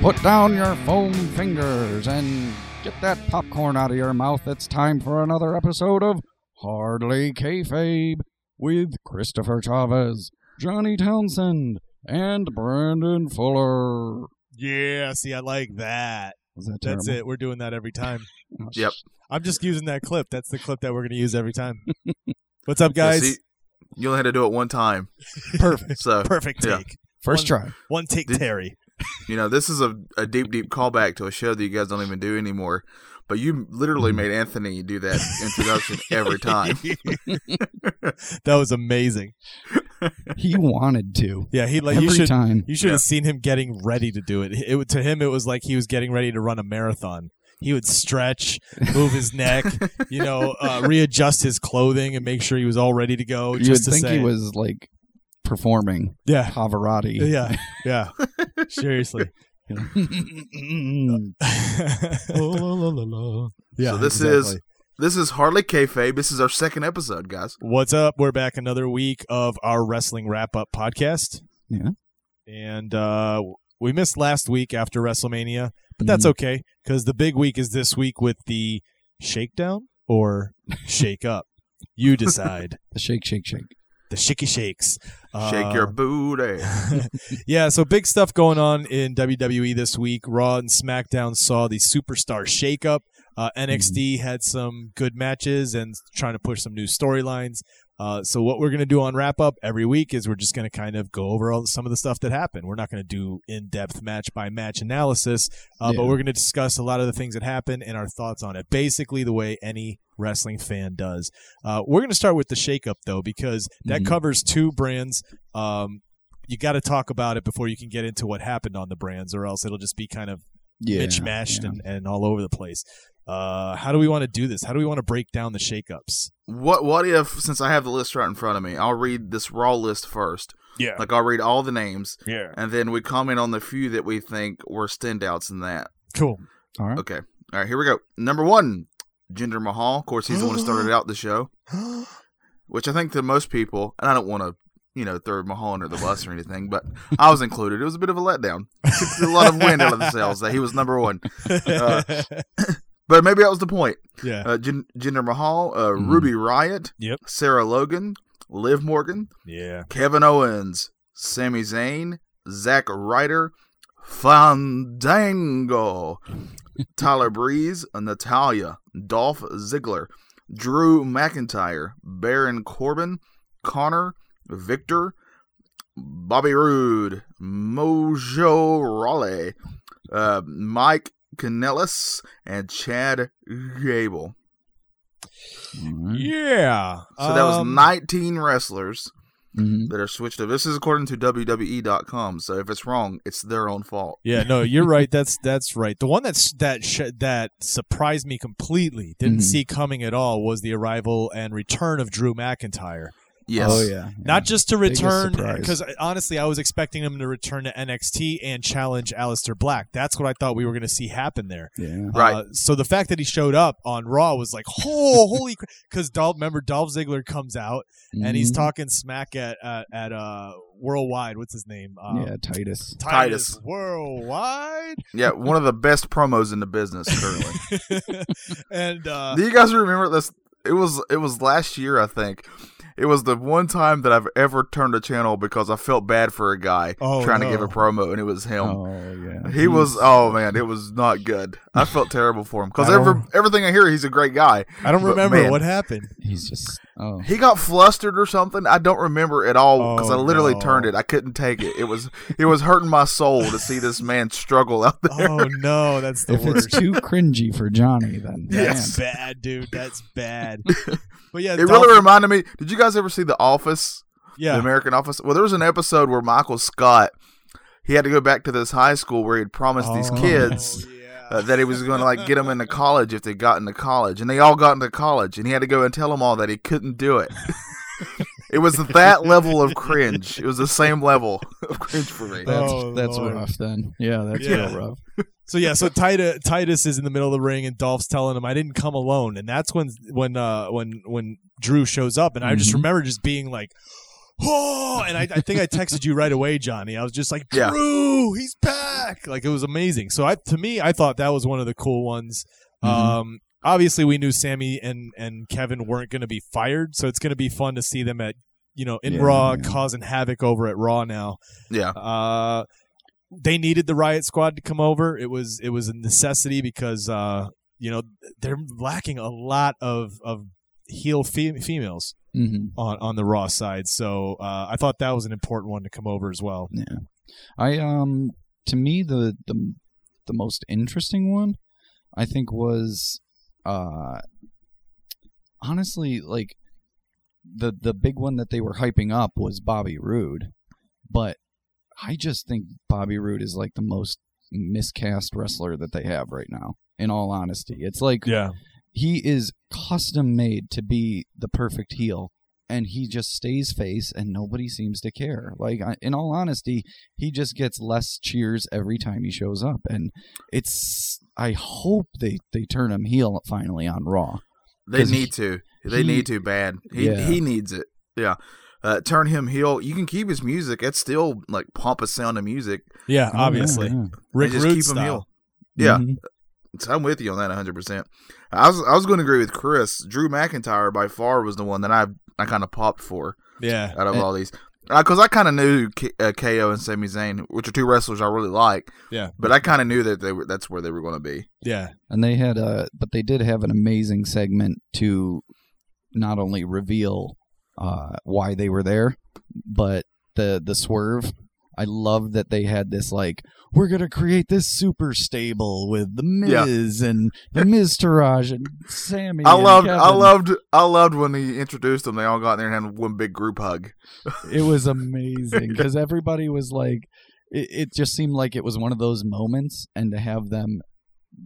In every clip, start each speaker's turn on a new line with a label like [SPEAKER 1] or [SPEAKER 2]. [SPEAKER 1] Put down your foam fingers and get that popcorn out of your mouth. It's time for another episode of Hardly Kayfabe with Christopher Chavez, Johnny Townsend, and Brandon Fuller.
[SPEAKER 2] Yeah, see, I like that.
[SPEAKER 1] Was that
[SPEAKER 2] That's
[SPEAKER 1] terrible?
[SPEAKER 2] it. We're doing that every time.
[SPEAKER 3] Yep.
[SPEAKER 2] I'm just using that clip. That's the clip that we're going to use every time. What's up,
[SPEAKER 3] Yeah,
[SPEAKER 2] guys?
[SPEAKER 3] see, you only had to do it one time.
[SPEAKER 2] perfect,
[SPEAKER 1] uh,
[SPEAKER 3] So,
[SPEAKER 2] perfect
[SPEAKER 3] yeah.
[SPEAKER 2] take.
[SPEAKER 1] First
[SPEAKER 2] One-
[SPEAKER 1] try.
[SPEAKER 2] One take,
[SPEAKER 3] Did-
[SPEAKER 2] Terry.
[SPEAKER 3] you know, this is a, a deep, deep callback to a show that you guys don't even do anymore. But you
[SPEAKER 2] Mm-hmm.
[SPEAKER 3] literally made Anthony do that introduction every time.
[SPEAKER 2] that was amazing.
[SPEAKER 1] He wanted to.
[SPEAKER 2] Yeah, he like
[SPEAKER 1] Every
[SPEAKER 2] you should
[SPEAKER 1] time.
[SPEAKER 2] you should
[SPEAKER 3] Yeah.
[SPEAKER 2] have seen him getting ready to do it. It would- to him it was like he was getting ready to run a marathon. He would stretch, move his neck, you know, uh, readjust his clothing and make sure he was all ready to go.
[SPEAKER 1] you would
[SPEAKER 2] just to
[SPEAKER 1] think
[SPEAKER 2] say,
[SPEAKER 1] he was like performing
[SPEAKER 2] yeah,
[SPEAKER 1] Pavarotti.
[SPEAKER 2] yeah, yeah. Seriously. Yeah.
[SPEAKER 3] So this is- This is hardly kayfabe. This is our second episode, guys.
[SPEAKER 2] What's up? We're back another week of our wrestling wrap up podcast.
[SPEAKER 1] Yeah.
[SPEAKER 2] And uh we missed last week after WrestleMania, but that's
[SPEAKER 1] Mm.
[SPEAKER 3] Mm-hmm.
[SPEAKER 2] okay because the big week is this week with the shakedown or shake up. You decide.
[SPEAKER 1] the shake, shake, shake.
[SPEAKER 2] the shaky shakes.
[SPEAKER 3] Shake
[SPEAKER 2] Uh,
[SPEAKER 3] your booty.
[SPEAKER 2] yeah, so big stuff going on in WWE this week. Raw and SmackDown saw the superstar shakeup. Uh, NXT had some good matches and trying to push some new storylines. Uh, so what we're going to do on wrap up every week is we're just going to kind of go over all some of the stuff that happened. We're not going to do in depth match by match analysis, uh, but
[SPEAKER 1] Yeah.
[SPEAKER 2] we're going to discuss a lot of the things that happened and our thoughts on it, basically the way any wrestling fan does. Uh, we're going to start with the shakeup though, because
[SPEAKER 1] Mhm.
[SPEAKER 2] that
[SPEAKER 3] Mm-hmm.
[SPEAKER 2] covers two brands. Um, you got to talk about it before you can get into what happened on the brands, or else it'll just be kind of
[SPEAKER 1] Yeah.
[SPEAKER 2] mismatched
[SPEAKER 1] yeah.
[SPEAKER 2] and, and all over the place. Uh, how do we want to do this? How do we want to break down the shakeups?
[SPEAKER 3] What What if, since I have the list right in front of me, I'll read this raw list first.
[SPEAKER 2] Yeah.
[SPEAKER 3] Like, I'll read all the names,
[SPEAKER 2] Yeah.
[SPEAKER 3] and then we comment on the few that we think were standouts in that.
[SPEAKER 2] Cool.
[SPEAKER 1] All right.
[SPEAKER 3] Okay. All right, here we go. Number one, Jinder Mahal. Of course, he's the one who started out the show, which I think to most people, and I don't want to, you know, throw Mahal under the bus or anything, but I was included. It was a bit of a letdown. Took a lot of wind out of the sails that he was number one. Uh, But maybe that was the point.
[SPEAKER 2] yeah.
[SPEAKER 3] Uh, Jin- Jinder Mahal, uh,
[SPEAKER 1] Mhm.
[SPEAKER 3] Ruby Riot,
[SPEAKER 2] Yep.
[SPEAKER 3] Sarah Logan, Liv Morgan,
[SPEAKER 2] Yeah.
[SPEAKER 3] Kevin Owens, Sami Zayn, Zack Ryder, Fandango, Tyler Breeze, Natalia, Dolph Ziggler, Drew McIntyre, Baron Corbin, Connor, Victor, Bobby Roode, Mojo Rawley, uh, Mike Kanellis, and Chad Gable.
[SPEAKER 1] All right.
[SPEAKER 2] Yeah.
[SPEAKER 3] mm-hmm. So that was
[SPEAKER 2] Um,
[SPEAKER 3] 19 wrestlers.
[SPEAKER 1] Mhm.
[SPEAKER 3] that are switched up. This is according to WWE.com. So if it's wrong, it's their own fault.
[SPEAKER 2] Yeah, no, you're right. That's that's right. The one that's that sh- that surprised me completely, didn't
[SPEAKER 1] Mhm.
[SPEAKER 2] see coming at all, was the arrival and return of Drew McIntyre.
[SPEAKER 3] Yes.
[SPEAKER 1] Oh yeah.
[SPEAKER 2] Not just to
[SPEAKER 1] Biggest
[SPEAKER 2] return,
[SPEAKER 1] surprise.
[SPEAKER 2] because honestly, I was expecting him to return to NXT and challenge Alistair Black. That's what I thought we were going to see happen there.
[SPEAKER 1] yeah. Yeah.
[SPEAKER 3] Right.
[SPEAKER 2] Uh, so the fact that he showed up on Raw was like, oh, holy! Because Dolph, remember, Dolph Ziggler comes out and he's
[SPEAKER 1] Mhm.
[SPEAKER 2] talking smack at at, at uh, Worldwide. What's his name? Um,
[SPEAKER 1] yeah, Titus.
[SPEAKER 2] Titus,
[SPEAKER 3] Titus.
[SPEAKER 2] Worldwide.
[SPEAKER 3] Yeah. One of the best promos in the business currently.
[SPEAKER 2] and uh,
[SPEAKER 3] Do you guys remember this? It was it was last year, I think. It was the one time that I've ever turned a channel because I felt bad for a guy
[SPEAKER 2] Oh,
[SPEAKER 3] trying
[SPEAKER 2] no.
[SPEAKER 3] to give a promo, and it was him.
[SPEAKER 1] Oh yeah.
[SPEAKER 3] He was oh man, it was not good. I felt terrible for him because
[SPEAKER 2] I don't-
[SPEAKER 3] every, everything I hear, he's a great guy.
[SPEAKER 2] I don't
[SPEAKER 3] But,
[SPEAKER 2] remember
[SPEAKER 3] man.
[SPEAKER 2] what happened.
[SPEAKER 1] He's just. Oh.
[SPEAKER 3] He got flustered or something. I don't remember at all because
[SPEAKER 2] Oh,
[SPEAKER 3] I literally
[SPEAKER 2] no.
[SPEAKER 3] turned it. I couldn't take it. It was it was hurting my soul to see this man struggle out there.
[SPEAKER 2] Oh no, that's the
[SPEAKER 1] If
[SPEAKER 2] worst.
[SPEAKER 1] it's too cringy for Johnny, then
[SPEAKER 2] That's
[SPEAKER 3] Yes.
[SPEAKER 2] bad, dude. That's bad. But yeah,
[SPEAKER 3] it
[SPEAKER 2] Dolph-
[SPEAKER 3] really reminded me. Did you guys ever see The Office, the
[SPEAKER 2] yeah,
[SPEAKER 3] American Office? Well, there was an episode where Michael Scott he had to go back to this high school where he'd promised these
[SPEAKER 1] Oh.
[SPEAKER 3] kids.
[SPEAKER 2] Oh,
[SPEAKER 3] Uh,
[SPEAKER 2] yeah.
[SPEAKER 3] that he was going to like get them into college if they got into college, and they all got into college, and he had to go and tell them all that he couldn't do it. it was that level of cringe. It was the same level of cringe for me.
[SPEAKER 1] man, that's
[SPEAKER 2] Oh,
[SPEAKER 1] that's
[SPEAKER 2] Lord.
[SPEAKER 1] rough. Then yeah, that's
[SPEAKER 2] Yeah.
[SPEAKER 1] real rough.
[SPEAKER 2] So yeah, so Titus, Titus is in the middle of the ring, and Dolph's telling him, "I didn't come alone," and that's when when uh, when when Drew shows up, and I just
[SPEAKER 1] Mhm.
[SPEAKER 2] remember just being like. Oh, and I, I think I texted you right away, Johnny. I was just like,
[SPEAKER 3] Yeah.
[SPEAKER 2] Drew, he's back. back. Like it was amazing. So I, to me, I thought that was one of the cool ones.
[SPEAKER 1] Mm-hmm.
[SPEAKER 2] Um, obviously, we knew Sammy and and Kevin weren't going to be fired, so it's going to be fun to see them at you know in
[SPEAKER 1] Yeah,
[SPEAKER 2] Raw
[SPEAKER 1] yeah.
[SPEAKER 2] causing havoc over at Raw now.
[SPEAKER 3] Yeah.
[SPEAKER 2] Uh, they needed the Riot Squad to come over. It was it was a necessity because uh, you know they're lacking a lot of of heel fe- females
[SPEAKER 1] Mm-hmm.
[SPEAKER 2] on on the Raw side. So uh, I thought that was an important one to come over as well.
[SPEAKER 1] I um to me the the the most interesting one I think was uh honestly like the the big one that they were hyping up was Bobby Roode, but I just think Bobby Roode is like the most miscast wrestler that they have right now. In all honesty, it's like
[SPEAKER 2] Yeah.
[SPEAKER 1] he is custom made to be the perfect heel and he just stays face and nobody seems to care like I- in all honesty he just gets less cheers every time he shows up and it's i hope they they turn him heel finally on raw
[SPEAKER 3] They
[SPEAKER 1] 'Cause
[SPEAKER 3] need to. They
[SPEAKER 1] he-
[SPEAKER 3] need to bad. He
[SPEAKER 1] Yeah.
[SPEAKER 3] he needs it. Yeah. Uh, turn him heel. You can keep his music. It's still like pompous sound of music.
[SPEAKER 2] Yeah, obviously.
[SPEAKER 1] Oh, yeah,
[SPEAKER 2] Rick
[SPEAKER 3] just
[SPEAKER 2] Rude
[SPEAKER 3] keep 'em
[SPEAKER 2] style.
[SPEAKER 3] heel. Yeah.
[SPEAKER 1] Mhm.
[SPEAKER 3] So I'm with you on that 100. percent I was I was going to agree with Chris. Drew McIntyre by far was the one that I I kind of popped for
[SPEAKER 2] Yeah.
[SPEAKER 3] out of
[SPEAKER 1] Eh.
[SPEAKER 3] all these because I kind of knew K- uh, KO and Sami Zayn, which are two wrestlers I really like.
[SPEAKER 2] Yeah.
[SPEAKER 3] But I kind of knew that they were that's where they were going to be.
[SPEAKER 2] Yeah.
[SPEAKER 1] and they had a but they did have an amazing segment to not only reveal uh, why they were there but the the swerve i love that they had this like we're gonna create this super stable with the
[SPEAKER 3] Yeah.
[SPEAKER 1] miz and the miz Taraj and sammy
[SPEAKER 3] I
[SPEAKER 1] and
[SPEAKER 3] loved I
[SPEAKER 1] Kevin.
[SPEAKER 3] loved I loved when he introduced them. They all got in there and had one big group hug.
[SPEAKER 1] it was amazing because everybody was like it, it just seemed like it was one of those moments and to have them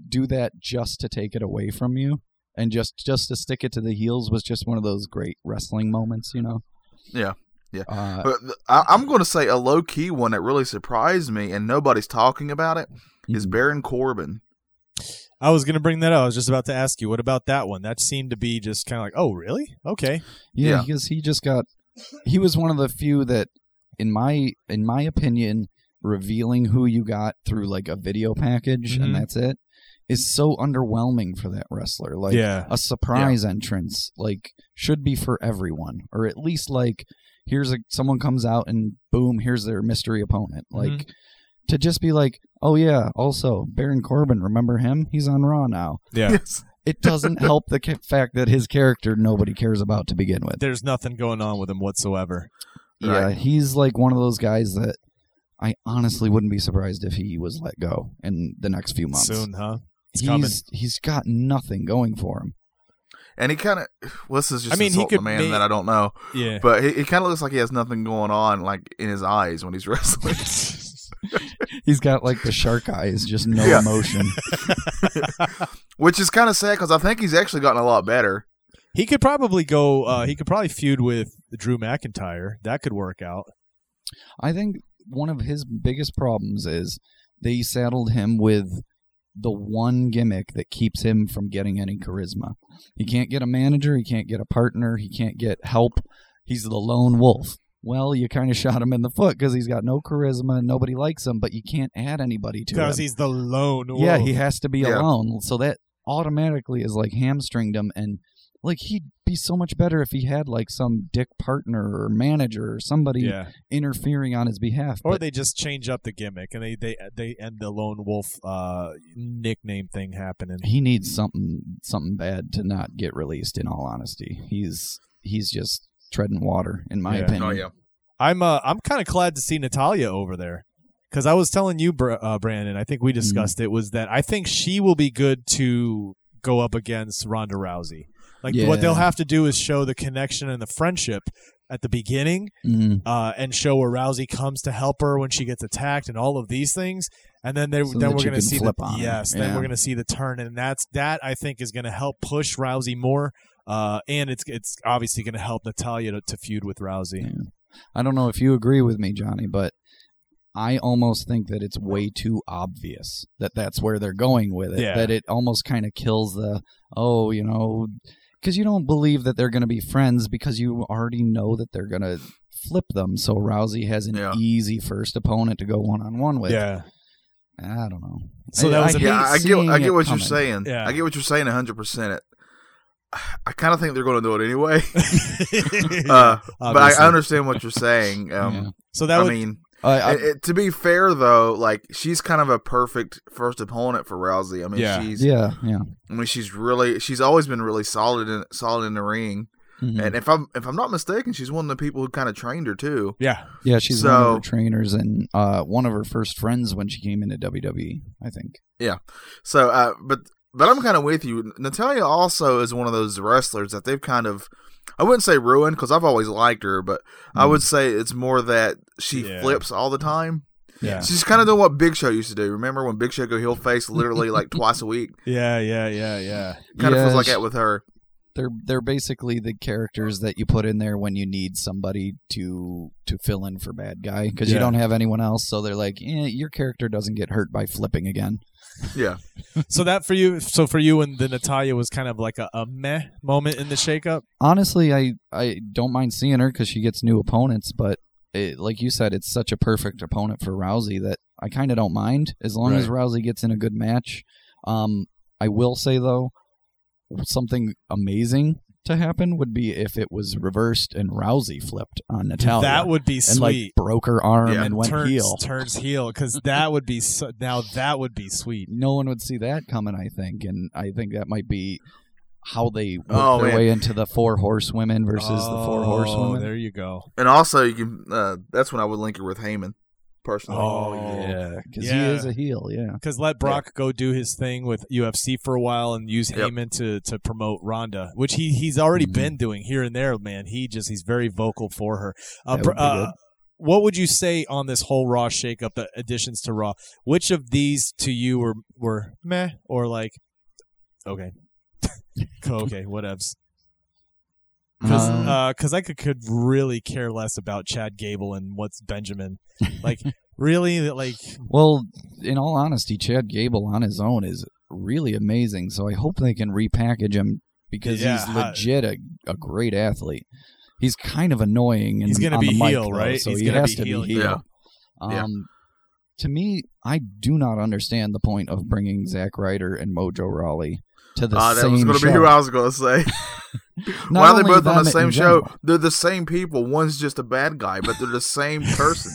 [SPEAKER 1] do that just to take it away from you and just just to stick it to the heels was just one of those great wrestling moments you know
[SPEAKER 3] Yeah, yeah.
[SPEAKER 1] uh,
[SPEAKER 3] But th- I, I'm going to say a low key one that really surprised me, and nobody's talking about it,
[SPEAKER 2] Mm-hmm.
[SPEAKER 3] is Baron Corbin.
[SPEAKER 2] I was gonna bring that up. I was just about to ask you, what about that one? That seemed to be just kind of like, oh, really? Okay.
[SPEAKER 1] yeah,
[SPEAKER 3] yeah.
[SPEAKER 1] because he just got he was one of the few that in my in my opinion revealing who you got through like a video package
[SPEAKER 2] Mhm.
[SPEAKER 3] Mm-hmm.
[SPEAKER 1] and that's it is so underwhelming for that wrestler like
[SPEAKER 2] yeah.
[SPEAKER 1] a surprise entrance like should be for everyone or at least like here's a someone comes out and boom here's their mystery opponent like
[SPEAKER 2] Mm-hmm.
[SPEAKER 1] to just be like oh yeah also baron corbin remember him he's on raw now
[SPEAKER 2] Yeah.
[SPEAKER 3] Yes.
[SPEAKER 1] it doesn't help the ca- fact that his character nobody cares about to begin with
[SPEAKER 2] There's nothing going on with him whatsoever.
[SPEAKER 1] yeah he's like one of those guys that i honestly wouldn't be surprised if he was let go in the next few months
[SPEAKER 2] Soon, huh? It's
[SPEAKER 1] he's
[SPEAKER 2] coming.
[SPEAKER 1] he's got nothing going for him
[SPEAKER 3] And he kind of, well, this is just
[SPEAKER 2] I mean, he could
[SPEAKER 3] insulting a man
[SPEAKER 2] make-
[SPEAKER 3] that I don't know,
[SPEAKER 2] Yeah.
[SPEAKER 3] but he, he kind of looks like he has nothing going on, like in his eyes when he's wrestling.
[SPEAKER 1] he's got like the shark eyes just no
[SPEAKER 3] Yeah.
[SPEAKER 1] emotion
[SPEAKER 3] Which is kind of sad because I think he's actually gotten a lot better.
[SPEAKER 2] he could probably go. Uh, he could probably feud with Drew McIntyre. That could work out.
[SPEAKER 1] I think one of his biggest problems is they saddled him with the one gimmick that keeps him from getting any charisma. He can't get a manager, he can't get a partner, he can't get help. He's the lone wolf. Well, you kind of shot him in the foot because he's got no charisma, nobody likes him, but you can't add anybody to him.
[SPEAKER 2] Because he's the lone.
[SPEAKER 1] Yeah,
[SPEAKER 2] wolf.
[SPEAKER 1] he has to be
[SPEAKER 3] Yeah.
[SPEAKER 1] alone. So that automatically is like hamstringed him and like he'd be so much better if he had like some dick partner or manager or somebody
[SPEAKER 2] Yeah.
[SPEAKER 1] interfering on his behalf.
[SPEAKER 2] Or
[SPEAKER 1] but-
[SPEAKER 2] they just change up the gimmick and they they they end the lone wolf uh, nickname thing happening.
[SPEAKER 1] he needs something something bad to not get released in all honesty he's he's just treading water in my
[SPEAKER 2] Oh, Yeah.
[SPEAKER 1] opinion
[SPEAKER 2] I'm uh, I'm kind of glad to see Natalia over there because I was telling you, Br- uh, Brandon. I
[SPEAKER 1] Mm-hmm.
[SPEAKER 2] think we discussed it was that I think she will be good to go up against Ronda Rousey. Like what they'll
[SPEAKER 1] Yeah.
[SPEAKER 2] have to do is show the connection and the friendship at the beginning,
[SPEAKER 1] Mm.
[SPEAKER 2] uh, and show where Rousey comes to help her when she gets attacked and all of these things. And then they,
[SPEAKER 1] So that
[SPEAKER 2] then we're
[SPEAKER 1] you
[SPEAKER 2] gonna
[SPEAKER 1] can
[SPEAKER 2] see
[SPEAKER 1] flip
[SPEAKER 2] the
[SPEAKER 1] on her.
[SPEAKER 2] yes, then
[SPEAKER 1] Yeah.
[SPEAKER 2] we're gonna see the turn, and that's that I think is gonna help push Rousey more. Uh, and it's it's obviously gonna help Natalia to, to feud with Rousey.
[SPEAKER 1] Yeah. i don't know if you agree with me johnny but i almost think that it's way too obvious that that's where they're going with it
[SPEAKER 2] Yeah.
[SPEAKER 1] that it almost kind of kills the oh you know because you don't believe that they're going to be friends because you already know that they're going to flip them so rousey has an
[SPEAKER 3] Yeah.
[SPEAKER 1] easy first opponent to go one-on-one with
[SPEAKER 2] yeah.
[SPEAKER 1] I don't know.
[SPEAKER 2] So
[SPEAKER 1] I-
[SPEAKER 2] that was
[SPEAKER 1] I
[SPEAKER 2] a-
[SPEAKER 1] hate
[SPEAKER 3] yeah, I get
[SPEAKER 1] seeing
[SPEAKER 3] I get
[SPEAKER 1] it
[SPEAKER 3] what
[SPEAKER 1] coming.
[SPEAKER 3] you're saying.
[SPEAKER 2] Yeah.
[SPEAKER 3] I get what you're saying 100. percent I kind of think they're going to do it anyway, uh, but I,
[SPEAKER 2] Obviously.
[SPEAKER 3] I understand what you're saying. Um,
[SPEAKER 1] Yeah.
[SPEAKER 2] so that
[SPEAKER 3] I
[SPEAKER 2] would
[SPEAKER 3] mean,
[SPEAKER 1] I, I,
[SPEAKER 3] it- it- to be fair though, like she's kind of a perfect first opponent for Rousey. I mean,
[SPEAKER 2] Yeah.
[SPEAKER 3] she's
[SPEAKER 1] yeah, yeah.
[SPEAKER 3] I mean, she's really she's always been really solid in solid in the ring.
[SPEAKER 1] Mhm.
[SPEAKER 2] Mm-hmm.
[SPEAKER 3] And if I'm if I'm not mistaken, she's one of the people who kind of trained her too.
[SPEAKER 2] yeah.
[SPEAKER 1] Yeah, she's one of
[SPEAKER 3] So-
[SPEAKER 1] her trainers and uh, one of her first friends when she came into WWE, I think.
[SPEAKER 3] So, uh, but but I'm kind of with you. Natalia also is one of those wrestlers that they've kind of I wouldn't say ruined because I've always liked her, but I would say it's more that she
[SPEAKER 2] Mm. Yeah.
[SPEAKER 3] flips all the time.
[SPEAKER 2] Yeah.
[SPEAKER 3] She's kind of doing what Big Show used to do. Remember when Big Show go heel face literally like twice a week?
[SPEAKER 2] Yeah, yeah, yeah, yeah.
[SPEAKER 3] Kind of
[SPEAKER 1] Yeah,
[SPEAKER 3] feels like
[SPEAKER 1] she-
[SPEAKER 3] that with her.
[SPEAKER 1] They're they're basically the characters that you put in there when you need somebody to to fill in for bad guy because
[SPEAKER 2] Yeah.
[SPEAKER 1] you don't have anyone else. So they're like, eh, your character doesn't get hurt by flipping again.
[SPEAKER 3] Yeah,
[SPEAKER 2] So that for you so for you and the Natalia was kind of like a, a meh moment in the shakeup.
[SPEAKER 1] Honestly, I I don't mind seeing her because she gets new opponents, but. It, like you said, it's such a perfect opponent for Rousey that I kind of don't mind as long as Rousey gets in a good match. Um, I will say though, something amazing to happen would be if it was reversed and Rousey flipped on Natalia.
[SPEAKER 2] That would be
[SPEAKER 1] and
[SPEAKER 2] sweet.
[SPEAKER 1] like broke her arm
[SPEAKER 3] Yeah.
[SPEAKER 1] and went
[SPEAKER 2] turns
[SPEAKER 1] heel.
[SPEAKER 2] turns heel cuz that would be so, now that would be sweet.
[SPEAKER 1] No one would see that coming, I think, and I think that might be how they work
[SPEAKER 3] Oh,
[SPEAKER 1] their
[SPEAKER 3] man.
[SPEAKER 1] way into the four horsewomen versus the four
[SPEAKER 2] Oh,
[SPEAKER 1] horsewomen.
[SPEAKER 2] There you go.
[SPEAKER 3] and also you can. Uh, that's when I would link her with Heyman personally.
[SPEAKER 1] Oh,
[SPEAKER 2] yeah.
[SPEAKER 1] because
[SPEAKER 2] Yeah.
[SPEAKER 1] he is a heel. Yeah,
[SPEAKER 2] Because let Brock go do his thing with UFC for a while and use
[SPEAKER 3] Yep.
[SPEAKER 2] Heyman to, to promote Ronda, which he he's already
[SPEAKER 1] Mhm.
[SPEAKER 2] been doing here and there. Man, he just he's very vocal for her. Uh,
[SPEAKER 1] That
[SPEAKER 2] Br-
[SPEAKER 1] would be
[SPEAKER 2] uh,
[SPEAKER 1] good.
[SPEAKER 2] what would you say on this whole Raw shakeup, the additions to Raw? Which of these to you were were meh or like okay, okay, whatevs? Because
[SPEAKER 1] Um,
[SPEAKER 2] I could could really care less about Chad Gable and what's Benjamin like. Really, that like
[SPEAKER 1] well, in all honesty, Chad Gable on his own is really amazing. So I hope they can repackage him because
[SPEAKER 2] Yeah,
[SPEAKER 1] he's
[SPEAKER 2] how-
[SPEAKER 1] legit a, a great athlete. He's kind of annoying. And
[SPEAKER 2] He's gonna
[SPEAKER 1] on
[SPEAKER 2] be
[SPEAKER 1] the mic,
[SPEAKER 2] heel,
[SPEAKER 1] though,
[SPEAKER 2] right?
[SPEAKER 1] So
[SPEAKER 2] He's
[SPEAKER 1] he
[SPEAKER 2] gonna
[SPEAKER 1] has
[SPEAKER 2] be
[SPEAKER 1] to
[SPEAKER 2] heel.
[SPEAKER 1] be heel.
[SPEAKER 3] Yeah. Yeah.
[SPEAKER 1] Um, to me, I do not understand the point of bringing Zack Ryder and Mojo Rawley to the
[SPEAKER 3] Ah, that
[SPEAKER 1] same
[SPEAKER 3] was going to
[SPEAKER 1] show.
[SPEAKER 3] be who I was going to say.
[SPEAKER 1] Not
[SPEAKER 3] Why are they
[SPEAKER 1] only
[SPEAKER 3] both on
[SPEAKER 1] them
[SPEAKER 3] the
[SPEAKER 1] in
[SPEAKER 3] same show?
[SPEAKER 1] general.
[SPEAKER 3] They're the same people. One's just a bad guy, but they're the same person.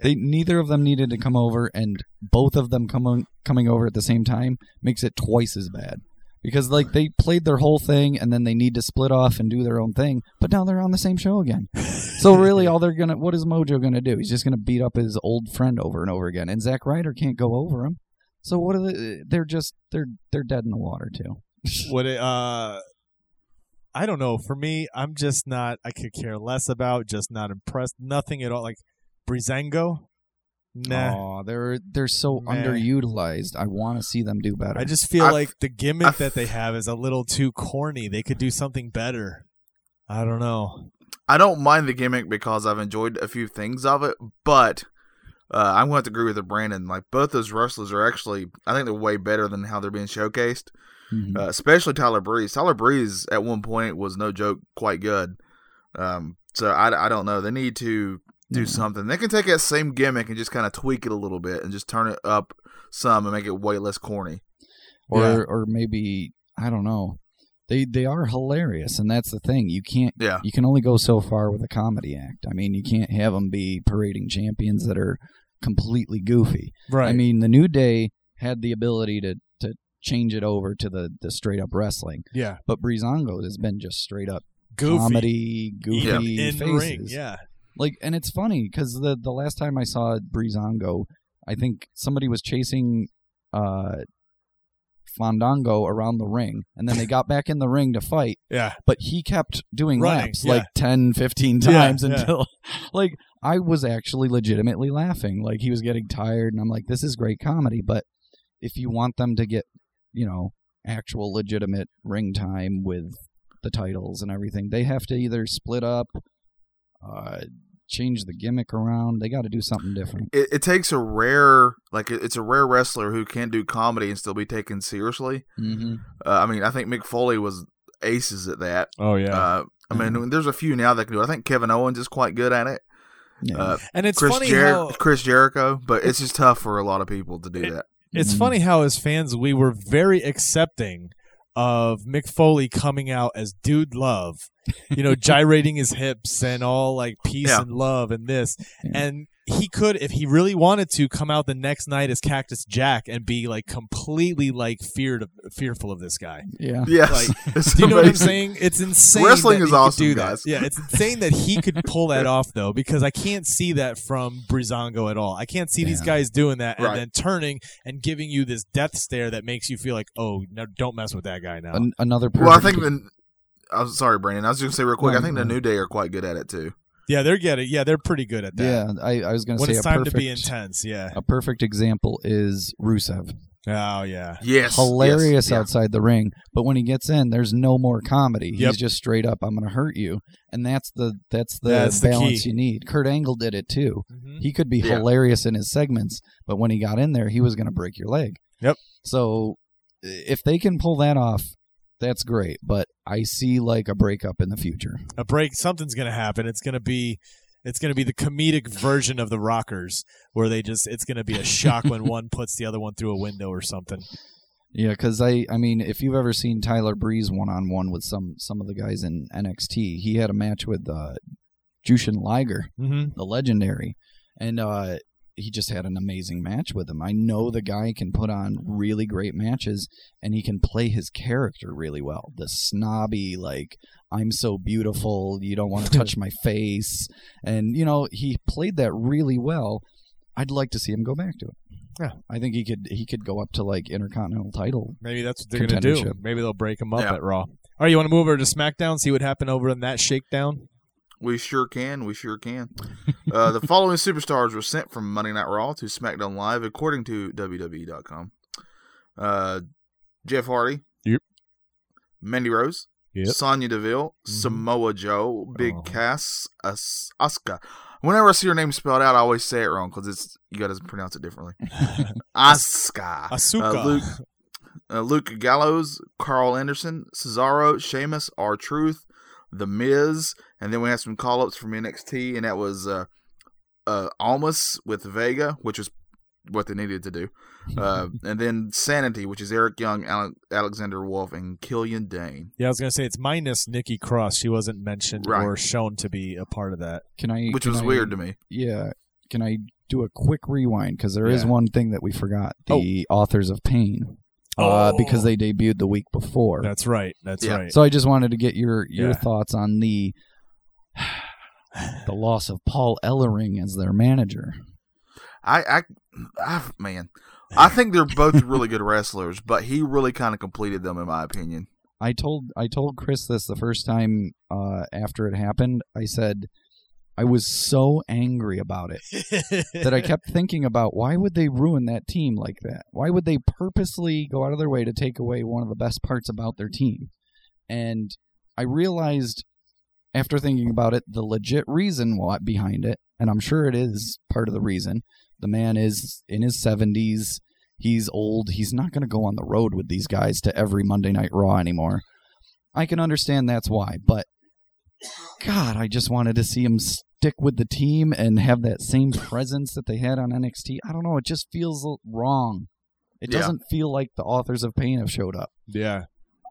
[SPEAKER 1] They neither of them needed to come over, and both of them coming coming over at the same time makes it twice as bad. Because like they played their whole thing, and then they need to split off and do their own thing. But now they're on the same show again. So really, all they're gonna what is Mojo gonna do? He's just gonna beat up his old friend over and over again. And Zack Ryder can't go over him. So what are they? They're just they're they're dead in the water too.
[SPEAKER 2] what it, uh I don't know. For me, I'm just not I could care less about, just not impressed. Nothing at all. Like Brizango? Nah.
[SPEAKER 1] Aw, they're they're so
[SPEAKER 2] Meh.
[SPEAKER 1] underutilized. I want to see them do better.
[SPEAKER 2] I just feel
[SPEAKER 3] I f-
[SPEAKER 2] like the gimmick
[SPEAKER 3] I f-
[SPEAKER 2] that they have is a little too corny. They could do something better. I don't know.
[SPEAKER 3] I don't mind the gimmick because I've enjoyed a few things of it, but uh, I'm going to have to agree with Brandon. Like both those wrestlers are actually, I think they're way better than how they're being showcased.
[SPEAKER 1] Mhm.
[SPEAKER 3] Uh, especially Tyler Breeze. Tyler Breeze at one point was no joke, quite good. Um, so I, I don't know. They need to do
[SPEAKER 1] Yeah.
[SPEAKER 3] something. They can take that same gimmick and just kind of tweak it a little bit and just turn it up some and make it way less corny.
[SPEAKER 1] or
[SPEAKER 2] Yeah.
[SPEAKER 1] or maybe I don't know. They they are hilarious, and that's the thing. You can't
[SPEAKER 3] Yeah.
[SPEAKER 1] you can only go so far with a comedy act. I mean, you can't have them be parading champions that are completely goofy.
[SPEAKER 2] Right.
[SPEAKER 1] I mean, the New Day had the ability to to change it over to the the straight up wrestling,
[SPEAKER 2] yeah.
[SPEAKER 1] but Breezango has been just straight up
[SPEAKER 2] Goofy.
[SPEAKER 1] comedy goofy
[SPEAKER 2] Even in
[SPEAKER 1] faces.
[SPEAKER 2] ring. Yeah.
[SPEAKER 1] Like, and it's funny because the the last time I saw Breezango, I think somebody was chasing uh, Fandango around the ring, and then they got back in the ring to fight,
[SPEAKER 2] Yeah.
[SPEAKER 1] but he kept doing
[SPEAKER 2] Running,
[SPEAKER 1] laps
[SPEAKER 2] yeah.
[SPEAKER 1] like 10, 15
[SPEAKER 2] Yeah,
[SPEAKER 1] times
[SPEAKER 2] yeah.
[SPEAKER 1] until, like, I was actually legitimately laughing. Like, he was getting tired, and I'm like, this is great comedy, but if you want them to get, you know, actual legitimate ring time with the titles and everything, they have to either split up, uh, change the gimmick around. They got to do something different.
[SPEAKER 3] It, it takes a rare, like it, it's a rare wrestler who can do comedy and still be taken seriously.
[SPEAKER 1] Mm-hmm.
[SPEAKER 3] Uh, I mean, I think Mick Foley was aces at that.
[SPEAKER 2] Oh yeah. Mm-hmm.
[SPEAKER 3] Uh, I mean, there's a few now that can do. it. I think Kevin Owens is quite good at it.
[SPEAKER 1] Yeah.
[SPEAKER 3] Uh,
[SPEAKER 2] And it's
[SPEAKER 3] Chris,
[SPEAKER 2] funny
[SPEAKER 3] Jer-
[SPEAKER 2] how
[SPEAKER 3] Chris Jericho, but it's just tough for a lot of people to do
[SPEAKER 2] It-
[SPEAKER 3] that.
[SPEAKER 2] it's
[SPEAKER 1] Mm.
[SPEAKER 2] funny how as fans we were very accepting of Mick Foley coming out as dude love, you know, gyrating his hips and all like peace
[SPEAKER 3] Yeah.
[SPEAKER 2] and love and this.
[SPEAKER 1] Yeah.
[SPEAKER 2] And he could, if he really wanted to, come out the next night as Cactus Jack and be like completely like feared of, fearful of this guy.
[SPEAKER 1] yeah.
[SPEAKER 3] Yes,
[SPEAKER 2] Like,
[SPEAKER 3] it's
[SPEAKER 2] Do you know what I'm
[SPEAKER 3] amazing.
[SPEAKER 2] saying? It's insane.
[SPEAKER 3] Wrestling
[SPEAKER 2] that
[SPEAKER 3] is
[SPEAKER 2] he could
[SPEAKER 3] awesome,
[SPEAKER 2] do
[SPEAKER 3] guys.
[SPEAKER 2] That. Yeah, it's insane that he could pull that off though, because I can't see that from Brizongo at all. I can't see these
[SPEAKER 1] Yeah.
[SPEAKER 2] guys doing that and
[SPEAKER 3] Right.
[SPEAKER 2] then turning and giving you this death stare that makes you feel like, oh, no, don't mess with that guy now.
[SPEAKER 1] An- another person.
[SPEAKER 3] Well, I think the. I'm sorry, Brandon. I was just gonna say real quick.
[SPEAKER 1] No,
[SPEAKER 3] I think the
[SPEAKER 2] Mm-hmm.
[SPEAKER 1] no.
[SPEAKER 3] New Day are quite good at it too.
[SPEAKER 2] yeah, they're getting. Yeah, they're pretty good at that.
[SPEAKER 1] Yeah, I, I was going to
[SPEAKER 2] When
[SPEAKER 1] say
[SPEAKER 2] it's
[SPEAKER 1] a
[SPEAKER 2] time
[SPEAKER 1] perfect,
[SPEAKER 2] to be intense, yeah.
[SPEAKER 1] a perfect example is Rusev.
[SPEAKER 2] Oh yeah.
[SPEAKER 3] Yes,
[SPEAKER 1] Hilarious
[SPEAKER 3] yes, yeah.
[SPEAKER 1] outside the ring, but when he gets in, there's no more comedy.
[SPEAKER 2] Yep.
[SPEAKER 1] He's just straight up, "I'm going to hurt you," and that's the that's the
[SPEAKER 2] That's the
[SPEAKER 1] balance
[SPEAKER 2] key.
[SPEAKER 1] you need. Kurt Angle did it too.
[SPEAKER 2] Mhm.
[SPEAKER 1] He could be
[SPEAKER 3] Yeah.
[SPEAKER 1] hilarious in his segments, but when he got in there, he was going to break your leg.
[SPEAKER 2] Yep.
[SPEAKER 1] So if they can pull that off, that's great. But I see like a breakup in the future.
[SPEAKER 2] a break something's gonna happen it's gonna be it's gonna be the comedic version of the rockers where they just it's gonna be a shock when one puts the other one through a window or something
[SPEAKER 1] Yeah, because I, I mean, if you've ever seen Tyler Breeze one on one with some some of the guys in NXT, he had a match with uh, Jushin Liger,
[SPEAKER 2] mm-hmm.
[SPEAKER 1] the legendary, and uh, he just had an amazing match with him. I know the guy can put on really great matches, and he can play his character really well. The snobby, like I'm so beautiful, you don't want to touch my face, and you know he played that really well. I'd like to see him go back to it.
[SPEAKER 2] Yeah.
[SPEAKER 1] I think he could he could go up to like intercontinental title
[SPEAKER 2] maybe that's what they're gonna do
[SPEAKER 1] Contendership.
[SPEAKER 2] maybe they'll break them up
[SPEAKER 3] Yeah.
[SPEAKER 2] at raw all right you want to move over to smackdown see what happened over in that shakedown
[SPEAKER 3] We sure can. We sure can. uh, the following superstars were sent from Monday Night Raw to SmackDown Live, according to WWE.com. Uh, Jeff Hardy.
[SPEAKER 2] Yep.
[SPEAKER 3] Mandy Rose.
[SPEAKER 2] Yep. Mm-hmm.
[SPEAKER 3] Sonya Deville. Samoa Joe. Big
[SPEAKER 2] Oh.
[SPEAKER 3] Cass. As- Asuka. Whenever I see her name spelled out, I always say it wrong because it's you got to pronounce it differently. Asuka.
[SPEAKER 2] asuka
[SPEAKER 3] Uh, Luke, uh, Luke Gallows, Carl Anderson, Cesaro, Sheamus, R Truth, The Miz, and then we had some call ups from NXT, and that was uh, uh, Almas with Vega, which is what they needed to do, uh, and then Sanity, which is Eric Young, Ale- Alexander Wolf, and Killian Dane.
[SPEAKER 2] yeah i was gonna say it's minus nikki cross she wasn't mentioned
[SPEAKER 3] Right.
[SPEAKER 2] or shown to be a part of that
[SPEAKER 1] Can I?
[SPEAKER 3] Which
[SPEAKER 1] can
[SPEAKER 3] was
[SPEAKER 1] I-
[SPEAKER 3] weird to me.
[SPEAKER 1] Yeah. Can I do a quick rewind? Because there is
[SPEAKER 2] Yeah.
[SPEAKER 1] one thing that we forgot: the authors of pain, uh,
[SPEAKER 2] Oh.
[SPEAKER 1] because they debuted the week before.
[SPEAKER 2] that's right that's
[SPEAKER 3] Yeah.
[SPEAKER 2] right
[SPEAKER 1] So I just wanted to get your your
[SPEAKER 2] Yeah.
[SPEAKER 1] thoughts on the the loss of Paul Ellering as their manager.
[SPEAKER 3] I, I, I man, I think they're both really good wrestlers, but he really kind of completed them, in my opinion.
[SPEAKER 1] I told I told Chris this the first time uh, after it happened. I said I was so angry about it. that I kept thinking about why would they ruin that team like that? Why would they purposely go out of their way to take away one of the best parts about their team? And I realized after thinking about it the legit reason why behind it, and I'm sure it is part of the reason. The man is in his 70s. He's old. He's not going to go on the road with these guys to every Monday Night Raw anymore. I can understand that's why, but God, I just wanted to see him stick with the team and have that same presence that they had on NXT. I don't know. It just feels l- wrong. It
[SPEAKER 3] Yeah.
[SPEAKER 1] doesn't feel like the authors of pain have showed up.
[SPEAKER 2] yeah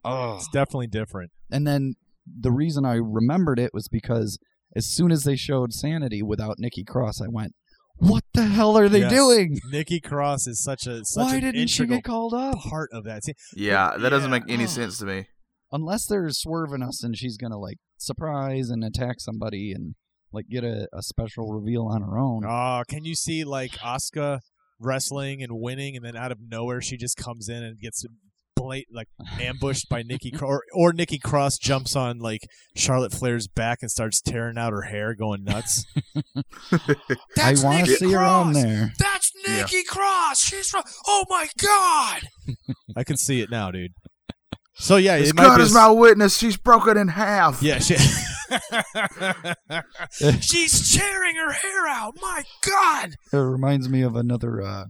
[SPEAKER 1] Oh.
[SPEAKER 2] it's definitely different
[SPEAKER 1] And then the reason I remembered it was because as soon as they showed Sanity without Nikki Cross, I went, "What the hell are they
[SPEAKER 2] Yes.
[SPEAKER 1] doing?
[SPEAKER 2] nikki cross is such a such
[SPEAKER 1] Why
[SPEAKER 2] an
[SPEAKER 1] didn't she
[SPEAKER 2] integral
[SPEAKER 1] get called up?
[SPEAKER 2] part of that team.
[SPEAKER 3] Yeah, that doesn't
[SPEAKER 2] Yeah.
[SPEAKER 3] make any
[SPEAKER 1] Oh.
[SPEAKER 3] sense to me.
[SPEAKER 1] Unless they're swerving us and she's gonna like surprise and attack somebody and like get a, a special reveal on her own."
[SPEAKER 2] Oh, can you see like Asuka wrestling and winning, and then out of nowhere she just comes in and gets blat like ambushed by Nikki Cro- or, or Nikki Cross jumps on like Charlotte Flair's back and starts tearing out her hair, going nuts.
[SPEAKER 1] I want to see her on there.
[SPEAKER 2] That's
[SPEAKER 3] Yeah.
[SPEAKER 2] Cross. She's from. Oh my god! I can see it now, dude. So yeah,
[SPEAKER 3] As
[SPEAKER 2] it might
[SPEAKER 3] God
[SPEAKER 2] be
[SPEAKER 3] is
[SPEAKER 2] a-
[SPEAKER 3] my witness, she's broken in half.
[SPEAKER 2] Yeah, she, she's tearing her hair out. My God!
[SPEAKER 1] It reminds me of another uh,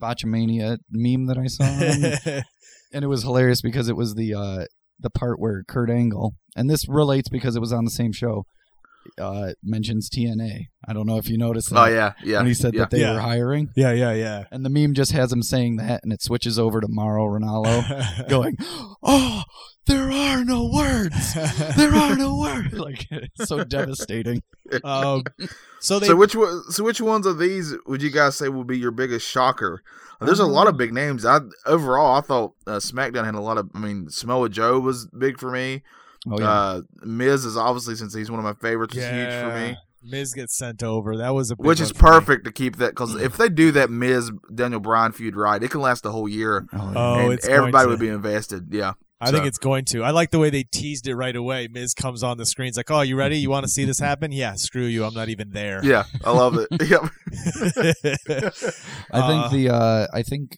[SPEAKER 1] Botchamania meme that I saw, and and it was hilarious because it was the uh, the part where Kurt Angle, and this relates because it was on the same show. uh, mentions TNA. I don't know if you noticed that
[SPEAKER 3] Oh yeah, yeah.
[SPEAKER 1] when he said
[SPEAKER 3] yeah.
[SPEAKER 1] that they
[SPEAKER 2] Yeah.
[SPEAKER 1] were hiring.
[SPEAKER 2] Yeah, yeah, yeah.
[SPEAKER 1] And the meme just has him saying that, and it switches over to Mauro Ronaldo going, "Oh, there are no words. There are no words." Like it's so devastating.
[SPEAKER 2] um, so they
[SPEAKER 3] so which one- so which ones of these would you guys say would be your biggest shocker? There's a lot of big names. I overall I thought uh, SmackDown had a lot of. I mean, Samoa Joe was big for me.
[SPEAKER 1] Oh yeah,
[SPEAKER 3] Uh, Miz is obviously since he's one of my favorites, is huge for
[SPEAKER 2] Yeah.
[SPEAKER 3] me.
[SPEAKER 2] Miz gets sent over. That was a big
[SPEAKER 3] Which
[SPEAKER 2] one
[SPEAKER 3] is
[SPEAKER 2] for me.
[SPEAKER 3] perfect to keep that because if they do that Miz Daniel Bryan feud right, it can last the whole year,
[SPEAKER 1] oh, yeah.
[SPEAKER 2] Oh,
[SPEAKER 3] and
[SPEAKER 2] it's going
[SPEAKER 3] everybody
[SPEAKER 2] to.
[SPEAKER 3] would be invested. Yeah,
[SPEAKER 2] I think
[SPEAKER 3] so.
[SPEAKER 2] it's going to. I like the way they teased it right away. Miz comes on the screen. It's like, oh, you ready? You want to see this happen? Yeah, screw you. I'm not even there.
[SPEAKER 3] yeah, I love it. Yep.
[SPEAKER 1] I think
[SPEAKER 2] Uh,
[SPEAKER 1] the uh, I think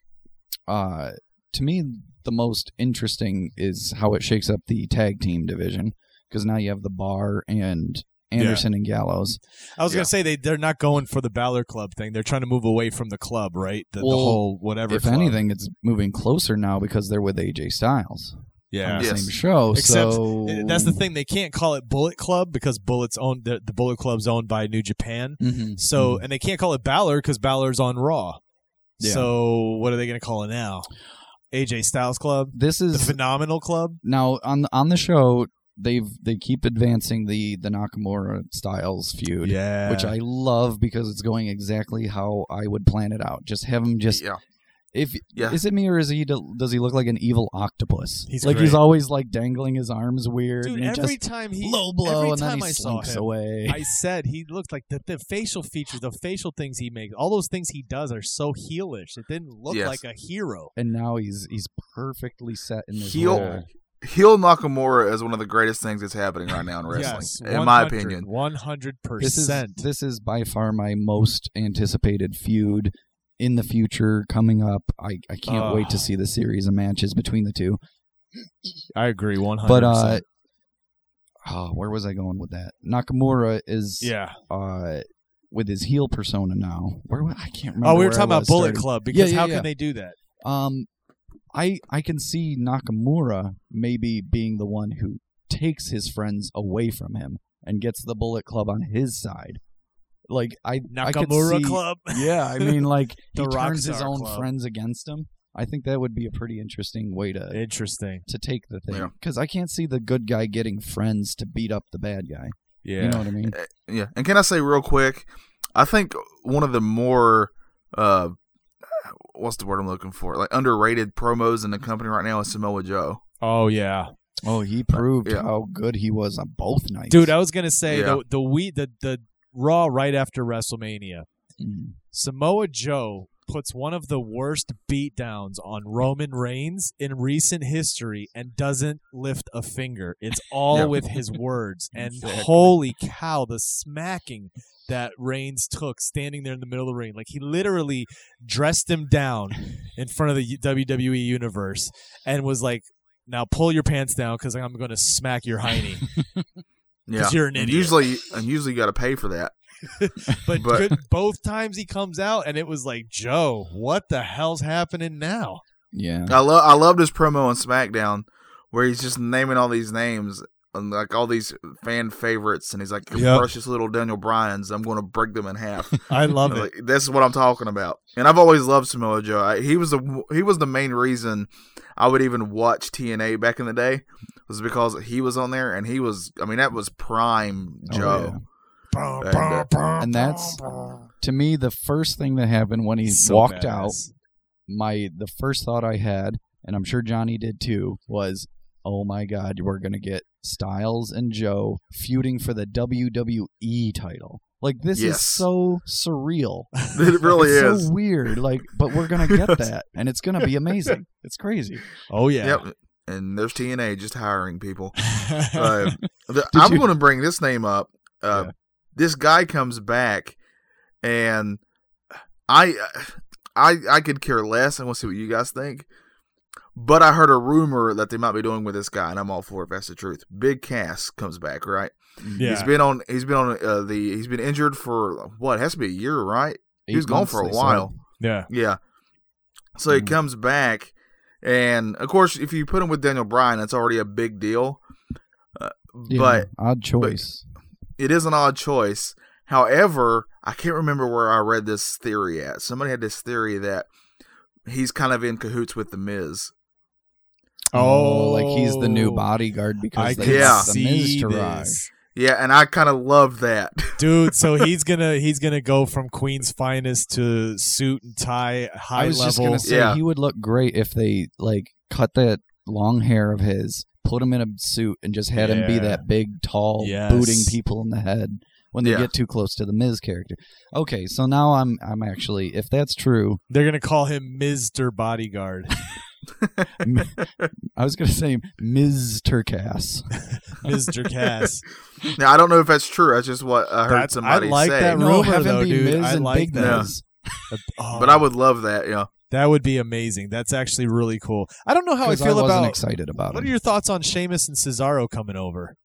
[SPEAKER 1] uh, to me the most interesting is how it shakes up the tag team division because now you have the Bar and Anderson and Gallows.
[SPEAKER 2] I was
[SPEAKER 3] Yeah.
[SPEAKER 2] gonna say they they're not going for the Balor Club thing. They're trying to move away from the club, right? The, the
[SPEAKER 1] Well,
[SPEAKER 2] whole whatever.
[SPEAKER 1] If
[SPEAKER 2] club.
[SPEAKER 1] anything, it's moving closer now because they're with AJ Styles on
[SPEAKER 2] yeah.
[SPEAKER 1] the
[SPEAKER 3] Yes.
[SPEAKER 1] same show.
[SPEAKER 2] Except- eh,
[SPEAKER 1] so
[SPEAKER 2] That's the thing. They can't call it Bullet Club because Bullet's owned the, the Bullet Club's owned by New Japan.
[SPEAKER 1] Mhm.
[SPEAKER 2] So and they can't call it Balor because Balor's on Raw.
[SPEAKER 1] Yeah.
[SPEAKER 2] So what are they gonna call it now? AJ Styles Club,
[SPEAKER 1] Mm-hmm. this
[SPEAKER 2] the
[SPEAKER 1] is
[SPEAKER 2] Phenomenal Club.
[SPEAKER 1] now on the- on the show they've they keep advancing the the Nakamura Styles feud.
[SPEAKER 2] Yeah,
[SPEAKER 1] Which I love because it's going exactly how I would plan it out. Just have him just
[SPEAKER 3] yeah,
[SPEAKER 1] if
[SPEAKER 3] yeah.
[SPEAKER 1] Is it me or is he? Does he look like an evil octopus?
[SPEAKER 2] He's
[SPEAKER 1] like
[SPEAKER 2] great.
[SPEAKER 1] he's always like dangling his arms weird
[SPEAKER 2] dude.
[SPEAKER 1] and he
[SPEAKER 2] Every
[SPEAKER 1] just
[SPEAKER 2] time he
[SPEAKER 1] low blow
[SPEAKER 2] every
[SPEAKER 1] and then
[SPEAKER 2] time
[SPEAKER 1] he
[SPEAKER 2] I saw
[SPEAKER 1] slinks
[SPEAKER 2] him,
[SPEAKER 1] away.
[SPEAKER 2] I said he looked like the, the facial features, the facial things he makes, all those things he does are so heelish. It didn't look
[SPEAKER 3] Yes.
[SPEAKER 2] like a hero.
[SPEAKER 1] and now he's he's perfectly set in this
[SPEAKER 3] Heel-
[SPEAKER 1] role.
[SPEAKER 3] Heel Nakamura is one of the greatest things that's happening right now in wrestling,
[SPEAKER 2] Yes,
[SPEAKER 3] in my
[SPEAKER 2] 100,
[SPEAKER 3] opinion.
[SPEAKER 2] 100%.
[SPEAKER 1] This is this is by far my most anticipated feud in the future coming up. I I can't
[SPEAKER 2] Ugh.
[SPEAKER 1] wait to see the series of matches between the two.
[SPEAKER 2] I agree 100%.
[SPEAKER 1] But uh, oh, where was I going with that? Nakamura is
[SPEAKER 2] yeah.
[SPEAKER 1] uh with his heel persona now. Where wa- I can't remember.
[SPEAKER 2] Oh, we were
[SPEAKER 1] where I
[SPEAKER 2] talking about
[SPEAKER 1] was
[SPEAKER 2] Bullet
[SPEAKER 1] starting.
[SPEAKER 2] Club because
[SPEAKER 1] yeah,
[SPEAKER 2] how
[SPEAKER 1] yeah.
[SPEAKER 2] can they do that?
[SPEAKER 1] Um, I I can see Nakamura maybe being the one who takes his friends away from him and gets the Bullet Club on his side. Like I, I could
[SPEAKER 2] Nakamura
[SPEAKER 1] see-
[SPEAKER 2] Club.
[SPEAKER 1] Yeah, I mean, like he
[SPEAKER 2] The
[SPEAKER 1] turns his
[SPEAKER 2] Rockstar
[SPEAKER 1] own
[SPEAKER 2] Club.
[SPEAKER 1] friends against him. I think that would be a pretty interesting way to
[SPEAKER 2] Interesting.
[SPEAKER 1] to take the
[SPEAKER 3] Yeah.
[SPEAKER 1] thing because I can't see the good guy getting friends to beat up the bad guy.
[SPEAKER 2] Yeah.
[SPEAKER 1] You know what I mean?
[SPEAKER 3] Yeah, and can I say real quick? I think one of the more, uh, what's the word I'm looking for? Like underrated promos in the company right now is Samoa Joe.
[SPEAKER 2] oh yeah.
[SPEAKER 1] Oh, he proved
[SPEAKER 3] yeah.
[SPEAKER 1] how good he was on both nights,
[SPEAKER 2] Dude, I was going to say
[SPEAKER 3] Yeah.
[SPEAKER 2] the the we the the Raw right after WrestleMania.
[SPEAKER 1] Mm.
[SPEAKER 2] Samoa Joe puts one of the worst beatdowns on Roman Reigns in recent history and doesn't lift a finger. It's all
[SPEAKER 3] Yeah.
[SPEAKER 2] with his words. And
[SPEAKER 1] Exactly.
[SPEAKER 2] holy cow, the smacking that Reigns took standing there in the middle of the ring. Like he literally dressed him down in front of the WWE E universe and was like, now pull your pants down because I'm going to smack your hiney.
[SPEAKER 3] Yeah,
[SPEAKER 2] you're an
[SPEAKER 3] And
[SPEAKER 2] idiot.
[SPEAKER 3] usually, and usually you got to pay for that.
[SPEAKER 2] But,
[SPEAKER 3] But-
[SPEAKER 2] good, both times he comes out and it was like, Joe, what the hell's happening now?
[SPEAKER 1] Yeah,
[SPEAKER 2] Mm.
[SPEAKER 3] I love, I loved his promo on SmackDown where he's just naming all these names. And like all these fan favorites, and he's like, "Your
[SPEAKER 2] Yep.
[SPEAKER 3] "Precious little Daniel Bryan's, I'm going to break them in half."
[SPEAKER 2] I love it.
[SPEAKER 3] Like, this is what I'm talking about, and I've always loved Samoa Joe. I, he was the he was the main reason I would even watch TNA back in the day was because he was on there, and he was. I mean, that was prime
[SPEAKER 1] Oh, yeah.
[SPEAKER 3] Joe.
[SPEAKER 2] and,
[SPEAKER 3] And,
[SPEAKER 1] and that's to me the first thing that happened when he walked out my the first thought i had and i'm sure johnny did too was oh my god we're gonna get styles and joe feuding for the wwe title like this
[SPEAKER 3] Yes.
[SPEAKER 1] is so surreal
[SPEAKER 3] It really
[SPEAKER 1] It's
[SPEAKER 3] is.
[SPEAKER 1] so weird like but we're gonna get that and it's gonna be amazing it's crazy
[SPEAKER 2] Oh yeah.
[SPEAKER 3] Yep. And there's TNA just hiring people. Uh, the-
[SPEAKER 1] Did
[SPEAKER 3] I'm
[SPEAKER 1] you-
[SPEAKER 3] going to bring this name up. Uh,
[SPEAKER 2] Yeah.
[SPEAKER 3] This guy comes back, and I, uh, I, I could care less. I want to see what you guys think. But I heard a rumor that they might be doing with this guy, and I'm all for it if that's the truth. Big Cass comes back, right?
[SPEAKER 2] yeah.
[SPEAKER 3] He's been on. He's been on uh, the. He's been injured for what? It has to be a year, right? He was
[SPEAKER 1] Eight
[SPEAKER 3] gone
[SPEAKER 1] months,
[SPEAKER 3] for a
[SPEAKER 1] they said.
[SPEAKER 3] while.
[SPEAKER 2] yeah.
[SPEAKER 3] Yeah. So he
[SPEAKER 1] Mhm.
[SPEAKER 3] comes back, and of course, if you put him with Daniel Bryan, that's already a big deal. Uh,
[SPEAKER 1] Yeah,
[SPEAKER 3] But
[SPEAKER 1] odd choice
[SPEAKER 3] it is an odd choice. However, I can't remember where I read this theory at. Somebody had this theory that he's kind of in cahoots with the Miz.
[SPEAKER 1] like he's the new bodyguard
[SPEAKER 2] I
[SPEAKER 1] because
[SPEAKER 2] can
[SPEAKER 1] they
[SPEAKER 3] Yeah.
[SPEAKER 1] got the Miz
[SPEAKER 2] see
[SPEAKER 1] to ride.
[SPEAKER 2] this,
[SPEAKER 3] Yeah, and I kind of love that.
[SPEAKER 2] dude. So he's gonna he's gonna go from Queen's finest to suit and tie, high
[SPEAKER 1] I was just
[SPEAKER 2] level.
[SPEAKER 1] gonna say
[SPEAKER 3] Yeah.
[SPEAKER 1] he would look great if they like cut that long hair of his, put him in a suit, and just had him be
[SPEAKER 2] Yeah.
[SPEAKER 1] that big, tall,
[SPEAKER 2] Yes.
[SPEAKER 1] booting people in the head when they
[SPEAKER 3] Yeah.
[SPEAKER 1] get too close to the Miz character. Okay, so now I'm I'm actually if that's true,
[SPEAKER 2] They're gonna call him Mister Bodyguard,
[SPEAKER 1] I was gonna say Miz Turcas.
[SPEAKER 2] Mister Cass.
[SPEAKER 3] now I don't know if that's true. That's just what I heard
[SPEAKER 2] That's- I
[SPEAKER 3] somebody
[SPEAKER 2] like
[SPEAKER 3] say.
[SPEAKER 2] that
[SPEAKER 1] no,
[SPEAKER 2] rumor,
[SPEAKER 1] have him
[SPEAKER 2] though,
[SPEAKER 1] be
[SPEAKER 2] dude.
[SPEAKER 1] Miz
[SPEAKER 2] I
[SPEAKER 1] and
[SPEAKER 2] like
[SPEAKER 1] Big
[SPEAKER 3] that.
[SPEAKER 1] Miz.
[SPEAKER 2] Oh,
[SPEAKER 3] But I would love that. Yeah,
[SPEAKER 2] that would be amazing. That's actually really cool. I don't know how I
[SPEAKER 1] 'Cause
[SPEAKER 2] feel
[SPEAKER 1] wasn't
[SPEAKER 2] about.
[SPEAKER 1] excited about
[SPEAKER 2] What
[SPEAKER 1] it.
[SPEAKER 2] are your thoughts on Sheamus and Cesaro coming over?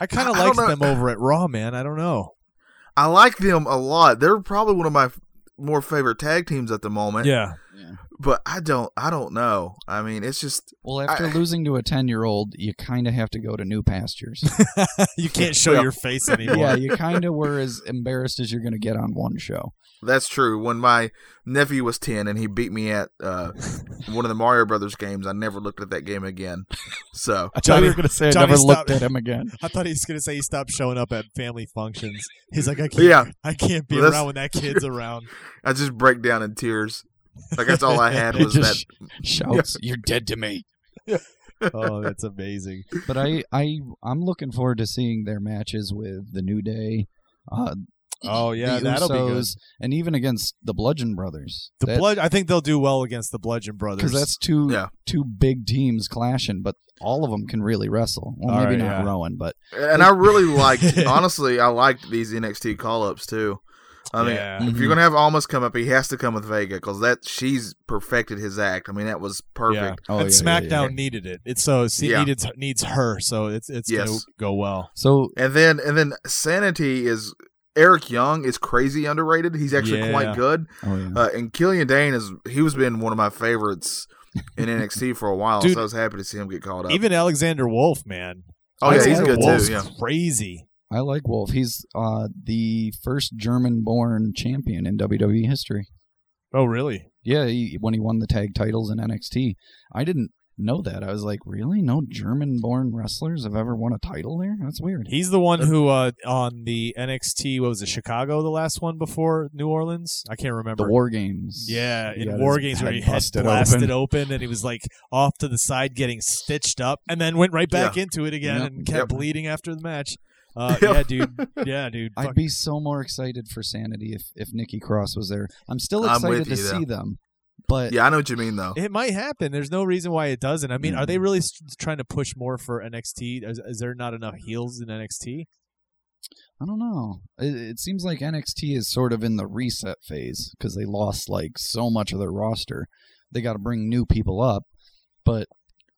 [SPEAKER 2] I kind
[SPEAKER 3] I-
[SPEAKER 2] of
[SPEAKER 3] I don't
[SPEAKER 2] liked
[SPEAKER 3] know.
[SPEAKER 2] them over at Raw, man. I don't know.
[SPEAKER 3] I like them a lot. They're probably one of my f- more favorite tag teams at the moment.
[SPEAKER 2] Yeah,
[SPEAKER 3] but I don't. I don't know. I mean, it's just
[SPEAKER 1] well, after
[SPEAKER 3] I-
[SPEAKER 1] losing to a ten-year-old, you kind of have to go to new pastures.
[SPEAKER 2] you can't show
[SPEAKER 3] Well-
[SPEAKER 2] your face anymore.
[SPEAKER 1] yeah, you kind of were as embarrassed as you're going to get on one show.
[SPEAKER 3] that's true. When my nephew was ten and he beat me at uh, one of the Mario Brothers games, I never looked at that game again. So
[SPEAKER 2] I thought, he,
[SPEAKER 1] going to say
[SPEAKER 2] I Johnny, never looked stop. at
[SPEAKER 1] him again.
[SPEAKER 2] I thought he was gonna say he stopped showing up at family functions. He's like, I can't,
[SPEAKER 3] yeah,
[SPEAKER 2] I can't be
[SPEAKER 3] Well, that's-
[SPEAKER 2] around when that kid's around.
[SPEAKER 3] I just break down in tears. Like that's all I had
[SPEAKER 1] He
[SPEAKER 3] was that.
[SPEAKER 1] just shouts, "You're dead to me."
[SPEAKER 2] Oh, that's amazing.
[SPEAKER 1] But I, I, I'm looking forward to seeing their matches with the New Day, uh,
[SPEAKER 2] Oh yeah,
[SPEAKER 1] the
[SPEAKER 2] that'll be good.
[SPEAKER 1] Usos, and even against the Bludgeon Brothers.
[SPEAKER 2] The blood. I think they'll do well against the Bludgeon Brothers.
[SPEAKER 1] because that's two
[SPEAKER 3] Yeah.
[SPEAKER 1] two big teams clashing, but all of them can really wrestle. Well,
[SPEAKER 2] All
[SPEAKER 1] maybe
[SPEAKER 2] right,
[SPEAKER 1] not
[SPEAKER 2] Oh, yeah.
[SPEAKER 1] Rowan, but
[SPEAKER 3] And I really liked, honestly, I liked these NXT call ups too. I mean,
[SPEAKER 2] Yeah.
[SPEAKER 3] if
[SPEAKER 1] Mm-hmm.
[SPEAKER 3] you're gonna have Almas come up, he has to come with Vega because that she's perfected his act. I mean, that was
[SPEAKER 2] Yeah.
[SPEAKER 3] perfect.
[SPEAKER 1] oh
[SPEAKER 2] and
[SPEAKER 1] yeah, yeah,
[SPEAKER 2] SmackDown
[SPEAKER 1] yeah.
[SPEAKER 2] needed it. It's so she
[SPEAKER 3] Yeah.
[SPEAKER 2] needed, needs her, so it's it's gonna
[SPEAKER 3] Yes.
[SPEAKER 2] go well.
[SPEAKER 1] So
[SPEAKER 3] And then, and then Sanity is Eric Young is crazy underrated. He's actually
[SPEAKER 2] Yeah.
[SPEAKER 3] quite good.
[SPEAKER 1] oh yeah.
[SPEAKER 3] Uh, and Killian Dane is he was been one of my favorites in NXT for a while,
[SPEAKER 2] Dude.
[SPEAKER 3] so I was happy to see him get called up.
[SPEAKER 2] Even Alexander Wolf, man.
[SPEAKER 3] oh yeah, he's
[SPEAKER 2] Alexander
[SPEAKER 3] good
[SPEAKER 2] Wolf's
[SPEAKER 3] too. Yeah,
[SPEAKER 2] crazy.
[SPEAKER 1] I like Wolf. He's uh, the first German-born champion in WWE history.
[SPEAKER 2] Oh really?
[SPEAKER 1] Yeah, he, when he won the tag titles in NXT, I didn't know that. I was like, really? No German-born wrestlers have ever won a title there? That's weird.
[SPEAKER 2] He's the one who uh, on the NXT what was it Chicago the last one before New Orleans? I can't
[SPEAKER 1] The
[SPEAKER 2] remember.
[SPEAKER 1] War Games.
[SPEAKER 2] yeah,
[SPEAKER 1] He
[SPEAKER 2] in
[SPEAKER 1] got
[SPEAKER 2] War
[SPEAKER 1] his
[SPEAKER 2] Games where he
[SPEAKER 1] head
[SPEAKER 2] had
[SPEAKER 1] busted
[SPEAKER 2] blasted
[SPEAKER 1] open.
[SPEAKER 2] open. and he was like off to the side getting stitched up, and then went right back into it again
[SPEAKER 1] Yep.
[SPEAKER 2] and kept
[SPEAKER 3] Yep.
[SPEAKER 2] bleeding after the match. Uh,
[SPEAKER 3] Yep.
[SPEAKER 2] Yeah, dude. Yeah, dude.
[SPEAKER 1] I'd
[SPEAKER 2] Fuck.
[SPEAKER 1] be so more excited for Sanity if if Nikki Cross was there. I'm still
[SPEAKER 3] I'm
[SPEAKER 1] excited
[SPEAKER 3] with
[SPEAKER 1] to
[SPEAKER 3] you, though.
[SPEAKER 1] see them, but
[SPEAKER 3] yeah, I know what you mean though.
[SPEAKER 2] It might happen. There's no reason why it doesn't. I mean, are they
[SPEAKER 1] Mm.
[SPEAKER 2] really s trying to push more for NXT? Is, is there not enough heels in NXT?
[SPEAKER 1] I don't know. It, it seems like NXT is sort of in the reset phase because they lost like so much of their roster. They got to bring new people up, but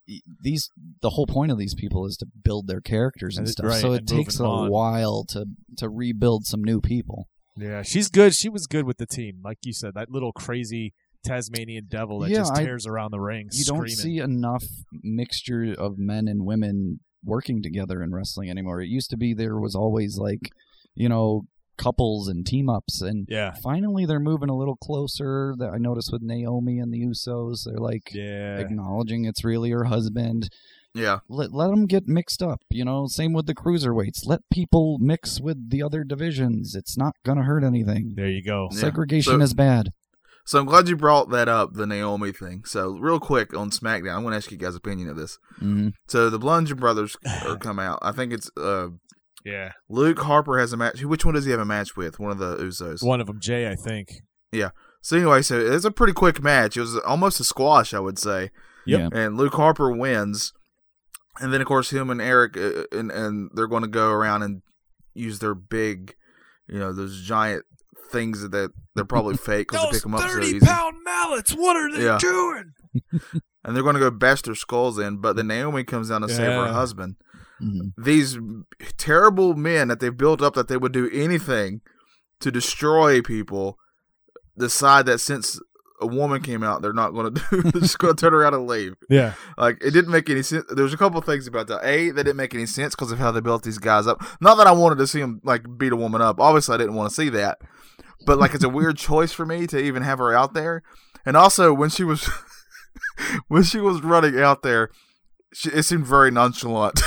[SPEAKER 1] y- these the whole point of these people is to build their characters and
[SPEAKER 2] And-
[SPEAKER 1] stuff.
[SPEAKER 2] right,
[SPEAKER 1] so it
[SPEAKER 2] and
[SPEAKER 1] takes a
[SPEAKER 2] moving on.
[SPEAKER 1] while to to rebuild some new people.
[SPEAKER 2] Yeah, she's good. She was good with the team, like you said. That little crazy Tasmanian devil that
[SPEAKER 1] Yeah,
[SPEAKER 2] just
[SPEAKER 1] I-
[SPEAKER 2] tears around the ring.
[SPEAKER 1] You
[SPEAKER 2] screaming.
[SPEAKER 1] don't see enough mixture of men and women working together in wrestling anymore. It used to be there was always like, you know, couples and team ups and
[SPEAKER 2] Yeah.
[SPEAKER 1] finally they're moving a little closer. That I noticed with Naomi and the Usos, they're like
[SPEAKER 2] Yeah.
[SPEAKER 1] acknowledging it's really her husband.
[SPEAKER 3] Yeah,
[SPEAKER 1] Let let them get mixed up, you know. Same with the cruiserweights. Let people mix with the other divisions. It's not gonna hurt anything.
[SPEAKER 2] There you go.
[SPEAKER 3] Yeah.
[SPEAKER 1] Segregation
[SPEAKER 3] So-
[SPEAKER 1] is bad.
[SPEAKER 3] So I'm glad you brought that up, the Naomi thing. So real quick on SmackDown, I'm going to ask you guys' opinion of this.
[SPEAKER 1] Mhm.
[SPEAKER 3] So the Bludgeon Brothers are come out. I think it's uh,
[SPEAKER 2] Yeah.
[SPEAKER 3] Luke Harper has a match. Which one does he have a match with? One of the Usos.
[SPEAKER 2] One of them, Jay, I think.
[SPEAKER 3] So anyway, so it's a pretty quick match. It was almost a squash, I would say.
[SPEAKER 1] Yeah.
[SPEAKER 2] Yep.
[SPEAKER 3] And Luke Harper wins, and then of course him and Eric uh, and and they're going to go around and use their big, you know, those giant things that they're probably fake because they pick them up so easy.
[SPEAKER 2] mallets. What are
[SPEAKER 3] Yeah.
[SPEAKER 2] doing?
[SPEAKER 3] and they're going to go bash their skulls in. But then Naomi comes down to save her
[SPEAKER 2] Yeah.
[SPEAKER 3] husband.
[SPEAKER 1] Mhm.
[SPEAKER 3] These terrible men that they've built up that they would do anything to destroy people decide that since a woman came out, they're not going to do. They're just going to turn around and leave.
[SPEAKER 2] Yeah.
[SPEAKER 3] Like it didn't make any sense. There was a couple of things about that. A, they didn't make any sense because of how they built these guys up. Not that I wanted to see them like beat a woman up. Obviously, I didn't want to see that. But like, it's a weird choice for me to even have her out there. And also, when she was when she was running out there, she, it seemed very nonchalant.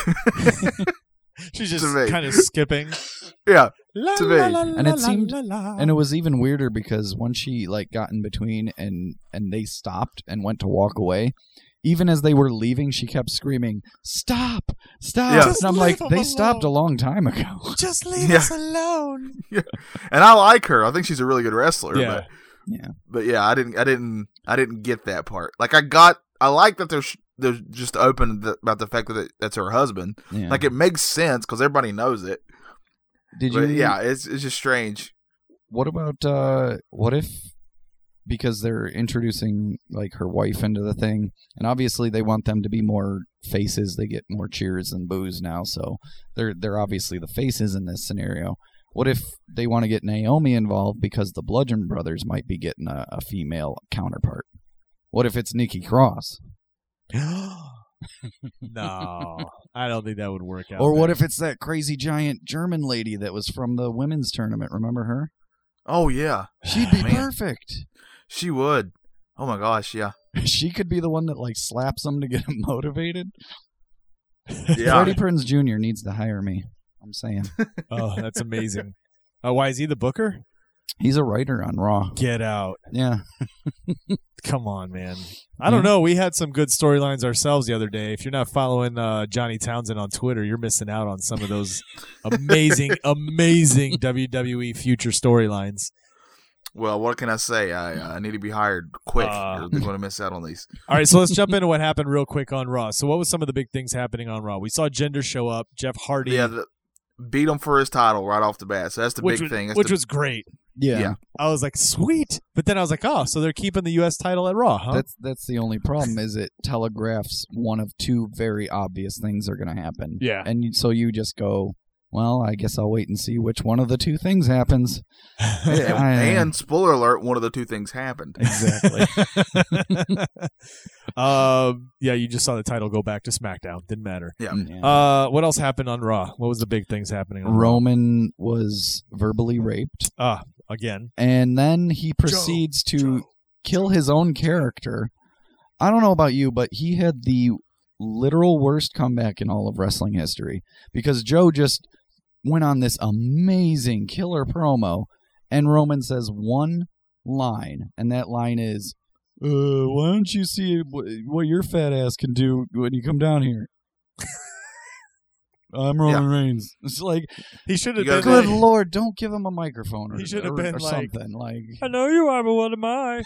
[SPEAKER 2] She's just
[SPEAKER 3] To me.
[SPEAKER 2] kind of skipping.
[SPEAKER 3] yeah,
[SPEAKER 2] La,
[SPEAKER 3] To me.
[SPEAKER 2] la, la,
[SPEAKER 1] And
[SPEAKER 2] la,
[SPEAKER 1] it
[SPEAKER 2] la,
[SPEAKER 1] seemed-
[SPEAKER 2] la, la.
[SPEAKER 1] And it was even weirder because once she like got in between and and they stopped and went to walk away, even as they were leaving, she kept screaming, "Stop! Stop!"
[SPEAKER 3] Yeah.
[SPEAKER 1] And I'm
[SPEAKER 2] Just
[SPEAKER 1] like,
[SPEAKER 2] leave 'em
[SPEAKER 1] they stopped a long time ago.
[SPEAKER 2] just leave
[SPEAKER 3] Yeah.
[SPEAKER 2] us alone.
[SPEAKER 3] and I like her. I think she's a really good wrestler.
[SPEAKER 2] Yeah.
[SPEAKER 3] But,
[SPEAKER 1] Yeah.
[SPEAKER 3] But yeah, I didn't, I didn't, I didn't get that part. Like I got, I like that they're sh- they're just open th- about the fact that it, that's her husband.
[SPEAKER 1] Yeah.
[SPEAKER 3] Like it makes sense because everybody knows it.
[SPEAKER 1] did you?
[SPEAKER 3] But yeah, it's it's just strange.
[SPEAKER 1] What about uh what if because they're introducing like her wife into the thing and obviously they want them to be more faces, they get more cheers and boos now, so they're they're obviously the faces in this scenario. What if they want to get Naomi involved because the Bludgeon Brothers might be getting a, a female counterpart? What if it's Nikki Cross?
[SPEAKER 2] no, I don't think that would work out.
[SPEAKER 1] or what
[SPEAKER 2] there.
[SPEAKER 1] if it's that crazy giant German lady that was from the women's tournament? Remember her?
[SPEAKER 3] Oh yeah,
[SPEAKER 1] She'd be
[SPEAKER 3] Man.
[SPEAKER 1] perfect.
[SPEAKER 3] she would. Oh my gosh, yeah,
[SPEAKER 1] She could be the one that like slaps them to get them motivated.
[SPEAKER 3] yeah.
[SPEAKER 1] Freddie Prinz Jr. needs to hire me. I'm saying
[SPEAKER 2] Oh, that's amazing. Uh, why is he the booker?
[SPEAKER 1] he's a writer on Raw.
[SPEAKER 2] Get out.
[SPEAKER 1] Yeah,
[SPEAKER 2] Come on, man. I don't know. We had some good storylines ourselves the other day. If you're not following uh, Johnny Townsend on Twitter, you're missing out on some of those amazing, amazing WWE future storylines.
[SPEAKER 3] well, what can I say? I, I need to be hired quick.
[SPEAKER 2] Uh.
[SPEAKER 3] or they're going to miss out on these.
[SPEAKER 2] All right, so let's jump into what happened real quick on Raw. So, what was some of the big things happening on Raw? We saw Gender show up, Jeff Hardy,
[SPEAKER 3] Yeah, the, beat him for his title right off the bat. So that's the
[SPEAKER 2] which,
[SPEAKER 3] big
[SPEAKER 2] was,
[SPEAKER 3] thing. That's
[SPEAKER 2] which
[SPEAKER 3] the-
[SPEAKER 2] was great.
[SPEAKER 1] yeah.
[SPEAKER 3] Yeah.
[SPEAKER 2] I was like, sweet. But then I was like, oh, so they're keeping the U.S. title at Raw, huh?
[SPEAKER 1] That's that's the only problem is it telegraphs one of two very obvious things are going to happen.
[SPEAKER 2] yeah.
[SPEAKER 1] And you- so you just go, well, I guess I'll wait and see which one of the two things happens.
[SPEAKER 3] and,
[SPEAKER 1] I-
[SPEAKER 3] and spoiler alert, one of the two things happened.
[SPEAKER 1] exactly.
[SPEAKER 2] um, yeah, you just saw the title go back to SmackDown. Didn't matter.
[SPEAKER 1] Yeah.
[SPEAKER 2] Uh, what else happened on Raw? What was the big things happening on Raw?
[SPEAKER 1] Roman was verbally raped,
[SPEAKER 2] Ah, again.
[SPEAKER 1] and then he proceeds to kill his own character. I don't know about you, but he had the literal worst comeback in all of wrestling history because Joe just went on this amazing killer promo, and Roman says one line, and that line is, uh, "Why don't you see wh- what your fat ass can do when you come down here?" I'm Roman Reigns. It's like,
[SPEAKER 2] He should
[SPEAKER 3] You
[SPEAKER 2] have
[SPEAKER 3] gotta
[SPEAKER 2] been.
[SPEAKER 1] good
[SPEAKER 2] like,
[SPEAKER 1] lord, don't give him a microphone or,
[SPEAKER 2] He should have
[SPEAKER 1] or-
[SPEAKER 2] been
[SPEAKER 1] or
[SPEAKER 2] like-
[SPEAKER 1] something. Like,
[SPEAKER 2] I know you are, but what am I?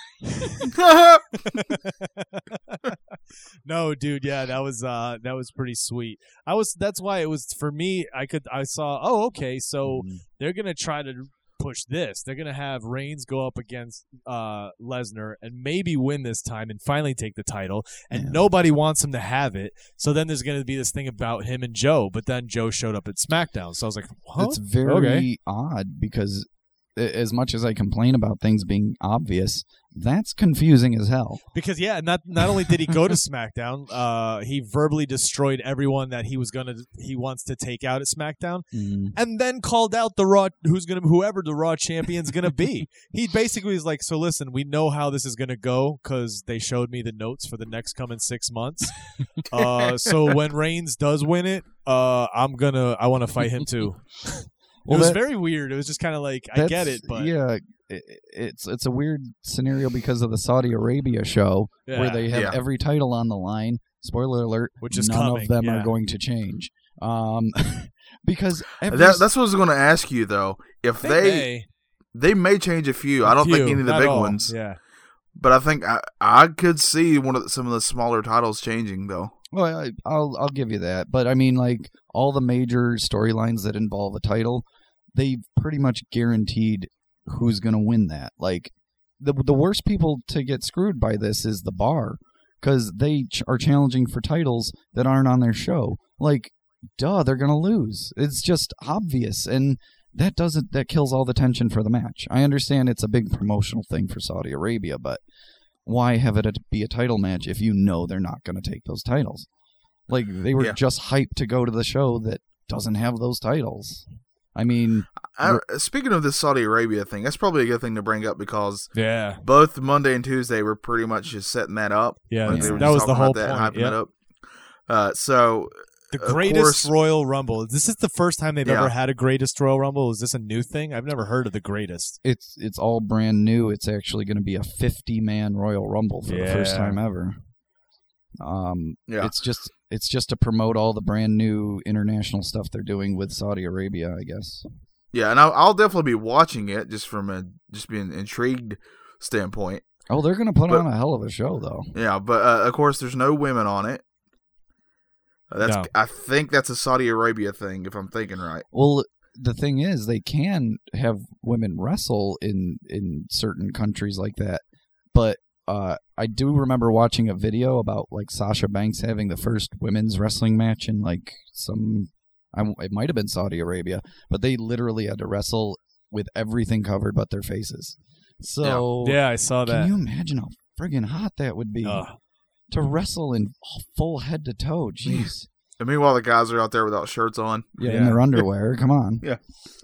[SPEAKER 2] no, dude, yeah, that was uh that was pretty sweet. I was that's why it was for me, I could I saw, oh, okay, so they're gonna try to push this. They're gonna have Reigns go up against uh, Lesnar and maybe win this time and finally take the title. And
[SPEAKER 1] Yeah.
[SPEAKER 2] nobody wants him to have it. So then there's gonna be this thing about him and Joe. But then Joe showed up at SmackDown, so I was like,
[SPEAKER 3] Oh,
[SPEAKER 2] huh?
[SPEAKER 1] It's very odd because a- as much as I complain about things being obvious, that's confusing as hell.
[SPEAKER 2] because yeah, not not only did he go to SmackDown, uh, he verbally destroyed everyone that he was gonna he wants to take out at SmackDown.
[SPEAKER 3] Mm.
[SPEAKER 2] and then called out the raw who's gonna whoever the raw champion's gonna be he basically is like so listen we know how this is gonna go because they showed me the notes for the next coming six months uh, so when reigns does win it uh, i'm gonna i want to fight him too
[SPEAKER 1] Well,
[SPEAKER 2] it was
[SPEAKER 1] that-
[SPEAKER 2] very weird it was just kind of like i get
[SPEAKER 1] That's-
[SPEAKER 2] it but
[SPEAKER 1] yeah, i- it's it's a weird scenario because of the Saudi Arabia show where
[SPEAKER 2] yeah.
[SPEAKER 1] they have
[SPEAKER 3] Yeah.
[SPEAKER 1] every title on the line. Spoiler alert:
[SPEAKER 2] Which is
[SPEAKER 1] none
[SPEAKER 2] coming,
[SPEAKER 1] of them
[SPEAKER 2] yeah.
[SPEAKER 1] are going to change. Um, because every
[SPEAKER 3] that,
[SPEAKER 1] s-
[SPEAKER 3] that's what I was going to ask you though. If
[SPEAKER 2] They
[SPEAKER 3] they they may,
[SPEAKER 2] may.
[SPEAKER 3] change a few. I don't
[SPEAKER 2] Few,
[SPEAKER 3] think any of the
[SPEAKER 2] not
[SPEAKER 3] big
[SPEAKER 2] all.
[SPEAKER 3] ones.
[SPEAKER 2] yeah
[SPEAKER 3] But I think I, I could see one of the, some of the smaller titles changing though.
[SPEAKER 1] Well, I, I'll I'll give you that, but I mean, like all the major storylines that involve a title, they've pretty much guaranteed who's going to win that. Like the the worst people to get screwed by this is the bar because they ch- are challenging for titles that aren't on their show. Like, duh, they're going to lose. It's just obvious, and that doesn't that kills all the tension for the match. I understand it's a big promotional thing for Saudi Arabia, but why have it be a title match if you know they're not going to take those titles? Like they were
[SPEAKER 3] Yeah.
[SPEAKER 1] just hyped to go to the show that doesn't have those titles. I mean,
[SPEAKER 3] I, uh, speaking of this Saudi Arabia thing, that's probably a good thing to bring up because
[SPEAKER 2] Yeah,
[SPEAKER 3] both Monday and Tuesday were pretty much just setting that up.
[SPEAKER 2] yeah.
[SPEAKER 3] Like,
[SPEAKER 1] that's-
[SPEAKER 3] they were
[SPEAKER 2] that
[SPEAKER 3] just
[SPEAKER 2] was the
[SPEAKER 3] talking
[SPEAKER 2] whole
[SPEAKER 3] about that,
[SPEAKER 2] point.
[SPEAKER 3] hyping it
[SPEAKER 2] Yeah.
[SPEAKER 3] up. Uh, so
[SPEAKER 2] The
[SPEAKER 3] Of
[SPEAKER 2] greatest
[SPEAKER 3] course-
[SPEAKER 2] Royal Rumble. This is the first time they've
[SPEAKER 3] Yeah.
[SPEAKER 2] ever had a greatest Royal Rumble. Is this a new thing? I've never heard of the greatest.
[SPEAKER 1] it's it's all brand new. It's actually going to be a 50 man Royal Rumble for the first
[SPEAKER 2] Yeah.
[SPEAKER 1] time ever. Um,
[SPEAKER 3] yeah,
[SPEAKER 1] it's just it's just to promote all the brand new international stuff they're doing with Saudi Arabia, I guess.
[SPEAKER 3] yeah, and I'll, I'll definitely be watching it just from a just being intrigued standpoint.
[SPEAKER 1] Oh, they're going to put
[SPEAKER 3] But-
[SPEAKER 1] on a hell of a show, though.
[SPEAKER 3] Yeah, but uh, of course, there's no women on it. Uh, That's
[SPEAKER 2] No.
[SPEAKER 3] I think that's a Saudi Arabia thing, if I'm thinking right.
[SPEAKER 1] Well, the thing is, they can have women wrestle in in certain countries like that, but uh, I do remember watching a video about like Sasha Banks having the first women's wrestling match in like some, I, it might have been Saudi Arabia, but they literally had to wrestle with everything covered but their faces. So
[SPEAKER 2] Yeah, I saw
[SPEAKER 1] can
[SPEAKER 2] that.
[SPEAKER 1] you imagine how friggin' hot that would be
[SPEAKER 2] Ugh.
[SPEAKER 1] to wrestle in full head to toe? Jeez.
[SPEAKER 3] And meanwhile, the guys are out there without shirts on.
[SPEAKER 1] Yeah,
[SPEAKER 2] Yeah.
[SPEAKER 1] in their underwear. Come on.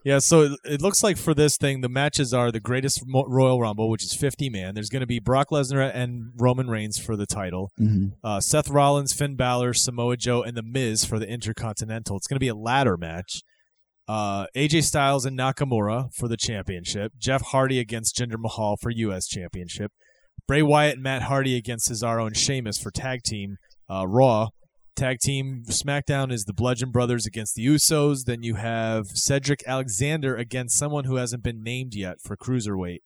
[SPEAKER 2] Yeah, so it, it looks like for this thing, the matches are the greatest Mo- Royal Rumble, which is 50 man. There's going to be Brock Lesnar and Roman Reigns for the title,
[SPEAKER 1] hmm
[SPEAKER 2] uh, Seth Rollins, Finn Balor, Samoa Joe, and The Miz for the Intercontinental. It's going to be a ladder match. Uh, AJ Styles and Nakamura for the championship. Jeff Hardy against Jinder Mahal for U.S. championship. Bray Wyatt and Matt Hardy against Cesaro and Sheamus for tag team uh, Raw. Tag team SmackDown is the Bludgeon Brothers against the Usos. Then you have Cedric Alexander against someone who hasn't been named yet for cruiserweight.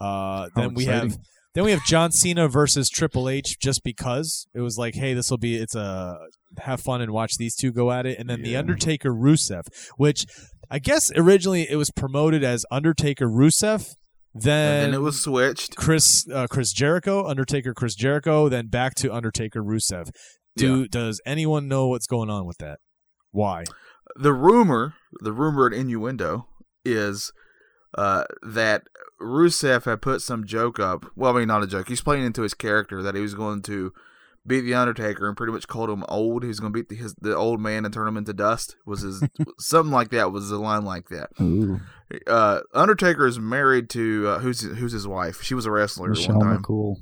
[SPEAKER 2] Uh,
[SPEAKER 1] How
[SPEAKER 2] then we
[SPEAKER 1] exciting.
[SPEAKER 2] have then we have John Cena versus Triple H just because it was like, hey, this will be it's a have fun and watch these two go at it. And then the
[SPEAKER 1] Yeah.
[SPEAKER 2] Undertaker Rusev, which I guess originally it was promoted as Undertaker Rusev. Then
[SPEAKER 3] And, it was switched.
[SPEAKER 2] Chris uh, Chris Jericho, Undertaker Chris Jericho, then back to Undertaker Rusev. Do does anyone know what's going on with that? Why?
[SPEAKER 3] The rumor, the rumor and innuendo is uh, that Rusev had put some joke up. Well, I mean, not a joke. He's playing into his character that he was going to beat the Undertaker and pretty much called him old. He was going to beat the, his, the old man and turn him into dust. Was his something like that? Was a line like that?
[SPEAKER 1] Ooh,
[SPEAKER 3] Uh, Undertaker is married to uh, who's who's his wife? She was a wrestler at
[SPEAKER 1] Michelle
[SPEAKER 3] one time.
[SPEAKER 1] McCool.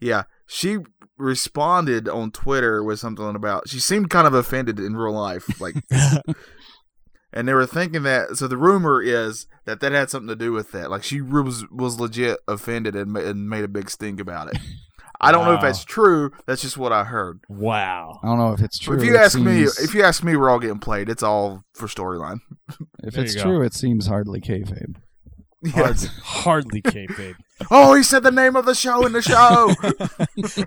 [SPEAKER 3] Yeah, she responded on Twitter with something about she seemed kind of offended in real life, like, and they were thinking that. So the rumor is that that had something to do with that. Like she was was legit offended and, ma- and made a big stink about it. I don't know if
[SPEAKER 2] Wow.
[SPEAKER 3] that's true. That's just what I heard.
[SPEAKER 2] wow.
[SPEAKER 1] I don't know if it's true.
[SPEAKER 3] if you
[SPEAKER 1] it
[SPEAKER 3] ask me,
[SPEAKER 1] seems-
[SPEAKER 3] if you ask me, we're all getting played. It's all for storyline.
[SPEAKER 1] if
[SPEAKER 2] There
[SPEAKER 1] it's
[SPEAKER 2] you go.
[SPEAKER 1] true, it seems hardly kayfabe.
[SPEAKER 3] Yeah.
[SPEAKER 2] Hardly kayfabe.
[SPEAKER 3] oh, he said the name of the show in the show.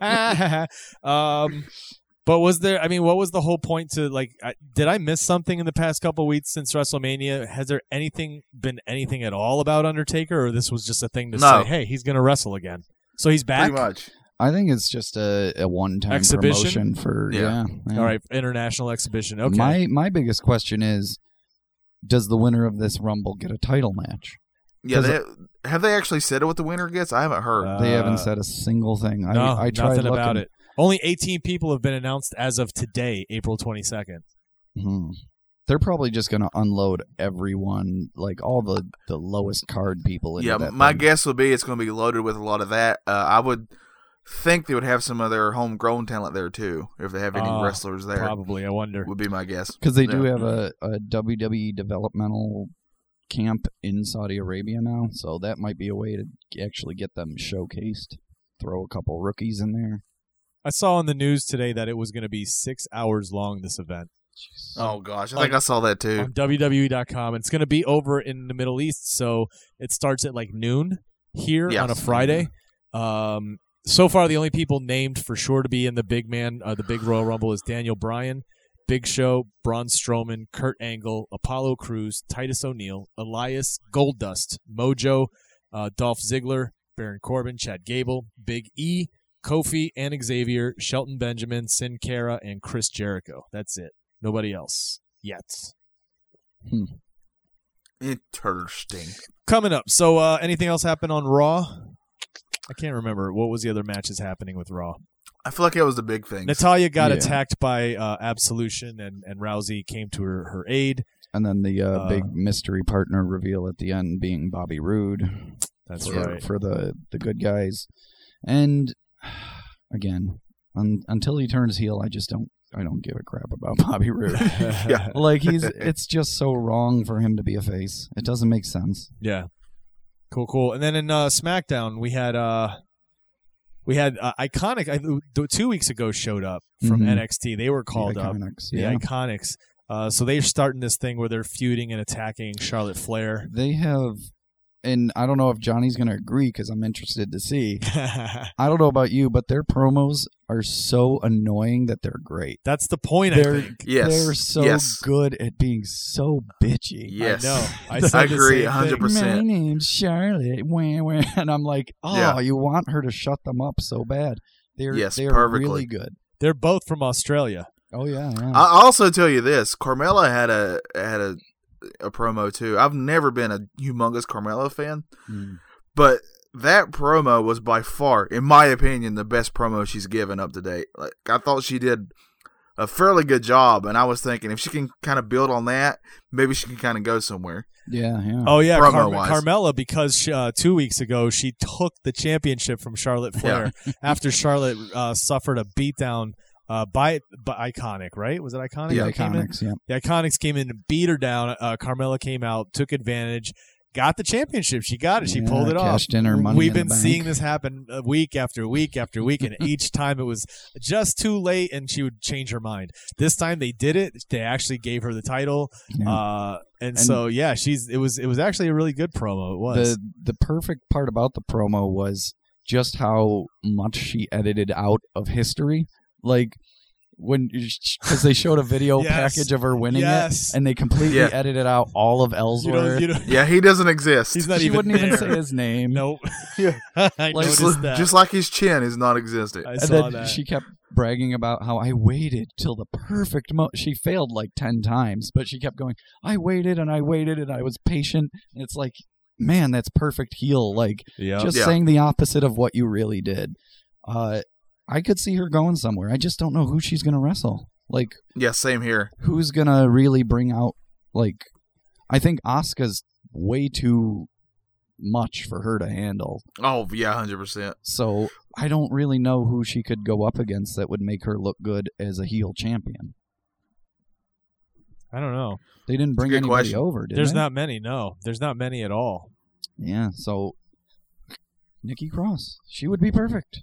[SPEAKER 2] um, but was there? I mean, what was the whole point to like? I, did I miss something in the past couple weeks since WrestleMania? Has there anything been anything at all about Undertaker, or this was just a thing to
[SPEAKER 3] No.
[SPEAKER 2] say, hey, he's gonna wrestle again? So he's back.
[SPEAKER 3] Pretty much.
[SPEAKER 1] I think it's just a, a one-time promotion
[SPEAKER 2] Exhibition?
[SPEAKER 1] for yeah.
[SPEAKER 3] Yeah.
[SPEAKER 1] yeah.
[SPEAKER 2] All right, international exhibition. Okay.
[SPEAKER 1] My my biggest question is, does the winner of this Rumble get a title match?
[SPEAKER 3] Yeah,
[SPEAKER 1] 'Cause-
[SPEAKER 3] they, have they actually said what the winner gets? I haven't heard.
[SPEAKER 2] Uh,
[SPEAKER 1] They haven't said a single thing.
[SPEAKER 2] no,
[SPEAKER 1] I, I tried
[SPEAKER 2] nothing
[SPEAKER 1] looking.
[SPEAKER 2] about it. Only 18 people have been announced as of today, April 22nd.
[SPEAKER 1] Hmm. They're probably just going to unload everyone, like all the, the lowest card people. Into
[SPEAKER 3] Yeah,
[SPEAKER 1] that
[SPEAKER 3] my
[SPEAKER 1] thing.
[SPEAKER 3] guess would be it's going to be loaded with a lot of that. Uh, I would think they would have some of their homegrown talent there too, if they have any
[SPEAKER 1] Uh,
[SPEAKER 2] Oh,
[SPEAKER 3] wrestlers there.
[SPEAKER 2] Probably, I wonder.
[SPEAKER 3] Would be my guess.
[SPEAKER 1] Because they do
[SPEAKER 3] Yeah.
[SPEAKER 1] have a, a WWE developmental camp in Saudi Arabia now, so that might be a way to actually get them showcased. Throw a couple rookies in there.
[SPEAKER 2] I saw on the news today that it was going to be six hours long, this event.
[SPEAKER 3] Oh gosh, I think I saw that too.
[SPEAKER 2] on WWE.com. It's going to be over in the Middle East, so it starts at like noon here
[SPEAKER 3] Yes.
[SPEAKER 2] on
[SPEAKER 3] Mm-hmm.
[SPEAKER 2] a Friday. Um, so far, the only people named for sure to be in the big man, uh, the big Royal Rumble, is Daniel Bryan, Big Show, Braun Strowman, Kurt Angle, Apollo Cruz, Titus O'Neil, Elias, Goldust, Mojo, uh, Dolph Ziggler, Baron Corbin, Chad Gable, Big E. Kofi and Xavier, Shelton Benjamin, Sin Cara, and Chris Jericho. That's it. Nobody else yet.
[SPEAKER 3] Interesting.
[SPEAKER 2] coming up. So, uh, anything else happened on Raw? I can't remember what was the other matches happening with Raw.
[SPEAKER 3] I feel like that was the big thing.
[SPEAKER 2] Natalia got
[SPEAKER 1] Yeah.
[SPEAKER 2] attacked by uh, Absolution, and and Rousey came to her, her aid.
[SPEAKER 1] And then the uh,
[SPEAKER 2] Uh,
[SPEAKER 1] big mystery partner reveal at the end being Bobby Roode
[SPEAKER 2] That's
[SPEAKER 1] for,
[SPEAKER 2] right.
[SPEAKER 1] for the, the good guys. And again, un, until he turns heel, I just don't I don't give a crap about Bobby Roode.
[SPEAKER 2] yeah.
[SPEAKER 1] like he's it's just so wrong for him to be a face. It doesn't make sense.
[SPEAKER 2] Yeah. Cool, cool. And then in uh, SmackDown, we had uh, we had uh, iconic. I, th- two weeks ago, showed up from
[SPEAKER 1] Mhm.
[SPEAKER 2] NXT. They were called
[SPEAKER 1] the
[SPEAKER 2] up.
[SPEAKER 1] Iconics,
[SPEAKER 2] The
[SPEAKER 1] yeah.
[SPEAKER 2] Iconics. Uh, so they're starting this thing where they're feuding and attacking Charlotte Flair.
[SPEAKER 1] They have and I don't know if Johnny's going to agree cuz I'm interested to see. I don't know about you, but their promos are so annoying that they're great.
[SPEAKER 2] That's the point. I
[SPEAKER 1] They're-
[SPEAKER 2] think.
[SPEAKER 3] yes.
[SPEAKER 1] They're so
[SPEAKER 3] yes.
[SPEAKER 1] good at being so bitchy.
[SPEAKER 3] Yes.
[SPEAKER 2] I know. I,
[SPEAKER 3] I
[SPEAKER 2] said the
[SPEAKER 3] agree
[SPEAKER 2] same thing.
[SPEAKER 3] 100%.
[SPEAKER 1] My name's Charlotte. Wah, wah. And I'm like, oh,
[SPEAKER 3] Yeah.
[SPEAKER 1] you want her to shut them up so bad. They're,
[SPEAKER 3] Yes,
[SPEAKER 1] they're
[SPEAKER 3] perfectly. Uh,
[SPEAKER 1] really good.
[SPEAKER 2] They're both from Australia.
[SPEAKER 1] Oh, yeah. yeah.
[SPEAKER 3] I I'll also tell you this: Carmella had a had a a promo too. I've never been a humongous Carmella fan,
[SPEAKER 1] Mm.
[SPEAKER 3] but that promo was by far, in my opinion, the best promo she's given up to date. Like I thought she did a fairly good job, and I was thinking if she can kind of build on that, maybe she can kind of go somewhere.
[SPEAKER 1] Yeah, yeah.
[SPEAKER 2] Oh yeah, Car-
[SPEAKER 3] Promo-wise.
[SPEAKER 2] Carmella because she, uh, two weeks ago she took the championship from Charlotte Flair after Charlotte uh, suffered a beatdown uh, by, by Iconic. Right? Was it Iconic?
[SPEAKER 1] the
[SPEAKER 2] that came in?
[SPEAKER 1] Iconics, yeah.
[SPEAKER 2] The Iconics came in and beat her down. Uh, Carmella came out, took advantage, got the championship. She got it. She
[SPEAKER 1] Yeah,
[SPEAKER 2] pulled it off.
[SPEAKER 1] cashed in her money
[SPEAKER 2] We've
[SPEAKER 1] in the
[SPEAKER 2] been
[SPEAKER 1] bank.
[SPEAKER 2] seeing this happen uh, week after week after week, and each time it was just too late, and she would change her mind. This time they did it; they actually gave her the title,
[SPEAKER 1] Yeah.
[SPEAKER 2] uh, and,
[SPEAKER 1] And-
[SPEAKER 2] so yeah, she's it was it was actually a really good promo. It was
[SPEAKER 1] the the perfect part about the promo was just how much she edited out of history. Like when because they showed a video
[SPEAKER 2] Yes.
[SPEAKER 1] package of her winning
[SPEAKER 2] yes,
[SPEAKER 1] it, and they completely
[SPEAKER 3] Yeah.
[SPEAKER 1] edited out all of
[SPEAKER 2] you don't,
[SPEAKER 1] Ellsworth.
[SPEAKER 2] you don't,
[SPEAKER 3] Yeah, he doesn't exist.
[SPEAKER 2] he's not
[SPEAKER 1] she
[SPEAKER 2] even
[SPEAKER 1] wouldn't
[SPEAKER 2] there.
[SPEAKER 1] even say his name.
[SPEAKER 2] nope. I
[SPEAKER 1] Just-
[SPEAKER 2] noticed
[SPEAKER 3] just,
[SPEAKER 2] that.
[SPEAKER 3] just like his chin is non-existent.
[SPEAKER 2] I
[SPEAKER 1] And
[SPEAKER 2] saw
[SPEAKER 1] then
[SPEAKER 2] that.
[SPEAKER 1] she kept bragging about how I waited till the perfect moment. She failed like ten times, but she kept going. I waited and I waited and I was patient. And it's like, man, that's perfect heel. Like
[SPEAKER 2] yeah.
[SPEAKER 1] just
[SPEAKER 3] Yeah.
[SPEAKER 1] saying the opposite of what you really did. Uh, I could see her going somewhere. I just don't know who she's gonna wrestle. Like
[SPEAKER 3] yeah, same here.
[SPEAKER 1] who's gonna really bring out like I think Asuka's way too much for her to handle.
[SPEAKER 3] Oh yeah, hundred percent.
[SPEAKER 1] So I don't really know who she could go up against that would make her look good as a heel champion.
[SPEAKER 2] I don't know.
[SPEAKER 1] They didn't bring
[SPEAKER 3] good
[SPEAKER 1] anybody
[SPEAKER 3] question.
[SPEAKER 1] over, did
[SPEAKER 2] There's
[SPEAKER 1] they?
[SPEAKER 2] not many. No, there's not many at all.
[SPEAKER 1] Yeah, so Nikki Cross, she would be perfect.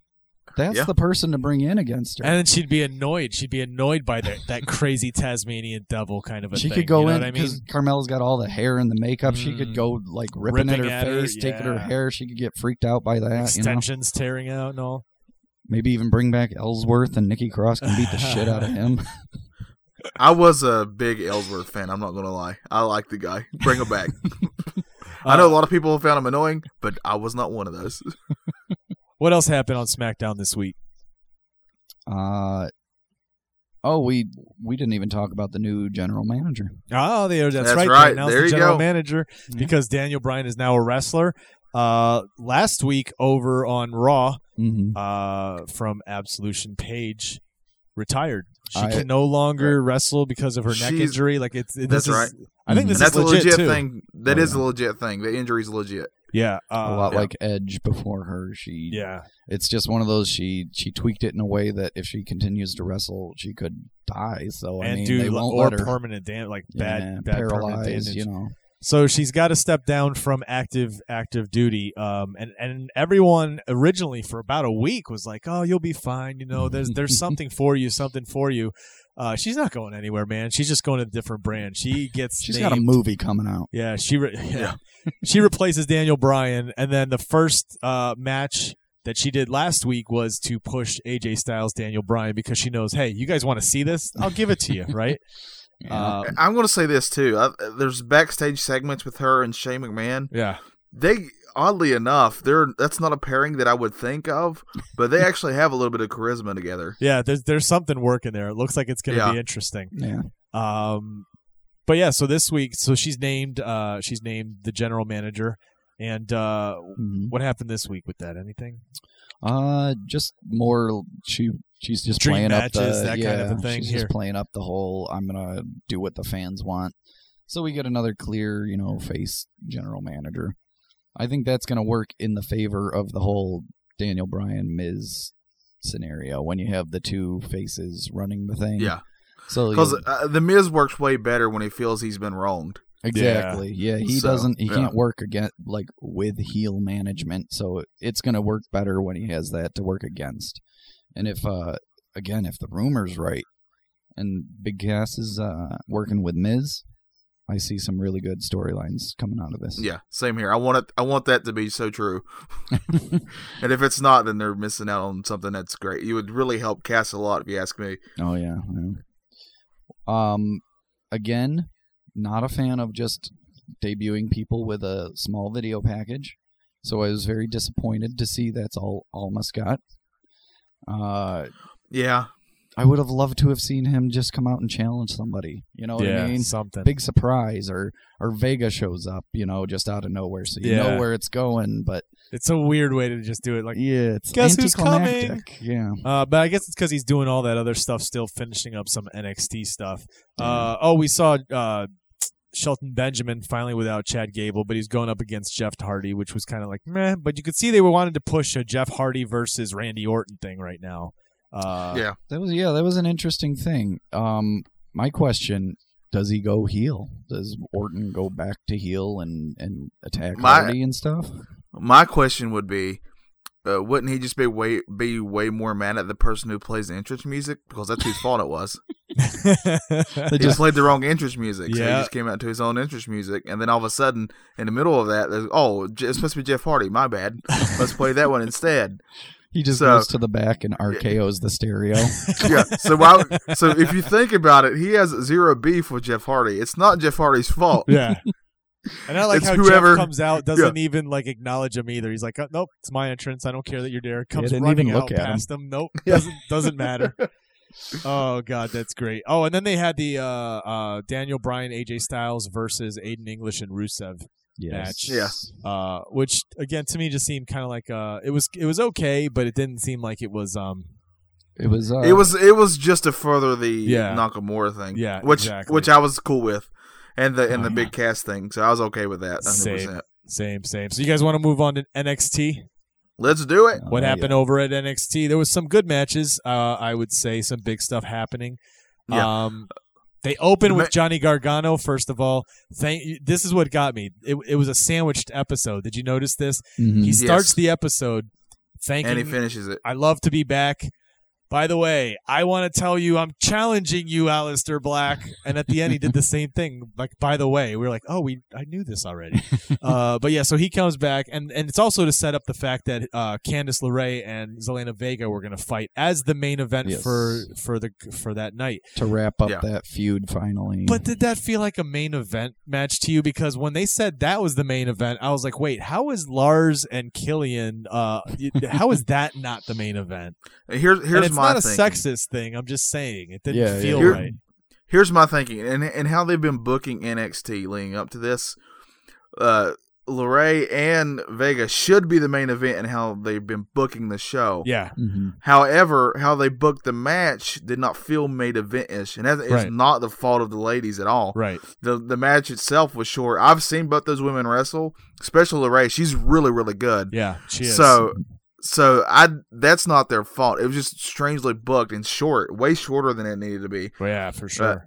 [SPEAKER 1] That's
[SPEAKER 3] Yeah.
[SPEAKER 1] the person to bring in against her.
[SPEAKER 2] And then she'd be annoyed. She'd be annoyed by that that crazy Tasmanian devil kind of a
[SPEAKER 1] she
[SPEAKER 2] thing.
[SPEAKER 1] could go
[SPEAKER 2] you know
[SPEAKER 1] in
[SPEAKER 2] What I
[SPEAKER 1] because
[SPEAKER 2] mean,
[SPEAKER 1] Carmela's got all the hair and the makeup. She
[SPEAKER 2] Mm.
[SPEAKER 1] could go like ripping,
[SPEAKER 2] Ripping
[SPEAKER 1] at
[SPEAKER 2] at
[SPEAKER 1] her
[SPEAKER 2] her,
[SPEAKER 1] face, taking her
[SPEAKER 2] yeah.
[SPEAKER 1] hair. She could get freaked out by that. You know?
[SPEAKER 2] extensions tearing out and all.
[SPEAKER 1] Maybe even bring back Ellsworth and Nikki Cross can beat the shit out of him.
[SPEAKER 3] I was a big Ellsworth fan. I'm not gonna lie. I like the guy. Bring him back. I know a
[SPEAKER 2] Uh,
[SPEAKER 3] lot of people found him annoying, but I was not one of those.
[SPEAKER 2] What else happened on SmackDown this week?
[SPEAKER 1] Uh, oh, we we didn't even talk about the new general manager.
[SPEAKER 2] Oh, they, that's,
[SPEAKER 3] That's
[SPEAKER 2] right. They
[SPEAKER 3] right.
[SPEAKER 2] announced
[SPEAKER 3] There
[SPEAKER 2] the
[SPEAKER 3] you
[SPEAKER 2] general
[SPEAKER 3] go.
[SPEAKER 2] manager
[SPEAKER 1] Yeah.
[SPEAKER 2] because Daniel Bryan is now a wrestler. Uh, last week over on Raw,
[SPEAKER 1] Mm-hmm.
[SPEAKER 2] uh, from Absolution Page retired. She
[SPEAKER 1] I-
[SPEAKER 2] can no longer wrestle because of her neck
[SPEAKER 3] She's-
[SPEAKER 2] injury. Like it's it,
[SPEAKER 3] That's
[SPEAKER 2] this is-
[SPEAKER 3] right.
[SPEAKER 2] I think
[SPEAKER 1] Mhm.
[SPEAKER 2] this
[SPEAKER 3] And that's
[SPEAKER 2] is legit,
[SPEAKER 3] a legit
[SPEAKER 2] too.
[SPEAKER 3] thing. That
[SPEAKER 1] Oh,
[SPEAKER 3] is
[SPEAKER 1] yeah.
[SPEAKER 3] a legit thing. The injury's legit.
[SPEAKER 2] Yeah,
[SPEAKER 1] a
[SPEAKER 2] uh,
[SPEAKER 1] lot
[SPEAKER 3] yeah.
[SPEAKER 1] like Edge before her. She
[SPEAKER 2] yeah.
[SPEAKER 1] it's just one of those she she tweaked it in a way that if she continues to wrestle, she could die. So I
[SPEAKER 2] and
[SPEAKER 1] mean,
[SPEAKER 2] do
[SPEAKER 1] they
[SPEAKER 2] like,
[SPEAKER 1] won't
[SPEAKER 2] or
[SPEAKER 1] let her.
[SPEAKER 2] permanent damage, like
[SPEAKER 1] Yeah,
[SPEAKER 2] bad, bad permanent
[SPEAKER 1] paralyzed,
[SPEAKER 2] damage.
[SPEAKER 1] you know.
[SPEAKER 2] So she's got to step down from active active duty. Um, and and everyone originally for about a week was like, "Oh, you'll be fine. You know, there's there's something for you, something for you." Uh, she's not going anywhere, man. She's just going to a different brand. She gets
[SPEAKER 1] She's
[SPEAKER 2] named.
[SPEAKER 1] got a movie coming out.
[SPEAKER 2] Yeah, she re- yeah. she replaces Daniel Bryan, and then the first uh, match that she did last week was to push AJ Styles, Daniel Bryan, because she knows, hey, you guys want to see this? I'll give it to you, right? Uh,
[SPEAKER 3] I'm gonna say this too. I, there's backstage segments with her and Shane McMahon.
[SPEAKER 2] yeah,
[SPEAKER 3] They oddly enough, they're that's not a pairing that I would think of, but they actually have a little bit of charisma together.
[SPEAKER 2] yeah. There's there's something working there. It looks like it's going to
[SPEAKER 3] Yeah.
[SPEAKER 2] be interesting.
[SPEAKER 1] yeah.
[SPEAKER 2] Um, but yeah, so this week, so she's named uh, she's named the general manager, And uh,
[SPEAKER 1] Mhm.
[SPEAKER 2] what happened this week with that? Anything?
[SPEAKER 1] Uh, just more. She she's just
[SPEAKER 2] Dream
[SPEAKER 1] playing up
[SPEAKER 2] matches,
[SPEAKER 1] the,
[SPEAKER 2] that
[SPEAKER 1] yeah,
[SPEAKER 2] kind of a thing
[SPEAKER 1] She's
[SPEAKER 2] here.
[SPEAKER 1] just playing up the whole. I'm gonna do what the fans want. So we get another clear, you know, face general manager. I think that's gonna work in the favor of the whole Daniel Bryan Miz scenario when you have the two faces running the thing.
[SPEAKER 3] Yeah,
[SPEAKER 1] So
[SPEAKER 3] because
[SPEAKER 1] you-
[SPEAKER 3] uh, the Miz works way better when he feels he's been wronged.
[SPEAKER 1] exactly, yeah, he
[SPEAKER 3] So,
[SPEAKER 1] doesn't. He
[SPEAKER 3] yeah.
[SPEAKER 1] can't work again like with heel management. So it's gonna work better when he has that to work against. And if uh again, if the rumor's right, and Big Cass is uh working with Miz, I see some really good storylines coming out of this.
[SPEAKER 3] Yeah, same here. I want it. I want that to be so true. and if it's not, then they're missing out on something that's great. You would really help Cass a lot if you ask me.
[SPEAKER 1] Oh yeah. yeah. Um, again, not a fan of just debuting people with a small video package, so I was very disappointed to see that's all Almas got. Uh,
[SPEAKER 3] Yeah,
[SPEAKER 1] I would have loved to have seen him just come out and challenge somebody. You know what
[SPEAKER 2] yeah,
[SPEAKER 1] I mean?
[SPEAKER 2] something.
[SPEAKER 1] Big surprise, or or Vega shows up, you know, just out of nowhere, so you
[SPEAKER 2] Yeah.
[SPEAKER 1] know where it's going. But
[SPEAKER 2] It's a weird way to just do it. Like,
[SPEAKER 1] yeah, it's
[SPEAKER 2] Guess who's coming?
[SPEAKER 1] anticlimactic. Yeah,
[SPEAKER 2] uh, but I guess it's because he's doing all that other stuff, still finishing up some NXT stuff. Uh, oh, we saw uh, Shelton Benjamin finally without Chad Gable, but he's going up against Jeff Hardy, which was kind of like meh. But you could see they were wanted to push a Jeff Hardy versus Randy Orton thing right now. Uh,
[SPEAKER 3] yeah.
[SPEAKER 1] That was yeah, that was an interesting thing. Um my question, does he go heel? Does Orton go back to heel and and attack
[SPEAKER 3] My-
[SPEAKER 1] Hardy and stuff?
[SPEAKER 3] My question would be, uh, wouldn't he just be way be way more mad at the person who plays the entrance music because that's whose fault it was?
[SPEAKER 1] They
[SPEAKER 3] He
[SPEAKER 1] just
[SPEAKER 3] played the wrong entrance music, so he
[SPEAKER 2] Yeah.
[SPEAKER 3] just came out to his own entrance music, and then all of a sudden, in the middle of that, there's, oh, J- it's supposed to be Jeff Hardy. My bad. Let's play that one instead.
[SPEAKER 1] he just
[SPEAKER 3] so-
[SPEAKER 1] goes to the back and RKO's the stereo.
[SPEAKER 3] yeah. So why, so if you think about it, he has zero beef with Jeff Hardy. It's not Jeff Hardy's fault.
[SPEAKER 2] Yeah. And I like
[SPEAKER 3] It's
[SPEAKER 2] how
[SPEAKER 3] whoever-
[SPEAKER 2] Jeff comes out, doesn't even like acknowledge him either. He's like, oh, "Nope, it's my entrance. I don't care that you're there." Comes
[SPEAKER 1] didn't
[SPEAKER 2] running
[SPEAKER 1] even look
[SPEAKER 2] out
[SPEAKER 1] at him.
[SPEAKER 2] past him. Nope,
[SPEAKER 3] Yeah.
[SPEAKER 2] doesn't doesn't matter. oh god, that's great. Oh, and then they had the uh, uh, Daniel Bryan, AJ Styles versus Aiden English and Rusev,
[SPEAKER 1] Yes.
[SPEAKER 2] Match. uh, which again to me just seemed kind of like uh, it was it was okay, but it didn't seem like it was um
[SPEAKER 1] It was uh,
[SPEAKER 3] It was it was just to further the
[SPEAKER 2] Yeah.
[SPEAKER 3] Nakamura thing.
[SPEAKER 2] Yeah,
[SPEAKER 3] Which
[SPEAKER 2] exactly.
[SPEAKER 3] which I was cool with. And the and
[SPEAKER 2] Oh,
[SPEAKER 3] the
[SPEAKER 2] yeah.
[SPEAKER 3] big cast thing. So I was okay with that. 100%.
[SPEAKER 2] Same. same same. So you guys want to move on to NXT?
[SPEAKER 3] Let's do it.
[SPEAKER 2] what happened over at NXT. There was some good matches. Uh, I would say some big stuff happening.
[SPEAKER 3] Yeah.
[SPEAKER 2] Um, they open
[SPEAKER 3] The
[SPEAKER 2] with
[SPEAKER 3] ma-
[SPEAKER 2] Johnny Gargano first of all. Thank. This is what got me. It, it was a sandwiched episode. Did you notice this?
[SPEAKER 1] Mhm.
[SPEAKER 2] He
[SPEAKER 3] Mm-hmm. Yes.
[SPEAKER 2] starts the episode thanking.
[SPEAKER 3] And he finishes it.
[SPEAKER 2] I love to be back. By the way, I want to tell you I'm challenging you, Alistair Black. And at the end, he did the same thing. Like, by the way, we are like, oh, we I knew this already. uh, but yeah, so he comes back, and and it's also to set up the fact that uh, Candice LeRae and Zelena Vega were going to fight as the main event
[SPEAKER 1] Yes.
[SPEAKER 2] for for the for that night.
[SPEAKER 1] to wrap up
[SPEAKER 3] Yeah.
[SPEAKER 1] that feud finally.
[SPEAKER 2] But did that feel like a main event match to you? Because when they said that was the main event, I was like, wait, how is Lars and Killian? Uh, y- how is that not the main event?
[SPEAKER 3] And Uh, here's here's
[SPEAKER 2] and it's
[SPEAKER 3] my
[SPEAKER 2] not a
[SPEAKER 3] thinking.
[SPEAKER 2] sexist thing. I'm just saying it didn't
[SPEAKER 1] Yeah, yeah,
[SPEAKER 2] feel
[SPEAKER 1] yeah.
[SPEAKER 2] right.
[SPEAKER 3] here's my thinking and and how they've been booking NXT leading up to this. Uh Lorray and Vega should be the main event and how they've been booking the show.
[SPEAKER 2] Yeah,
[SPEAKER 1] Mhm.
[SPEAKER 3] However, how they booked the match did not feel main event ish, and that is
[SPEAKER 2] Right.
[SPEAKER 3] not the fault of the ladies at all.
[SPEAKER 2] right.
[SPEAKER 3] The the match itself was short. I've seen both those women wrestle, especially Lorray. She's really really good.
[SPEAKER 2] Yeah, she is.
[SPEAKER 3] So so I that's not their fault. It was just strangely booked and short, way shorter than it needed to be.
[SPEAKER 2] Well, Oh, yeah,
[SPEAKER 1] uh,
[SPEAKER 2] for sure.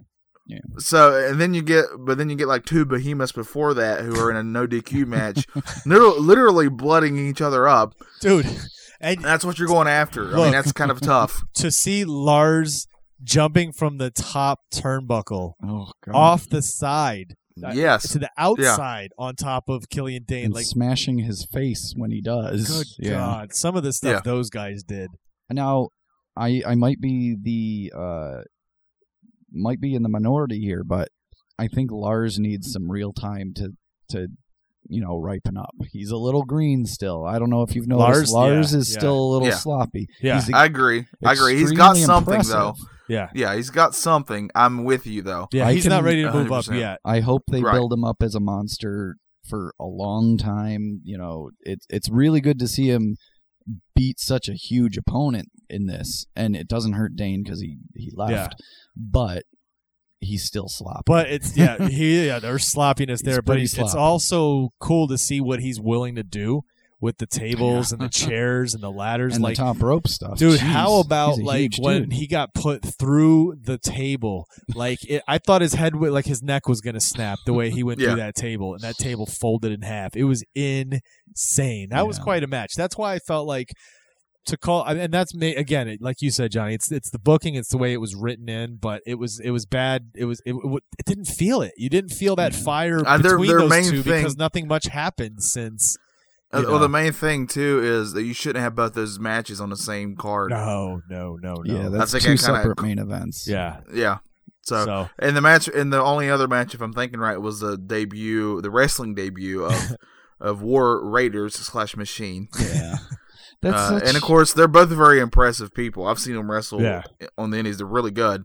[SPEAKER 3] So and then you get but then you get like two behemoths before that who are in a no DQ match, literally, literally blooding each other up.
[SPEAKER 2] Dude, and
[SPEAKER 3] That's what you're going after. I mean,
[SPEAKER 2] Look.
[SPEAKER 3] that's kind of tough.
[SPEAKER 2] to see Lars jumping from the top turnbuckle
[SPEAKER 1] oh god.
[SPEAKER 2] off the side
[SPEAKER 3] yes.
[SPEAKER 2] to the outside on top of Killian Dane,
[SPEAKER 1] and
[SPEAKER 2] like
[SPEAKER 1] smashing his face when he does.
[SPEAKER 2] Good
[SPEAKER 1] yeah.
[SPEAKER 2] God! Some of the stuff
[SPEAKER 3] Yeah.
[SPEAKER 2] those guys did.
[SPEAKER 1] Now, I I might be the uh, might be in the minority here, but I think Lars needs some real time to to you know ripen up. He's a little green still. I don't know if you've noticed.
[SPEAKER 2] Lars?
[SPEAKER 1] Lars,
[SPEAKER 2] Yeah,
[SPEAKER 1] is
[SPEAKER 2] yeah.
[SPEAKER 1] still a little
[SPEAKER 3] Yeah.
[SPEAKER 1] sloppy.
[SPEAKER 2] Yeah.
[SPEAKER 1] He's
[SPEAKER 3] I agree. I agree. He's got
[SPEAKER 1] extremely
[SPEAKER 3] something though.
[SPEAKER 1] impressive.
[SPEAKER 2] Yeah,
[SPEAKER 3] Yeah, he's got something. I'm with you though.
[SPEAKER 2] yeah.
[SPEAKER 1] I
[SPEAKER 2] he's not
[SPEAKER 1] can-
[SPEAKER 2] ready to move up
[SPEAKER 3] 100%.
[SPEAKER 2] yet.
[SPEAKER 1] I hope they
[SPEAKER 3] Right.
[SPEAKER 1] build him up as a monster for a long time. You know, it's it's really good to see him beat such a huge opponent in this, and it doesn't hurt Dane because he he left,
[SPEAKER 2] Yeah.
[SPEAKER 1] but he's still sloppy.
[SPEAKER 2] But it's yeah, he yeah, there's sloppiness
[SPEAKER 1] He's
[SPEAKER 2] there, but
[SPEAKER 1] pretty
[SPEAKER 2] he's, it's
[SPEAKER 1] sloppy.
[SPEAKER 2] also cool to see what he's willing to do with the tables and the chairs and the ladders.
[SPEAKER 1] and
[SPEAKER 2] like,
[SPEAKER 1] the top rope stuff,
[SPEAKER 2] dude,
[SPEAKER 1] Oh, Jeez,
[SPEAKER 2] how about
[SPEAKER 1] he's a
[SPEAKER 2] like
[SPEAKER 1] huge
[SPEAKER 2] when
[SPEAKER 1] dude.
[SPEAKER 2] he got put through the table? Like, it, I thought his head, would, like his neck was gonna snap the way he went
[SPEAKER 3] Yeah.
[SPEAKER 2] through that table, and that table folded in half. It was insane. That was
[SPEAKER 1] Yeah.
[SPEAKER 2] quite a match. That's why I felt like. To call, I- and that's ma- again, it, like you said, Johnny. It's it's the booking, it's the way it was written in, but it was it was bad. It was it, w- it didn't feel it. You didn't feel that
[SPEAKER 1] Yeah.
[SPEAKER 2] fire
[SPEAKER 3] Uh, their-
[SPEAKER 2] between
[SPEAKER 3] their
[SPEAKER 2] those
[SPEAKER 3] main
[SPEAKER 2] two because
[SPEAKER 3] thing-
[SPEAKER 2] nothing much happened since.
[SPEAKER 3] Uh,
[SPEAKER 2] you
[SPEAKER 3] Well,
[SPEAKER 2] know.
[SPEAKER 3] the main thing too is that you shouldn't have both those matches on the same card.
[SPEAKER 1] Uh-huh.
[SPEAKER 2] No, no, no, no.
[SPEAKER 1] yeah,
[SPEAKER 2] Yeah,
[SPEAKER 1] that's
[SPEAKER 3] I think I
[SPEAKER 1] two
[SPEAKER 3] kinda-
[SPEAKER 1] separate main events.
[SPEAKER 3] Yeah. So,
[SPEAKER 2] so
[SPEAKER 3] and the match, and the only other match, if I'm thinking right, was the debut, the wrestling debut of of War Raiders slash Machine.
[SPEAKER 1] yeah. That's
[SPEAKER 3] Uh,
[SPEAKER 1] such-
[SPEAKER 3] and of course, they're both very impressive people. I've seen them wrestle
[SPEAKER 2] Yeah.
[SPEAKER 3] on the Indies; they're really good.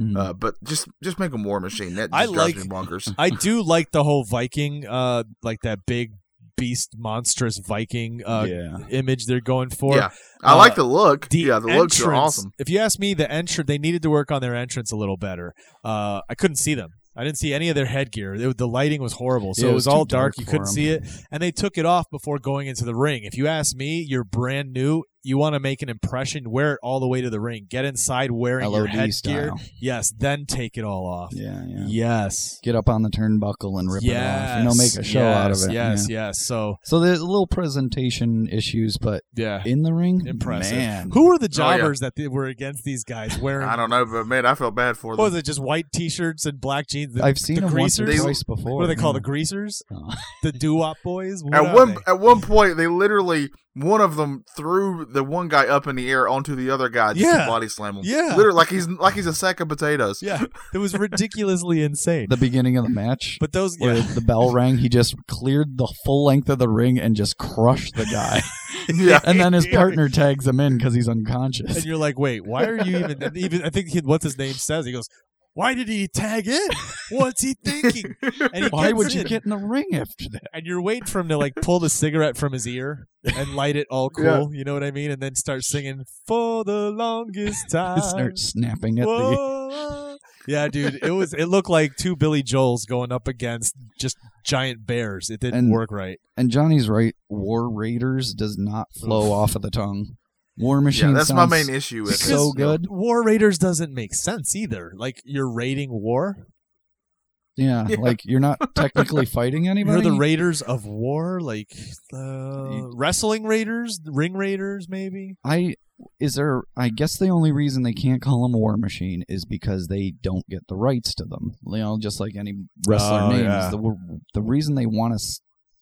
[SPEAKER 1] Mm.
[SPEAKER 3] Uh, but just just make them War Machine. That just
[SPEAKER 2] I
[SPEAKER 3] drives
[SPEAKER 2] like-
[SPEAKER 3] me bonkers.
[SPEAKER 2] I do like the whole Viking, uh, like that big beast, monstrous Viking uh,
[SPEAKER 1] yeah.
[SPEAKER 2] image they're going for.
[SPEAKER 3] Yeah. I
[SPEAKER 2] uh,
[SPEAKER 3] like the look.
[SPEAKER 2] The
[SPEAKER 3] yeah, the
[SPEAKER 2] entrance,
[SPEAKER 3] looks are awesome.
[SPEAKER 2] If you ask me, the entrance they needed to work on their entrance a little better. Uh, I couldn't see them. I didn't see any of their headgear. It- the lighting was horrible, so
[SPEAKER 1] Yeah,
[SPEAKER 2] it was, all
[SPEAKER 1] too dark
[SPEAKER 2] dark. You
[SPEAKER 1] for
[SPEAKER 2] couldn't
[SPEAKER 1] him.
[SPEAKER 2] see it, and they took it off before going into the ring. If you ask me, you're brand new. You want to make an impression. Wear it all the way to the ring. Get inside wearing your
[SPEAKER 1] LOD
[SPEAKER 2] headgear.
[SPEAKER 1] style.
[SPEAKER 2] Yes, then take it all off.
[SPEAKER 1] Yeah, yeah.
[SPEAKER 2] Yes.
[SPEAKER 1] Get up on the turnbuckle and rip it off. You know, make a show out of
[SPEAKER 2] yes,
[SPEAKER 1] it.
[SPEAKER 2] Yes,
[SPEAKER 1] yeah.
[SPEAKER 2] yes. So
[SPEAKER 1] So there's a little presentation issues, but
[SPEAKER 2] yeah,
[SPEAKER 1] in the ring,
[SPEAKER 2] Impressive.
[SPEAKER 1] Man,
[SPEAKER 2] who were the
[SPEAKER 3] Oh, yeah.
[SPEAKER 2] jobbers that they were against these guys wearing?
[SPEAKER 3] I don't know, but man, I felt bad for
[SPEAKER 2] What
[SPEAKER 3] them.
[SPEAKER 2] was it? Just white t-shirts and black jeans. The,
[SPEAKER 1] I've seen
[SPEAKER 2] the
[SPEAKER 1] him once or
[SPEAKER 2] greasers.
[SPEAKER 1] twice before.
[SPEAKER 2] what are they called? The greasers,
[SPEAKER 1] Oh.
[SPEAKER 2] the doo-wop boys. What
[SPEAKER 3] At
[SPEAKER 2] are
[SPEAKER 3] one
[SPEAKER 2] they?
[SPEAKER 3] at one point, they literally one of them threw the one guy up in the air onto the other guy just
[SPEAKER 2] Yeah.
[SPEAKER 3] to body slam him.
[SPEAKER 2] Yeah.
[SPEAKER 3] literally like he's like he's a sack of potatoes.
[SPEAKER 2] yeah, it was ridiculously insane.
[SPEAKER 1] The beginning of the match.
[SPEAKER 2] but those,
[SPEAKER 1] where
[SPEAKER 2] yeah,
[SPEAKER 1] the bell rang, he just cleared the full length of the ring and just crushed the guy.
[SPEAKER 3] yeah.
[SPEAKER 1] and then his
[SPEAKER 2] Yeah.
[SPEAKER 1] partner tags him in because he's
[SPEAKER 2] and
[SPEAKER 1] unconscious.
[SPEAKER 2] you're like, wait, why are you even? and Even I think he, what's his name says. He goes, why did he tag in? What's he thinking? And he
[SPEAKER 1] Why
[SPEAKER 2] gets
[SPEAKER 1] would you
[SPEAKER 2] in.
[SPEAKER 1] get in the ring after that?
[SPEAKER 2] and you're waiting for him to like pull the cigarette from his ear and light it all cool,
[SPEAKER 3] Yeah.
[SPEAKER 2] you know what I mean? And then start singing for the longest time.
[SPEAKER 1] He starts snapping at the.
[SPEAKER 2] Whoa. Yeah, dude, it was it looked like two Billy Joels going up against just giant bears. It didn't
[SPEAKER 1] And-
[SPEAKER 2] work right.
[SPEAKER 1] And Johnny's right. War Raiders does not flow off of the tongue. War Machine.
[SPEAKER 3] Yeah, that's my
[SPEAKER 1] sounds
[SPEAKER 3] main issue with
[SPEAKER 1] so
[SPEAKER 3] it.
[SPEAKER 1] good.
[SPEAKER 2] War Raiders doesn't make sense either. Like you're raiding war.
[SPEAKER 1] Yeah,
[SPEAKER 3] Yeah.
[SPEAKER 1] like you're not technically fighting
[SPEAKER 2] You're
[SPEAKER 1] anybody.
[SPEAKER 2] the raiders of war, like uh, wrestling raiders, ring raiders, maybe.
[SPEAKER 1] I is there? I guess the only reason they can't call him War Machine is because they don't get the rights to them. You know, just like any wrestler
[SPEAKER 2] Oh,
[SPEAKER 1] names,
[SPEAKER 2] yeah.
[SPEAKER 1] the the reason they want to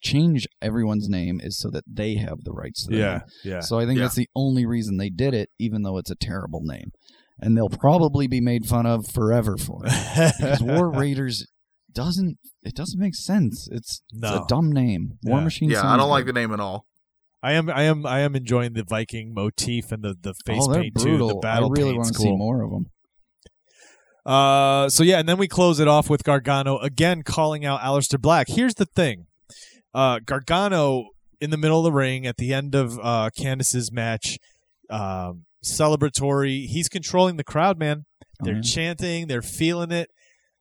[SPEAKER 1] change everyone's name is so that they have the rights to them.
[SPEAKER 2] yeah.
[SPEAKER 1] So I think
[SPEAKER 3] Yeah.
[SPEAKER 1] that's the only reason they did it, even though it's a terrible name, and they'll probably be made fun of forever for it because War Raiders doesn't it doesn't make sense. It's, it's a
[SPEAKER 2] No.
[SPEAKER 1] dumb name. War
[SPEAKER 2] Yeah.
[SPEAKER 1] Machine.
[SPEAKER 3] Yeah, I
[SPEAKER 1] sounds
[SPEAKER 3] don't like
[SPEAKER 1] good.
[SPEAKER 3] the name at all.
[SPEAKER 2] I am, I am, I am enjoying the Viking motif and the the face
[SPEAKER 1] oh, they're
[SPEAKER 2] paint
[SPEAKER 1] brutal.
[SPEAKER 2] too. The battle
[SPEAKER 1] I really
[SPEAKER 2] paint's
[SPEAKER 1] want to
[SPEAKER 2] cool.
[SPEAKER 1] see more of them.
[SPEAKER 2] Uh, so yeah, and then we close it off with Gargano again calling out Aleister Black. Here's the thing, uh, Gargano in the middle of the ring at the end of uh, Candice's match, um, celebratory. He's controlling the crowd, man.
[SPEAKER 1] Oh,
[SPEAKER 2] They're
[SPEAKER 1] yeah.
[SPEAKER 2] chanting, they're feeling it.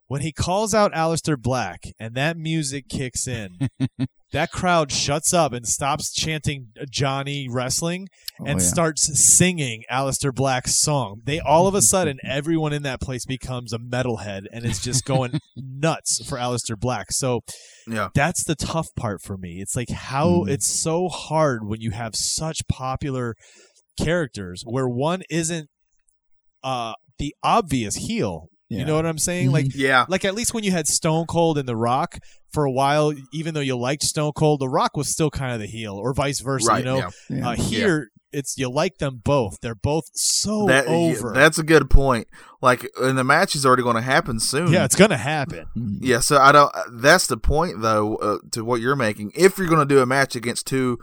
[SPEAKER 2] When he calls out Aleister Black and that music kicks in, that crowd shuts up and stops chanting Johnny Wrestling
[SPEAKER 1] Oh,
[SPEAKER 2] and
[SPEAKER 1] yeah.
[SPEAKER 2] starts singing Aleister Black's song. They all of a sudden, everyone in that place becomes a metalhead and is just going nuts for Aleister Black. So
[SPEAKER 3] Yeah.
[SPEAKER 2] that's the tough part for me. It's like how
[SPEAKER 1] Mm.
[SPEAKER 2] it's so hard when you have such popular characters where one isn't uh, the obvious heel.
[SPEAKER 1] yeah. Mm-hmm.
[SPEAKER 2] You know what I'm saying? Like
[SPEAKER 3] Yeah.
[SPEAKER 2] like at least when you had Stone Cold and The Rock for a while, even though you liked Stone Cold, The Rock was still kind of the heel, or vice versa.
[SPEAKER 3] right.
[SPEAKER 2] you know,
[SPEAKER 3] yeah.
[SPEAKER 1] Yeah.
[SPEAKER 2] uh, here it's you like them both. They're both so
[SPEAKER 3] That- yeah,
[SPEAKER 2] over.
[SPEAKER 3] that's a good point. Like, and the match is already going to happen soon.
[SPEAKER 2] yeah, it's gonna happen.
[SPEAKER 1] Mm.
[SPEAKER 3] Yeah, so I don't. uh, That's the point, though, uh, to what you're making. If you're going to do a match against two,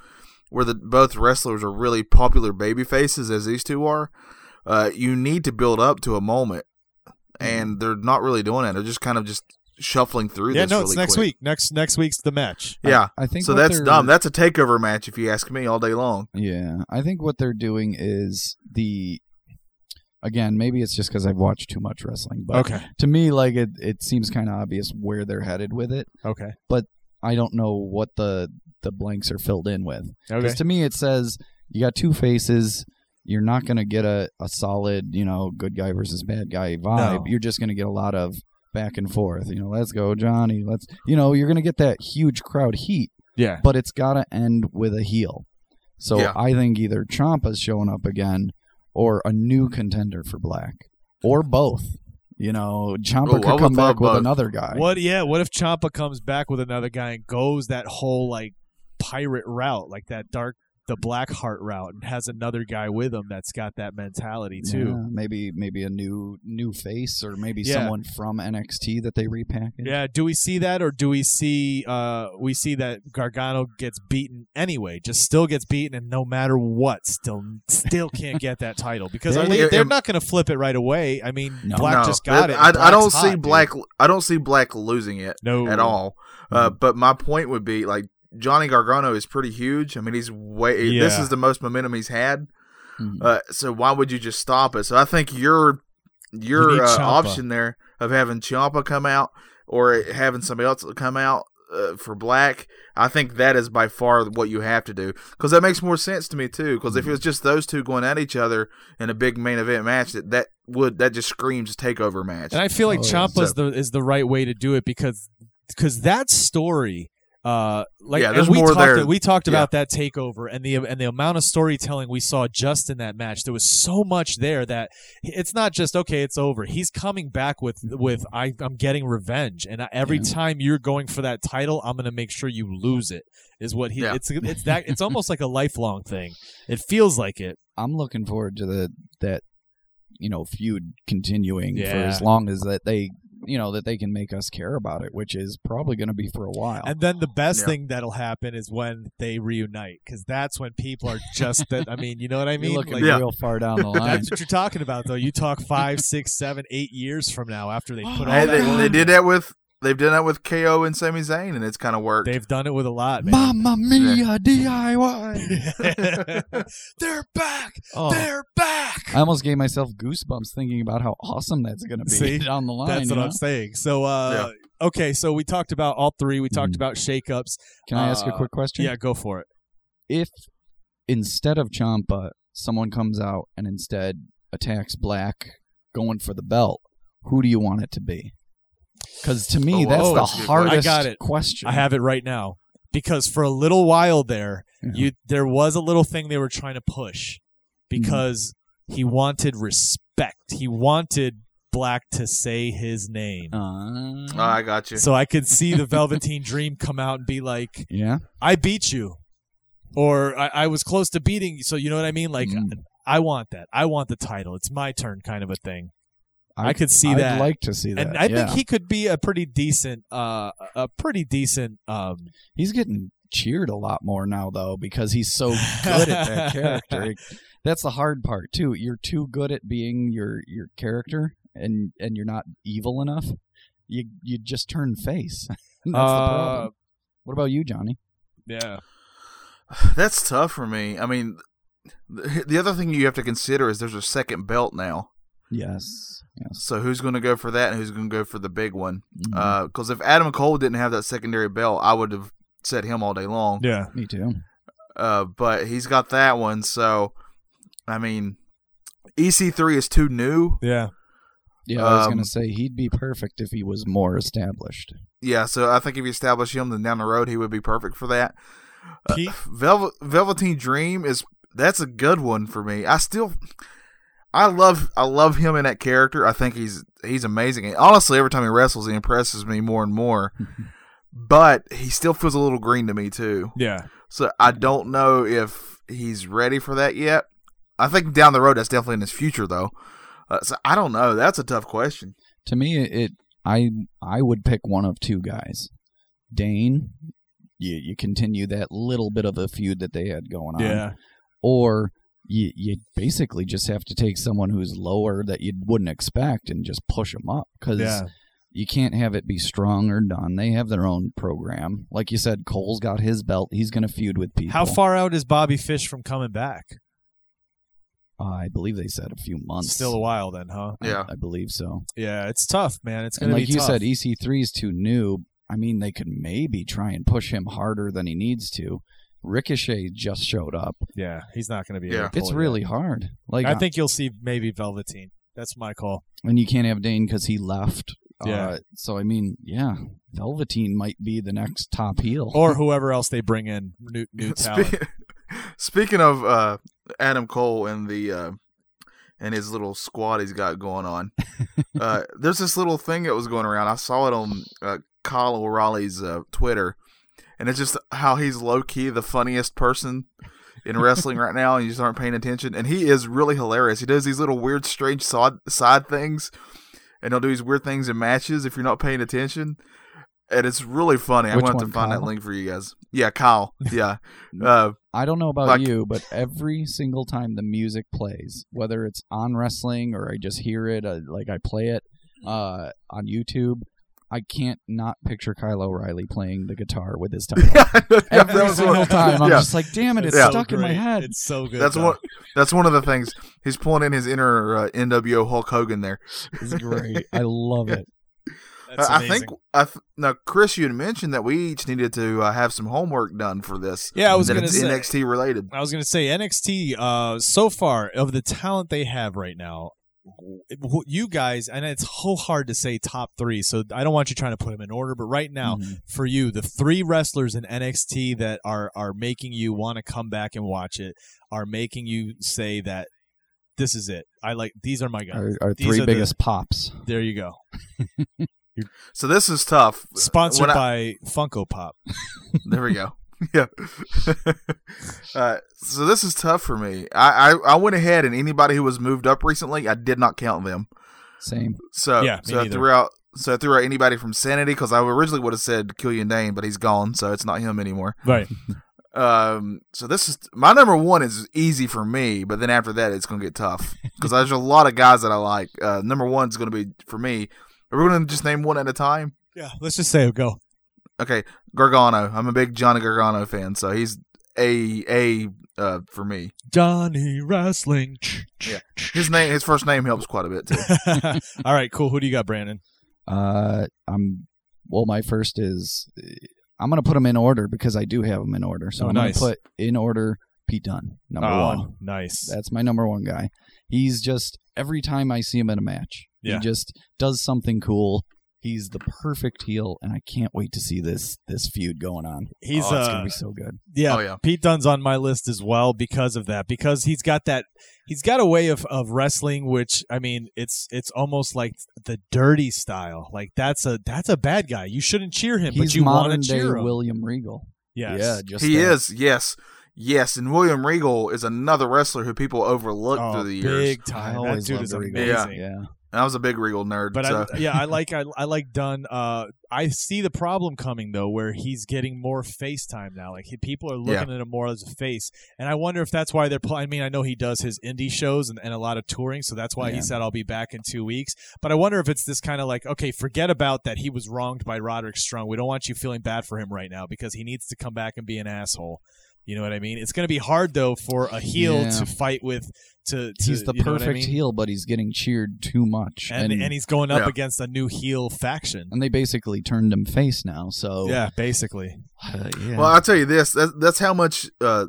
[SPEAKER 3] where the both wrestlers are really popular baby faces, as these two are,
[SPEAKER 2] Mm-hmm.
[SPEAKER 3] uh, you need to build up to a moment, and they're not really doing it. They're just kind of just shuffling through
[SPEAKER 2] yeah,
[SPEAKER 3] this.
[SPEAKER 2] no,
[SPEAKER 3] really
[SPEAKER 2] it's next
[SPEAKER 3] quick.
[SPEAKER 2] week. Next next week's the match.
[SPEAKER 3] Yeah.
[SPEAKER 1] I think
[SPEAKER 3] so
[SPEAKER 1] what
[SPEAKER 3] that's
[SPEAKER 1] they're-
[SPEAKER 3] dumb. That's a takeover match, if you ask me, all day long.
[SPEAKER 1] Yeah, I think what they're doing is the. Again, maybe it's just because I've watched too much wrestling, but
[SPEAKER 2] Okay.
[SPEAKER 1] to me, like it, it seems kind of obvious where they're headed with it.
[SPEAKER 2] Okay.
[SPEAKER 1] I don't know what the the blanks are filled in with.
[SPEAKER 2] Okay.
[SPEAKER 1] Because to me, it says you got two faces. You're not going to get a, a solid, you know, good guy versus bad guy vibe.
[SPEAKER 2] No.
[SPEAKER 1] You're just going to get a lot of back and forth. You know, let's go, Johnny. Let's, you know, you're going to get that huge crowd heat,
[SPEAKER 2] Yeah.
[SPEAKER 1] but it's got to end with a heel. So
[SPEAKER 3] Yeah.
[SPEAKER 1] I think either Ciampa's showing up again or a new contender for Black or both. You know, Ciampa
[SPEAKER 3] Ooh, I
[SPEAKER 1] could
[SPEAKER 3] would
[SPEAKER 1] come back
[SPEAKER 3] love
[SPEAKER 1] with
[SPEAKER 3] both.
[SPEAKER 1] another guy.
[SPEAKER 2] What? Yeah. What if Champa comes back with another guy and goes that whole like pirate route, like that dark, the black heart route, and has another guy with him that's got that mentality too.
[SPEAKER 1] Yeah, maybe maybe a new new face or maybe
[SPEAKER 2] Yeah.
[SPEAKER 1] someone from NXT that they repackage.
[SPEAKER 2] Yeah. Do we see that, or do we see? Uh, we see that Gargano gets beaten anyway. Just still gets beaten, and no matter what, still still can't get that title because I
[SPEAKER 3] Yeah,
[SPEAKER 2] mean,
[SPEAKER 3] yeah,
[SPEAKER 2] they're
[SPEAKER 3] yeah.
[SPEAKER 2] not going to flip it right away. I mean,
[SPEAKER 1] No.
[SPEAKER 2] Black
[SPEAKER 3] no,
[SPEAKER 2] just got
[SPEAKER 3] I,
[SPEAKER 2] it.
[SPEAKER 3] I,
[SPEAKER 2] and
[SPEAKER 3] I don't
[SPEAKER 2] Black's hot,
[SPEAKER 3] see
[SPEAKER 2] dude.
[SPEAKER 3] Black. I don't see Black losing it
[SPEAKER 2] no
[SPEAKER 3] at all. Uh,
[SPEAKER 2] Mm-hmm.
[SPEAKER 3] but my point would be like Johnny Gargano is pretty huge. I mean, he's way. This
[SPEAKER 2] Yeah. Mm-hmm.
[SPEAKER 3] is the most momentum he's had.
[SPEAKER 1] Mhm.
[SPEAKER 3] Uh, so why would you just stop it? So I think your your
[SPEAKER 2] need
[SPEAKER 3] uh,
[SPEAKER 2] Ciampa.
[SPEAKER 3] option there of having Ciampa come out or having somebody else come out uh, for Black, I think that is by far what you have to do because that makes more sense to me too. Because
[SPEAKER 2] Mm-hmm.
[SPEAKER 3] if it was just those two going at each other in a big main event match, that that would that just screams takeover match.
[SPEAKER 2] And I feel like
[SPEAKER 1] Oh, yeah.
[SPEAKER 2] Ciampa is the is the right way to do it because because that story, uh, like
[SPEAKER 3] Yeah,
[SPEAKER 2] and
[SPEAKER 3] there's
[SPEAKER 2] we
[SPEAKER 3] more
[SPEAKER 2] talked
[SPEAKER 3] there.
[SPEAKER 2] we talked
[SPEAKER 3] Yeah.
[SPEAKER 2] about that takeover and the and the amount of storytelling we saw just in that match. There was so much there that it's not just okay, it's over. He's coming back with with I, I'm getting revenge, and I, every
[SPEAKER 1] Yeah.
[SPEAKER 2] time you're going for that title, I'm gonna make sure you lose it. Is what he
[SPEAKER 3] Yeah.
[SPEAKER 2] it's it's that it's almost like a lifelong thing. It feels like it.
[SPEAKER 1] I'm looking forward to the that you know feud continuing for
[SPEAKER 2] Yeah.
[SPEAKER 1] as long as that they you know that they can make us care about it, which is probably going to be for a while.
[SPEAKER 2] And then the best
[SPEAKER 3] Yeah.
[SPEAKER 2] thing that'll happen is when they reunite, because that's when people are just that. I mean, you know what I
[SPEAKER 1] You're
[SPEAKER 2] mean?
[SPEAKER 1] looking
[SPEAKER 2] Like,
[SPEAKER 3] Yeah.
[SPEAKER 1] real far down the line.
[SPEAKER 2] That's what you're talking about, though. You talk five, six, seven, eight years from now after they put all
[SPEAKER 3] Hey,
[SPEAKER 2] that.
[SPEAKER 3] they,
[SPEAKER 2] in.
[SPEAKER 3] they did that with they've done that with KO and Sami Zayn, and it's kind of worked.
[SPEAKER 2] They've done it with a lot, man.
[SPEAKER 1] Mamma mia, DIY.
[SPEAKER 2] They're back.
[SPEAKER 1] Oh,
[SPEAKER 2] They're back.
[SPEAKER 1] I almost gave myself goosebumps thinking about how awesome that's going to be
[SPEAKER 2] See?
[SPEAKER 1] down the line.
[SPEAKER 2] That's
[SPEAKER 1] you
[SPEAKER 2] what
[SPEAKER 1] know?
[SPEAKER 2] I'm saying. So, uh, okay, so we talked about all three. We talked
[SPEAKER 1] Mhm.
[SPEAKER 2] about shakeups.
[SPEAKER 1] Can I ask a
[SPEAKER 2] Uh,
[SPEAKER 1] quick question?
[SPEAKER 2] Yeah, go for it.
[SPEAKER 1] if instead of Champa, someone comes out and instead attacks Black, going for the belt, who do you want it to be? Because to me,
[SPEAKER 3] Oh,
[SPEAKER 1] that's
[SPEAKER 2] oh,
[SPEAKER 1] the
[SPEAKER 3] that's a good
[SPEAKER 1] hardest
[SPEAKER 2] question. I got it.
[SPEAKER 1] question.
[SPEAKER 2] I have it right now because for a little while there,
[SPEAKER 1] Yeah.
[SPEAKER 2] you there was a little thing they were trying to push
[SPEAKER 1] Mm-hmm.
[SPEAKER 2] because he wanted respect. He wanted Black to say his name.
[SPEAKER 1] Uh,
[SPEAKER 3] Oh, I got you.
[SPEAKER 2] So I could see the Velveteen Dream come out and be like,
[SPEAKER 1] yeah.
[SPEAKER 2] "I beat you," or "I, I was close to beating you." So you know what I mean? Like,
[SPEAKER 1] Mm.
[SPEAKER 2] I want that. I want the title. It's my turn, kind of a thing. I,
[SPEAKER 1] I-
[SPEAKER 2] could see
[SPEAKER 1] I'd
[SPEAKER 2] that.
[SPEAKER 1] like to see that.
[SPEAKER 2] and I
[SPEAKER 1] yeah.
[SPEAKER 2] think he could be a pretty decent, uh, a pretty decent um,
[SPEAKER 1] he's getting cheered a lot more now, though, because he's so good at that character. That's the hard part too. You're too good at being your your character, and and you're not evil enough. You you just turn face. That's the problem.
[SPEAKER 2] Uh,
[SPEAKER 1] What about you, Johnny?
[SPEAKER 2] Yeah.
[SPEAKER 3] That's tough for me. I mean, the, the other thing you have to consider is there's a second belt now.
[SPEAKER 1] Yes. Yes.
[SPEAKER 3] So who's going to go for that, and who's going to go for the big one?
[SPEAKER 2] Mm-hmm.
[SPEAKER 3] Because if Adam Cole didn't have that secondary belt, I would have said him all day long.
[SPEAKER 2] Yeah.
[SPEAKER 1] Mm-hmm. Me too.
[SPEAKER 3] Uh, but he's got that one. So, I mean, EC3 is too new.
[SPEAKER 2] Yeah.
[SPEAKER 1] Yeah, I was
[SPEAKER 3] Um,
[SPEAKER 1] gonna say he'd be perfect if he was more established.
[SPEAKER 3] Yeah. So I think if you establish him, then down the road he would be perfect for that.
[SPEAKER 2] Uh, Pete,
[SPEAKER 3] Velvet, Velveteen Dream is that's a good one for me. I still, I love, I love him in that character. I think he's he's amazing. And honestly, every time he wrestles, he impresses me more and more. but he still feels a little green to me too.
[SPEAKER 2] yeah.
[SPEAKER 3] So I don't know if he's ready for that yet. I think down the road that's definitely in his future though. Uh, so I don't know. That's a tough question.
[SPEAKER 1] To me, it I I would pick one of two guys. Dane, you you continue that little bit of a feud that they had going on,
[SPEAKER 2] Yeah.
[SPEAKER 1] or you you basically just have to take someone who's lower that you wouldn't expect and just push them up because
[SPEAKER 2] Yeah.
[SPEAKER 1] you can't have it be strong or done. They have their own program. Like you said, Cole's got his belt. He's going to feud with people.
[SPEAKER 2] How far out is Bobby Fish from coming back?
[SPEAKER 1] I believe they said a few months.
[SPEAKER 2] Still a while then, huh?
[SPEAKER 1] I-
[SPEAKER 3] Yeah.
[SPEAKER 1] I, believe so.
[SPEAKER 2] Yeah, it's tough, man. It's
[SPEAKER 1] And
[SPEAKER 2] gonna
[SPEAKER 1] like
[SPEAKER 2] be
[SPEAKER 1] you
[SPEAKER 2] tough.
[SPEAKER 1] said, EC3 is too new. I mean, they could maybe try and push him harder than he needs to. Ricochet just showed up.
[SPEAKER 2] yeah, he's not gonna be.
[SPEAKER 3] Yeah.
[SPEAKER 2] able to
[SPEAKER 1] It's
[SPEAKER 2] pull it
[SPEAKER 1] really hard. Like
[SPEAKER 2] I think you'll see maybe Velveteen. That's my call.
[SPEAKER 1] and you can't have Dane because he left.
[SPEAKER 2] Yeah.
[SPEAKER 1] Uh, so I mean, yeah, Velveteen might be the next top heel.
[SPEAKER 3] Oh,
[SPEAKER 2] Or whoever else they bring in, new, new talent.
[SPEAKER 3] Spe- Speaking of uh, Adam Cole and the uh, and his little squad he's got going on, uh, there's this little thing that was going around. I saw it on uh, Kyle O'Reilly's uh, Twitter, and it's just how he's low key the funniest person in wrestling right now, and you just aren't paying attention. And he is really hilarious. He does these little weird, strange side side things, and he'll do these weird things in matches if you're not paying attention. And it's really funny. I'm
[SPEAKER 1] Which
[SPEAKER 3] going to
[SPEAKER 1] one,
[SPEAKER 3] find that
[SPEAKER 1] Kyle?
[SPEAKER 3] link for you guys. Yeah, Kyle. Yeah. Uh,
[SPEAKER 1] I don't know about
[SPEAKER 3] Like-
[SPEAKER 1] you, but every single time the music plays, whether it's on wrestling or I just hear it, uh, like I play it uh, on YouTube, I can't not picture Kyle O'Reilly playing the guitar with his title.
[SPEAKER 3] yeah, that
[SPEAKER 1] every
[SPEAKER 3] was
[SPEAKER 1] single
[SPEAKER 3] one-
[SPEAKER 1] time, I'm
[SPEAKER 3] yeah.
[SPEAKER 1] just like, damn it, it's
[SPEAKER 3] Yeah.
[SPEAKER 1] stuck in my
[SPEAKER 2] great.
[SPEAKER 1] head.
[SPEAKER 2] It's so good.
[SPEAKER 3] That's
[SPEAKER 2] though.
[SPEAKER 3] one. That's one of the things he's pulling in his inner uh, NWO Hulk Hogan there.
[SPEAKER 1] It's great. I love it.
[SPEAKER 2] That's
[SPEAKER 3] I I think.
[SPEAKER 2] amazing.
[SPEAKER 3] I th- now, Chris, you had mentioned that we each needed to uh, have some homework done for this.
[SPEAKER 2] Yeah, I was
[SPEAKER 3] that
[SPEAKER 2] gonna
[SPEAKER 3] it's
[SPEAKER 2] say.
[SPEAKER 3] NXT related.
[SPEAKER 2] I was gonna say NXT. Uh, so far of the talent they have right now, wh- you guys, and it's so hard to say top three. So I don't want you trying to put them in order, but right now,
[SPEAKER 1] Mhm.
[SPEAKER 2] for you, the three wrestlers in NXT that are are making you want to come back and watch it, are making you say that this is it. I like these are my guys.
[SPEAKER 1] Our, our
[SPEAKER 2] These
[SPEAKER 1] three
[SPEAKER 2] are the-
[SPEAKER 1] biggest pops.
[SPEAKER 2] There you go.
[SPEAKER 3] So this is tough.
[SPEAKER 2] Sponsored
[SPEAKER 3] When Uh, I-
[SPEAKER 2] by Funko Pop.
[SPEAKER 3] There we go. yeah. uh, so this is tough for me. I, I I went ahead and anybody who was moved up recently, I did not count them.
[SPEAKER 1] Same.
[SPEAKER 3] So
[SPEAKER 2] Yeah, me
[SPEAKER 3] so I
[SPEAKER 2] neither.
[SPEAKER 3] threw out so I threw out anybody from Sanity because I originally would have said Killian Dane, but he's gone, so it's not him anymore.
[SPEAKER 2] Right.
[SPEAKER 3] Um, so this is my number one is easy for me, but then after that it's gonna get tough because there's a lot of guys that I like. Uh, number one's gonna be for me. Are we gonna just name one at a time?
[SPEAKER 2] Yeah. Let's just say go.
[SPEAKER 3] Okay, Gargano. I'm a big Johnny Gargano fan, so he's a a uh for me.
[SPEAKER 2] Johnny Wrestling.
[SPEAKER 3] Yeah. His name, his first name helps quite a bit too.
[SPEAKER 2] All right, cool. Who do you got, Brandon?
[SPEAKER 1] Uh, I'm. Well, my first is. I'm gonna put them in order because I do have them in order. So
[SPEAKER 2] Oh,
[SPEAKER 1] I'm
[SPEAKER 2] nice.
[SPEAKER 1] gonna put in order Pete Dunne number
[SPEAKER 2] Oh,
[SPEAKER 1] one.
[SPEAKER 2] Nice.
[SPEAKER 1] That's my number one guy. He's just every time I see him in a match,
[SPEAKER 2] Yeah.
[SPEAKER 1] he just does something cool. He's the perfect heel, and I can't wait to see this this feud going on.
[SPEAKER 2] He's
[SPEAKER 3] Oh,
[SPEAKER 1] It's
[SPEAKER 2] uh,
[SPEAKER 1] gonna be so good.
[SPEAKER 2] yeah,
[SPEAKER 3] Oh yeah,
[SPEAKER 2] Pete Dunne's on my list as well because of that. Because he's got that he's got a way of, of wrestling which I mean it's it's almost like the dirty style. Like that's a that's a bad guy. You shouldn't cheer him,
[SPEAKER 1] He's
[SPEAKER 2] but you want
[SPEAKER 1] modern
[SPEAKER 2] to
[SPEAKER 1] day
[SPEAKER 2] cheer him.
[SPEAKER 1] William Regal.
[SPEAKER 2] yes.
[SPEAKER 1] Yeah, just
[SPEAKER 3] he
[SPEAKER 1] that.
[SPEAKER 3] is. Yes, yes. And William Regal is another wrestler who people overlook
[SPEAKER 2] Oh,
[SPEAKER 3] through the years.
[SPEAKER 2] big
[SPEAKER 1] I
[SPEAKER 2] time. That
[SPEAKER 1] always
[SPEAKER 2] dude
[SPEAKER 1] loved
[SPEAKER 2] is
[SPEAKER 1] Regal.
[SPEAKER 2] amazing.
[SPEAKER 3] Yeah.
[SPEAKER 1] Yeah,
[SPEAKER 3] And I was a big Regal nerd.
[SPEAKER 2] But
[SPEAKER 3] so.
[SPEAKER 2] I, yeah, I like I, I like Dunn. Uh, I see the problem coming though, where he's getting more face time now. Like he, people are looking at him more as a face, and I wonder if that's why they're. Pl- I mean, I know he does his indie shows and, and a lot of touring, so that's why
[SPEAKER 1] Yeah.
[SPEAKER 2] he said I'll be back in two weeks. But I wonder if it's this kind of like, okay, forget about that. He was wronged by Roderick Strong. We don't want you feeling bad for him right now because he needs to come back and be an asshole. You know what I mean? It's going to be hard though for a heel
[SPEAKER 1] Yeah.
[SPEAKER 2] to fight with. To, to
[SPEAKER 1] he's the
[SPEAKER 2] you know what I
[SPEAKER 1] perfect
[SPEAKER 2] mean?
[SPEAKER 1] heel, but he's getting cheered too much,
[SPEAKER 2] and, and he's going up
[SPEAKER 3] Yeah.
[SPEAKER 2] against a new heel faction.
[SPEAKER 1] and they basically turned him face now. So
[SPEAKER 2] Yeah, basically.
[SPEAKER 1] uh, yeah.
[SPEAKER 3] Well, I'll tell you this: that's, that's how much uh,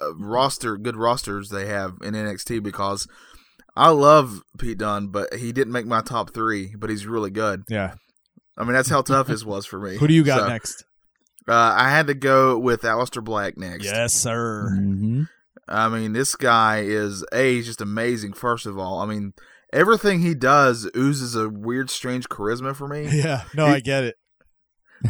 [SPEAKER 3] uh, roster, good rosters they have in NXT. Because I love Pete Dunne, but he didn't make my top three. But he's really good.
[SPEAKER 2] Yeah.
[SPEAKER 3] I mean, that's how tough his was for me.
[SPEAKER 2] Who do you got
[SPEAKER 3] So,
[SPEAKER 2] next?
[SPEAKER 3] Uh, I had to go with Aleister Black next.
[SPEAKER 2] Yes, sir.
[SPEAKER 1] Mhm.
[SPEAKER 3] I mean, this guy is a he's just amazing. First of all, I mean, everything he does oozes a weird, strange charisma for me.
[SPEAKER 2] Yeah. No,
[SPEAKER 3] Mm-hmm. He-
[SPEAKER 2] I get it.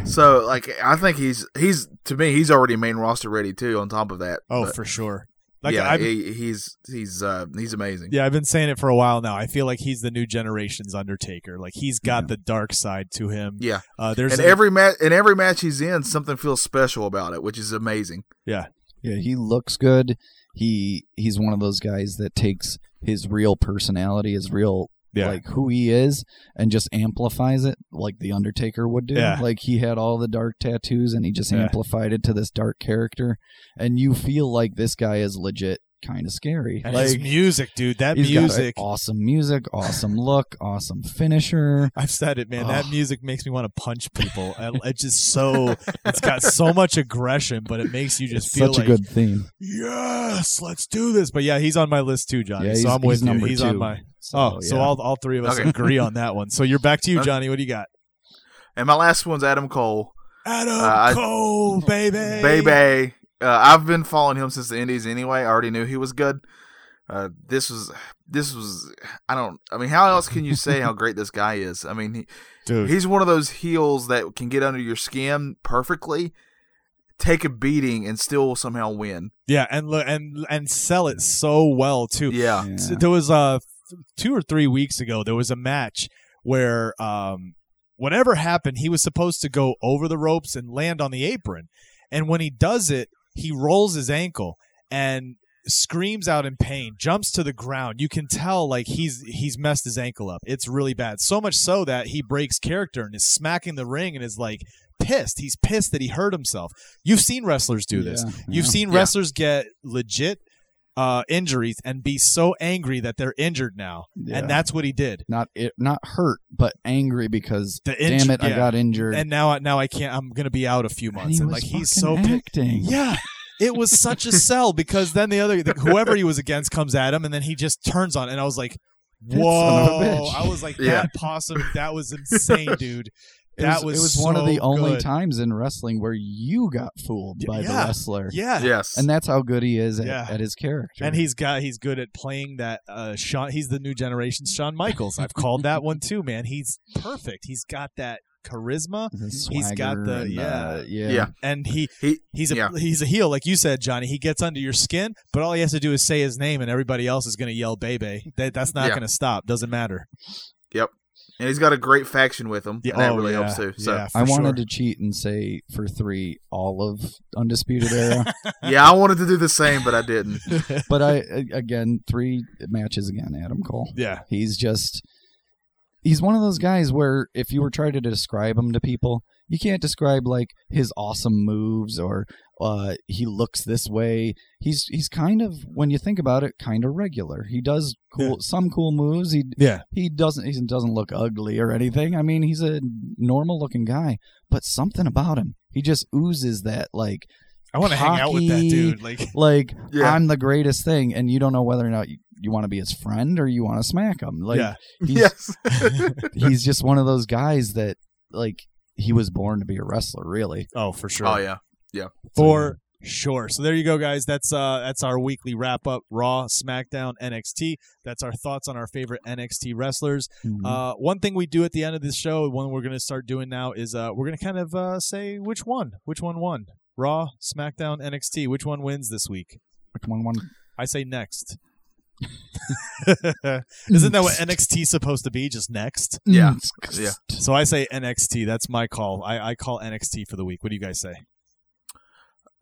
[SPEAKER 3] so, like, I think he's he's to me he's already main roster ready too. On top of that,
[SPEAKER 2] Oh,
[SPEAKER 3] But-
[SPEAKER 2] for sure. Like
[SPEAKER 3] yeah,
[SPEAKER 2] I've,
[SPEAKER 3] he, he's he's uh, he's amazing.
[SPEAKER 2] yeah, I've been saying it for a while now. I feel like he's the new generation's Undertaker. Like he's got
[SPEAKER 1] Yeah.
[SPEAKER 2] the dark side to him.
[SPEAKER 3] Yeah.
[SPEAKER 2] Uh, there's
[SPEAKER 3] And
[SPEAKER 2] a-
[SPEAKER 3] every match, in every match he's in, something feels special about it, which is amazing.
[SPEAKER 1] Yeah, he looks good. He he's one of those guys that takes his real personality, his real
[SPEAKER 2] Yeah.
[SPEAKER 1] like who he is and just amplifies it like the Undertaker would do.
[SPEAKER 2] Yeah.
[SPEAKER 1] Like he had all the dark tattoos and he just
[SPEAKER 2] Yeah.
[SPEAKER 1] amplified it to this dark character, and you feel like this guy is legit kind of scary.
[SPEAKER 2] And
[SPEAKER 1] like
[SPEAKER 2] his music, dude. That
[SPEAKER 1] he's got a-
[SPEAKER 2] music.
[SPEAKER 1] awesome music, awesome look, awesome finisher.
[SPEAKER 2] I've said it, man. That
[SPEAKER 1] Ugh.
[SPEAKER 2] music makes me want to punch people. I, it's just so. It's got so much aggression, but it makes you just
[SPEAKER 1] It's
[SPEAKER 2] feel
[SPEAKER 1] such
[SPEAKER 2] like,
[SPEAKER 1] a good theme.
[SPEAKER 2] yes, let's do this. But yeah, he's on my list too, Johnny.
[SPEAKER 1] Yeah,
[SPEAKER 2] so
[SPEAKER 1] he's-
[SPEAKER 2] I'm with
[SPEAKER 1] he's
[SPEAKER 2] you.
[SPEAKER 1] number
[SPEAKER 2] he's on
[SPEAKER 1] two.
[SPEAKER 2] my. Oh, so
[SPEAKER 1] yeah.
[SPEAKER 2] all all three of us
[SPEAKER 3] Okay.
[SPEAKER 2] agree on that one. So you're back to you,
[SPEAKER 3] Okay.
[SPEAKER 2] Johnny. What do you got?
[SPEAKER 3] And my last one's Adam Cole.
[SPEAKER 2] Adam
[SPEAKER 3] Uh, I-
[SPEAKER 2] Cole, baby,
[SPEAKER 3] Baby. Uh, I've been following him since the Indies anyway. I already knew he was good. Uh, this was, this was, I don't, I mean, how else can you say how great this guy is? I mean, he,
[SPEAKER 2] dude.
[SPEAKER 3] he's one of those heels that can get under your skin perfectly, take a beating, and still somehow win.
[SPEAKER 2] Yeah, and look and and sell it so well too.
[SPEAKER 3] Yeah.
[SPEAKER 1] Yeah.
[SPEAKER 2] So there was uh th- two or three weeks ago there was a match where um whatever happened he was supposed to go over the ropes and land on the apron and when he does it he rolls his ankle and screams out in pain jumps to the ground you can tell like he's he's messed his ankle up it's really bad so much so that he breaks character and is smacking the ring and is like pissed he's pissed that he hurt himself you've seen wrestlers do this
[SPEAKER 1] Yeah,
[SPEAKER 2] You've
[SPEAKER 1] yeah.
[SPEAKER 2] seen
[SPEAKER 3] Yeah.
[SPEAKER 2] wrestlers get legit uh, injuries and be so angry that they're injured now,
[SPEAKER 1] Yeah.
[SPEAKER 2] and that's what he did.
[SPEAKER 1] not it, not hurt, but angry because
[SPEAKER 2] The
[SPEAKER 1] damn
[SPEAKER 2] inju-
[SPEAKER 1] it, I
[SPEAKER 2] yeah.
[SPEAKER 1] got injured.
[SPEAKER 2] and now I- now I can't. I'm gonna be out a few
[SPEAKER 1] And
[SPEAKER 2] months,
[SPEAKER 1] he
[SPEAKER 2] and,
[SPEAKER 1] was
[SPEAKER 2] like he's so
[SPEAKER 1] fucking
[SPEAKER 2] pissed.
[SPEAKER 1] acting.
[SPEAKER 2] Yeah, it was such a sell because then the other whoever he was against comes at him, and then he just turns on, and I was like,
[SPEAKER 1] That son of a
[SPEAKER 2] whoa!
[SPEAKER 1] bitch.
[SPEAKER 2] I was like, that
[SPEAKER 3] Yeah.
[SPEAKER 2] possum, that was insane, dude.
[SPEAKER 1] It
[SPEAKER 2] That
[SPEAKER 1] was,
[SPEAKER 2] was
[SPEAKER 1] it was one of the
[SPEAKER 2] so
[SPEAKER 1] only
[SPEAKER 2] good.
[SPEAKER 1] times in wrestling where you got fooled by the
[SPEAKER 2] Yeah.
[SPEAKER 1] wrestler.
[SPEAKER 2] Yeah,
[SPEAKER 3] Yes.
[SPEAKER 1] And that's how good he is at,
[SPEAKER 2] Yeah.
[SPEAKER 1] at his character.
[SPEAKER 2] And he's got he's good at playing that uh Sean he's the new generation Shawn Michaels. I've called that one too, man. He's perfect. He's got that charisma
[SPEAKER 1] The
[SPEAKER 2] he's got
[SPEAKER 1] swagger
[SPEAKER 2] the-
[SPEAKER 1] and,
[SPEAKER 2] yeah.
[SPEAKER 1] uh, yeah,
[SPEAKER 3] Yeah.
[SPEAKER 2] and he,
[SPEAKER 3] He-
[SPEAKER 2] he's a
[SPEAKER 3] yeah.
[SPEAKER 2] he's a heel like you said Johnny. He gets under your skin, but all he has to do is say his name and everybody else is going to yell baby. That that's not
[SPEAKER 3] Yeah.
[SPEAKER 2] going to stop. Doesn't matter.
[SPEAKER 3] And he's got a great faction with him.
[SPEAKER 2] Yeah,
[SPEAKER 3] and that
[SPEAKER 2] oh,
[SPEAKER 3] really
[SPEAKER 2] yeah.
[SPEAKER 3] helps too. So,
[SPEAKER 2] yeah, for
[SPEAKER 1] I wanted
[SPEAKER 2] sure.
[SPEAKER 1] to cheat and say for three all of Undisputed Era,
[SPEAKER 3] yeah, I wanted to do the same, but I didn't.
[SPEAKER 1] but I a- again three matches again. Adam Cole.
[SPEAKER 2] yeah.
[SPEAKER 1] He's just he's one of those guys where if you were trying to describe him to people, you can't describe like his awesome moves or uh, he looks this way. He's he's kind of when you think about it, kind of regular. He does cool
[SPEAKER 2] Yeah.
[SPEAKER 1] some cool moves. He
[SPEAKER 2] Yeah.
[SPEAKER 1] he doesn't he doesn't look ugly or anything. I mean, he's a normal looking guy, but something about him, he just oozes that like
[SPEAKER 2] I want to hang out with that
[SPEAKER 1] Cocky.
[SPEAKER 2] dude. Like
[SPEAKER 1] like
[SPEAKER 3] Yeah.
[SPEAKER 1] I'm the greatest thing, and you don't know whether or not you, you want to be his friend or you want to smack him. Like
[SPEAKER 2] Yeah.
[SPEAKER 1] he's
[SPEAKER 3] yes.
[SPEAKER 1] he's just one of those guys that like he was born to be a wrestler really
[SPEAKER 2] oh, for sure.
[SPEAKER 3] Oh, yeah.
[SPEAKER 2] for sure. So there you go, guys. That's uh that's our weekly wrap up. Raw, SmackDown, NXT. That's our thoughts on our favorite NXT wrestlers.
[SPEAKER 1] Mm-hmm.
[SPEAKER 2] Uh, one thing we do at the end of this show, one we're gonna start doing now is uh we're gonna kind of uh say which one, which one won. Raw, SmackDown, NXT. Which one wins this week?
[SPEAKER 1] Which one won?
[SPEAKER 2] I say next. Isn't that what NXT is supposed to be? Just next.
[SPEAKER 3] Yeah.
[SPEAKER 1] Mm.
[SPEAKER 3] Yeah.
[SPEAKER 2] So I say NXT. That's my call. I, I call NXT for the week. What do you guys say?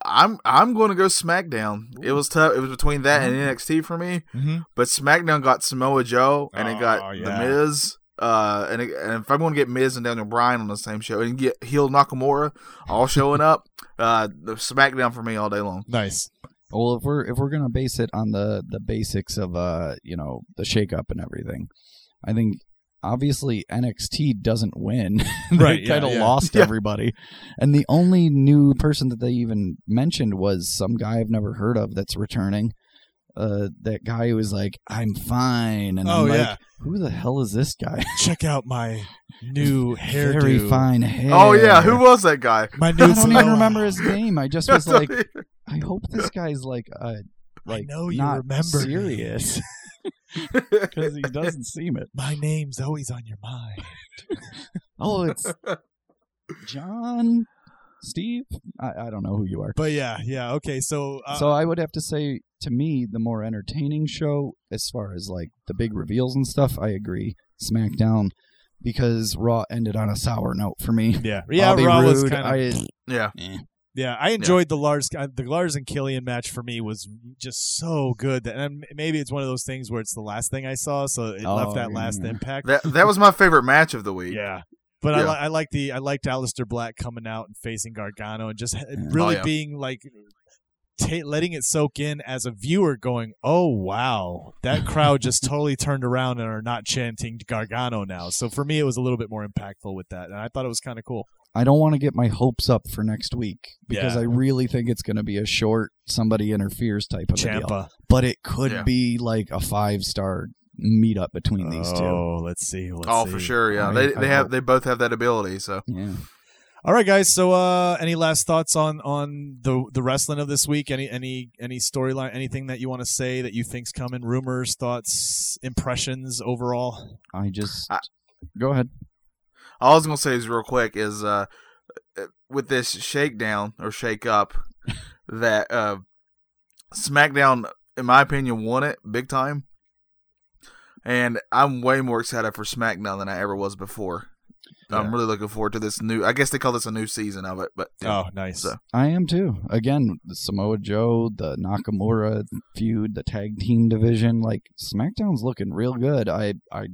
[SPEAKER 3] I'm I'm going to go SmackDown. It was tough. It was between that and NXT for me.
[SPEAKER 2] Mm-hmm.
[SPEAKER 3] But SmackDown got Samoa Joe and
[SPEAKER 2] Oh,
[SPEAKER 3] it got
[SPEAKER 2] yeah.
[SPEAKER 3] The Miz. Uh, and, it, and if I'm going to get Miz and Daniel Bryan on the same show and get heel Nakamura all showing up, uh, the SmackDown for me all day long.
[SPEAKER 2] Nice.
[SPEAKER 1] Well, if we're if we're gonna base it on the the basics of uh you know the shakeup and everything, I think obviously NXT doesn't win. they
[SPEAKER 2] Right, yeah,
[SPEAKER 1] kind of
[SPEAKER 2] yeah.
[SPEAKER 1] lost
[SPEAKER 3] Yeah.
[SPEAKER 1] everybody, and the only new person that they even mentioned was some guy I've never heard of that's returning. Uh, that guy who was like, "I'm fine," and
[SPEAKER 2] oh
[SPEAKER 1] I'm
[SPEAKER 2] yeah.
[SPEAKER 1] like, "Who the hell is this guy?"
[SPEAKER 2] check out my new hairdo.
[SPEAKER 1] Very fine hair.
[SPEAKER 3] Oh, yeah. Who was that guy?
[SPEAKER 2] My new.
[SPEAKER 1] I don't even
[SPEAKER 2] oh,
[SPEAKER 1] remember his name. I just was
[SPEAKER 3] That's
[SPEAKER 1] like,
[SPEAKER 3] what-
[SPEAKER 1] I hope this guy's like, uh,
[SPEAKER 2] I
[SPEAKER 1] like
[SPEAKER 2] know you
[SPEAKER 1] not
[SPEAKER 2] remember me.
[SPEAKER 1] serious because he doesn't seem it.
[SPEAKER 2] My name's always on your mind.
[SPEAKER 1] Oh, it's John, Steve. I, I don't know who you are.
[SPEAKER 2] But yeah, yeah. Okay, so uh,
[SPEAKER 1] so I would have to say, to me, the more entertaining show as far as like the big reveals and stuff. I agree, SmackDown, because Raw ended on a sour note for me.
[SPEAKER 2] yeah, yeah.
[SPEAKER 1] Bobby
[SPEAKER 2] Raw was
[SPEAKER 1] Roode,
[SPEAKER 2] kind of.
[SPEAKER 1] I-
[SPEAKER 3] yeah.
[SPEAKER 2] Yeah, I enjoyed the Lars uh, the Lars and Killian match for me was just so good that and maybe it's one of those things where it's the last thing I saw, so it
[SPEAKER 1] Oh,
[SPEAKER 2] left that last
[SPEAKER 1] yeah.
[SPEAKER 2] impact.
[SPEAKER 3] That that was my favorite match of the week.
[SPEAKER 2] yeah. But I,
[SPEAKER 3] Yeah.
[SPEAKER 2] li- I like the I liked Aleister Black coming out and facing Gargano and just ha- really
[SPEAKER 3] Mm, oh, yeah.
[SPEAKER 2] being like ta letting it soak in as a viewer going, "Oh wow, that crowd just totally turned around and are not chanting Gargano now." So for me it was a little bit more impactful with that and I thought it was kind of cool.
[SPEAKER 1] I don't want to get my hopes up for next week because
[SPEAKER 2] Yeah.
[SPEAKER 1] I really think it's going to be a short somebody interferes type of a deal.
[SPEAKER 2] Champa.
[SPEAKER 1] But it could
[SPEAKER 3] Yeah.
[SPEAKER 1] be like a five star meetup between these two.
[SPEAKER 2] Oh, let's see. Let's
[SPEAKER 3] Oh,
[SPEAKER 2] see.
[SPEAKER 3] for sure. Yeah,
[SPEAKER 1] I-
[SPEAKER 3] they
[SPEAKER 1] I
[SPEAKER 3] they have
[SPEAKER 1] hope.
[SPEAKER 3] they both have that ability. So
[SPEAKER 1] Yeah.
[SPEAKER 2] All right, guys. So, uh, any last thoughts on on the the wrestling of this week? Any any any storyline? Anything that you want to say that you think's coming? Rumors, thoughts, impressions overall.
[SPEAKER 1] I just
[SPEAKER 3] I-
[SPEAKER 1] go ahead.
[SPEAKER 3] all I was gonna say is real quick is uh, uh, with this shakedown or shake up that uh, SmackDown, in my opinion, won it big time. And I'm way more excited for SmackDown than I ever was before.
[SPEAKER 2] Yeah.
[SPEAKER 3] I'm really looking forward to this new. I guess they call this a new season of it, but
[SPEAKER 2] Oh, nice.
[SPEAKER 3] So-
[SPEAKER 1] I am too. Again, the Samoa Joe, the Nakamura feud, the tag team division, like SmackDown's looking real good. I I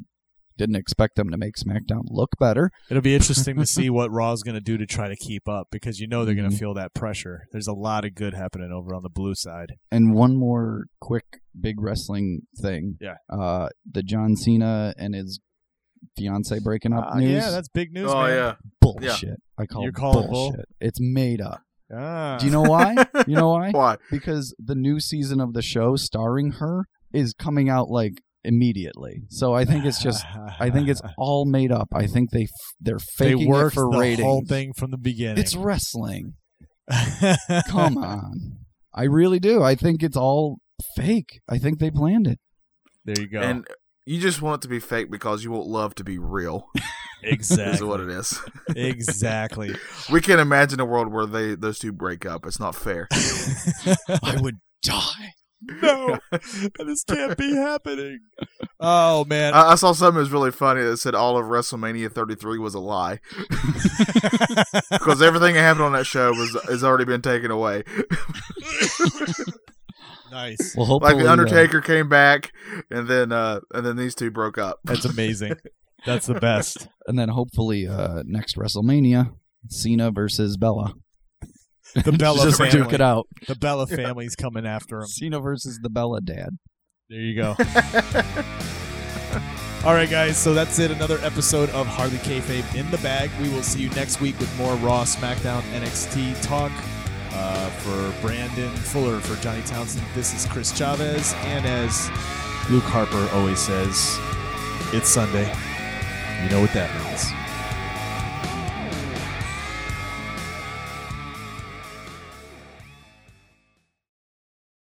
[SPEAKER 1] didn't expect them to make SmackDown look better.
[SPEAKER 2] It'll be interesting to see what Raw's going to do to try to keep up because you know they're going to
[SPEAKER 3] Mm-hmm.
[SPEAKER 1] Mhm.
[SPEAKER 2] feel that pressure. There's a lot of good happening over on the blue side.
[SPEAKER 1] And one more quick big wrestling thing.
[SPEAKER 2] Yeah.
[SPEAKER 1] Uh the John Cena and his fiance breaking up
[SPEAKER 2] Uh,
[SPEAKER 1] news.
[SPEAKER 2] yeah, that's big news,
[SPEAKER 3] Ah, oh
[SPEAKER 2] man.
[SPEAKER 3] yeah,
[SPEAKER 1] bullshit. I call
[SPEAKER 2] You're
[SPEAKER 1] it
[SPEAKER 2] calling bull?
[SPEAKER 1] bullshit. It's made up.
[SPEAKER 2] Ah.
[SPEAKER 1] Do you know why? you know why?
[SPEAKER 3] why?
[SPEAKER 1] because the new season of the show starring her is coming out like immediately. So I think it's just I think it's all made up. I think they f- they're
[SPEAKER 2] they
[SPEAKER 1] faking
[SPEAKER 2] worked
[SPEAKER 1] it for
[SPEAKER 2] the
[SPEAKER 1] ratings.
[SPEAKER 2] whole thing from the beginning.
[SPEAKER 1] It's wrestling. Come on. I really do. I think it's all fake. I think they planned it.
[SPEAKER 2] there you go.
[SPEAKER 3] And you just want it to be fake because you want love to be real.
[SPEAKER 2] exactly.
[SPEAKER 3] Is what it is.
[SPEAKER 2] exactly.
[SPEAKER 3] We can imagine a world where they those two break up. It's not fair.
[SPEAKER 1] I would die.
[SPEAKER 2] no, this can't be happening. Oh man,
[SPEAKER 3] I, I saw something that was really funny that said all of WrestleMania 33 was a lie because everything that happened on that show was has already been taken away.
[SPEAKER 2] nice.
[SPEAKER 1] Well, hopefully
[SPEAKER 3] Like the
[SPEAKER 1] uh,
[SPEAKER 3] Undertaker came back, and then uh, and then these two broke up.
[SPEAKER 2] That's amazing. That's the best.
[SPEAKER 1] and then hopefully uh, next WrestleMania, Cena versus Bella.
[SPEAKER 2] The Bella
[SPEAKER 1] Just
[SPEAKER 2] family.
[SPEAKER 1] duke it out.
[SPEAKER 2] The Bella family's coming after him.
[SPEAKER 1] Cena versus the Bella dad.
[SPEAKER 2] There you go. All right, guys. So that's it. Another episode of Hardly Kayfabe in the bag. We will see you next week with more Raw, SmackDown, NXT talk. Uh, for Brandon Fuller, for Johnny Townsend, this is Chris Chavez, and as Luke Harper always says, it's Sunday. You know what that means.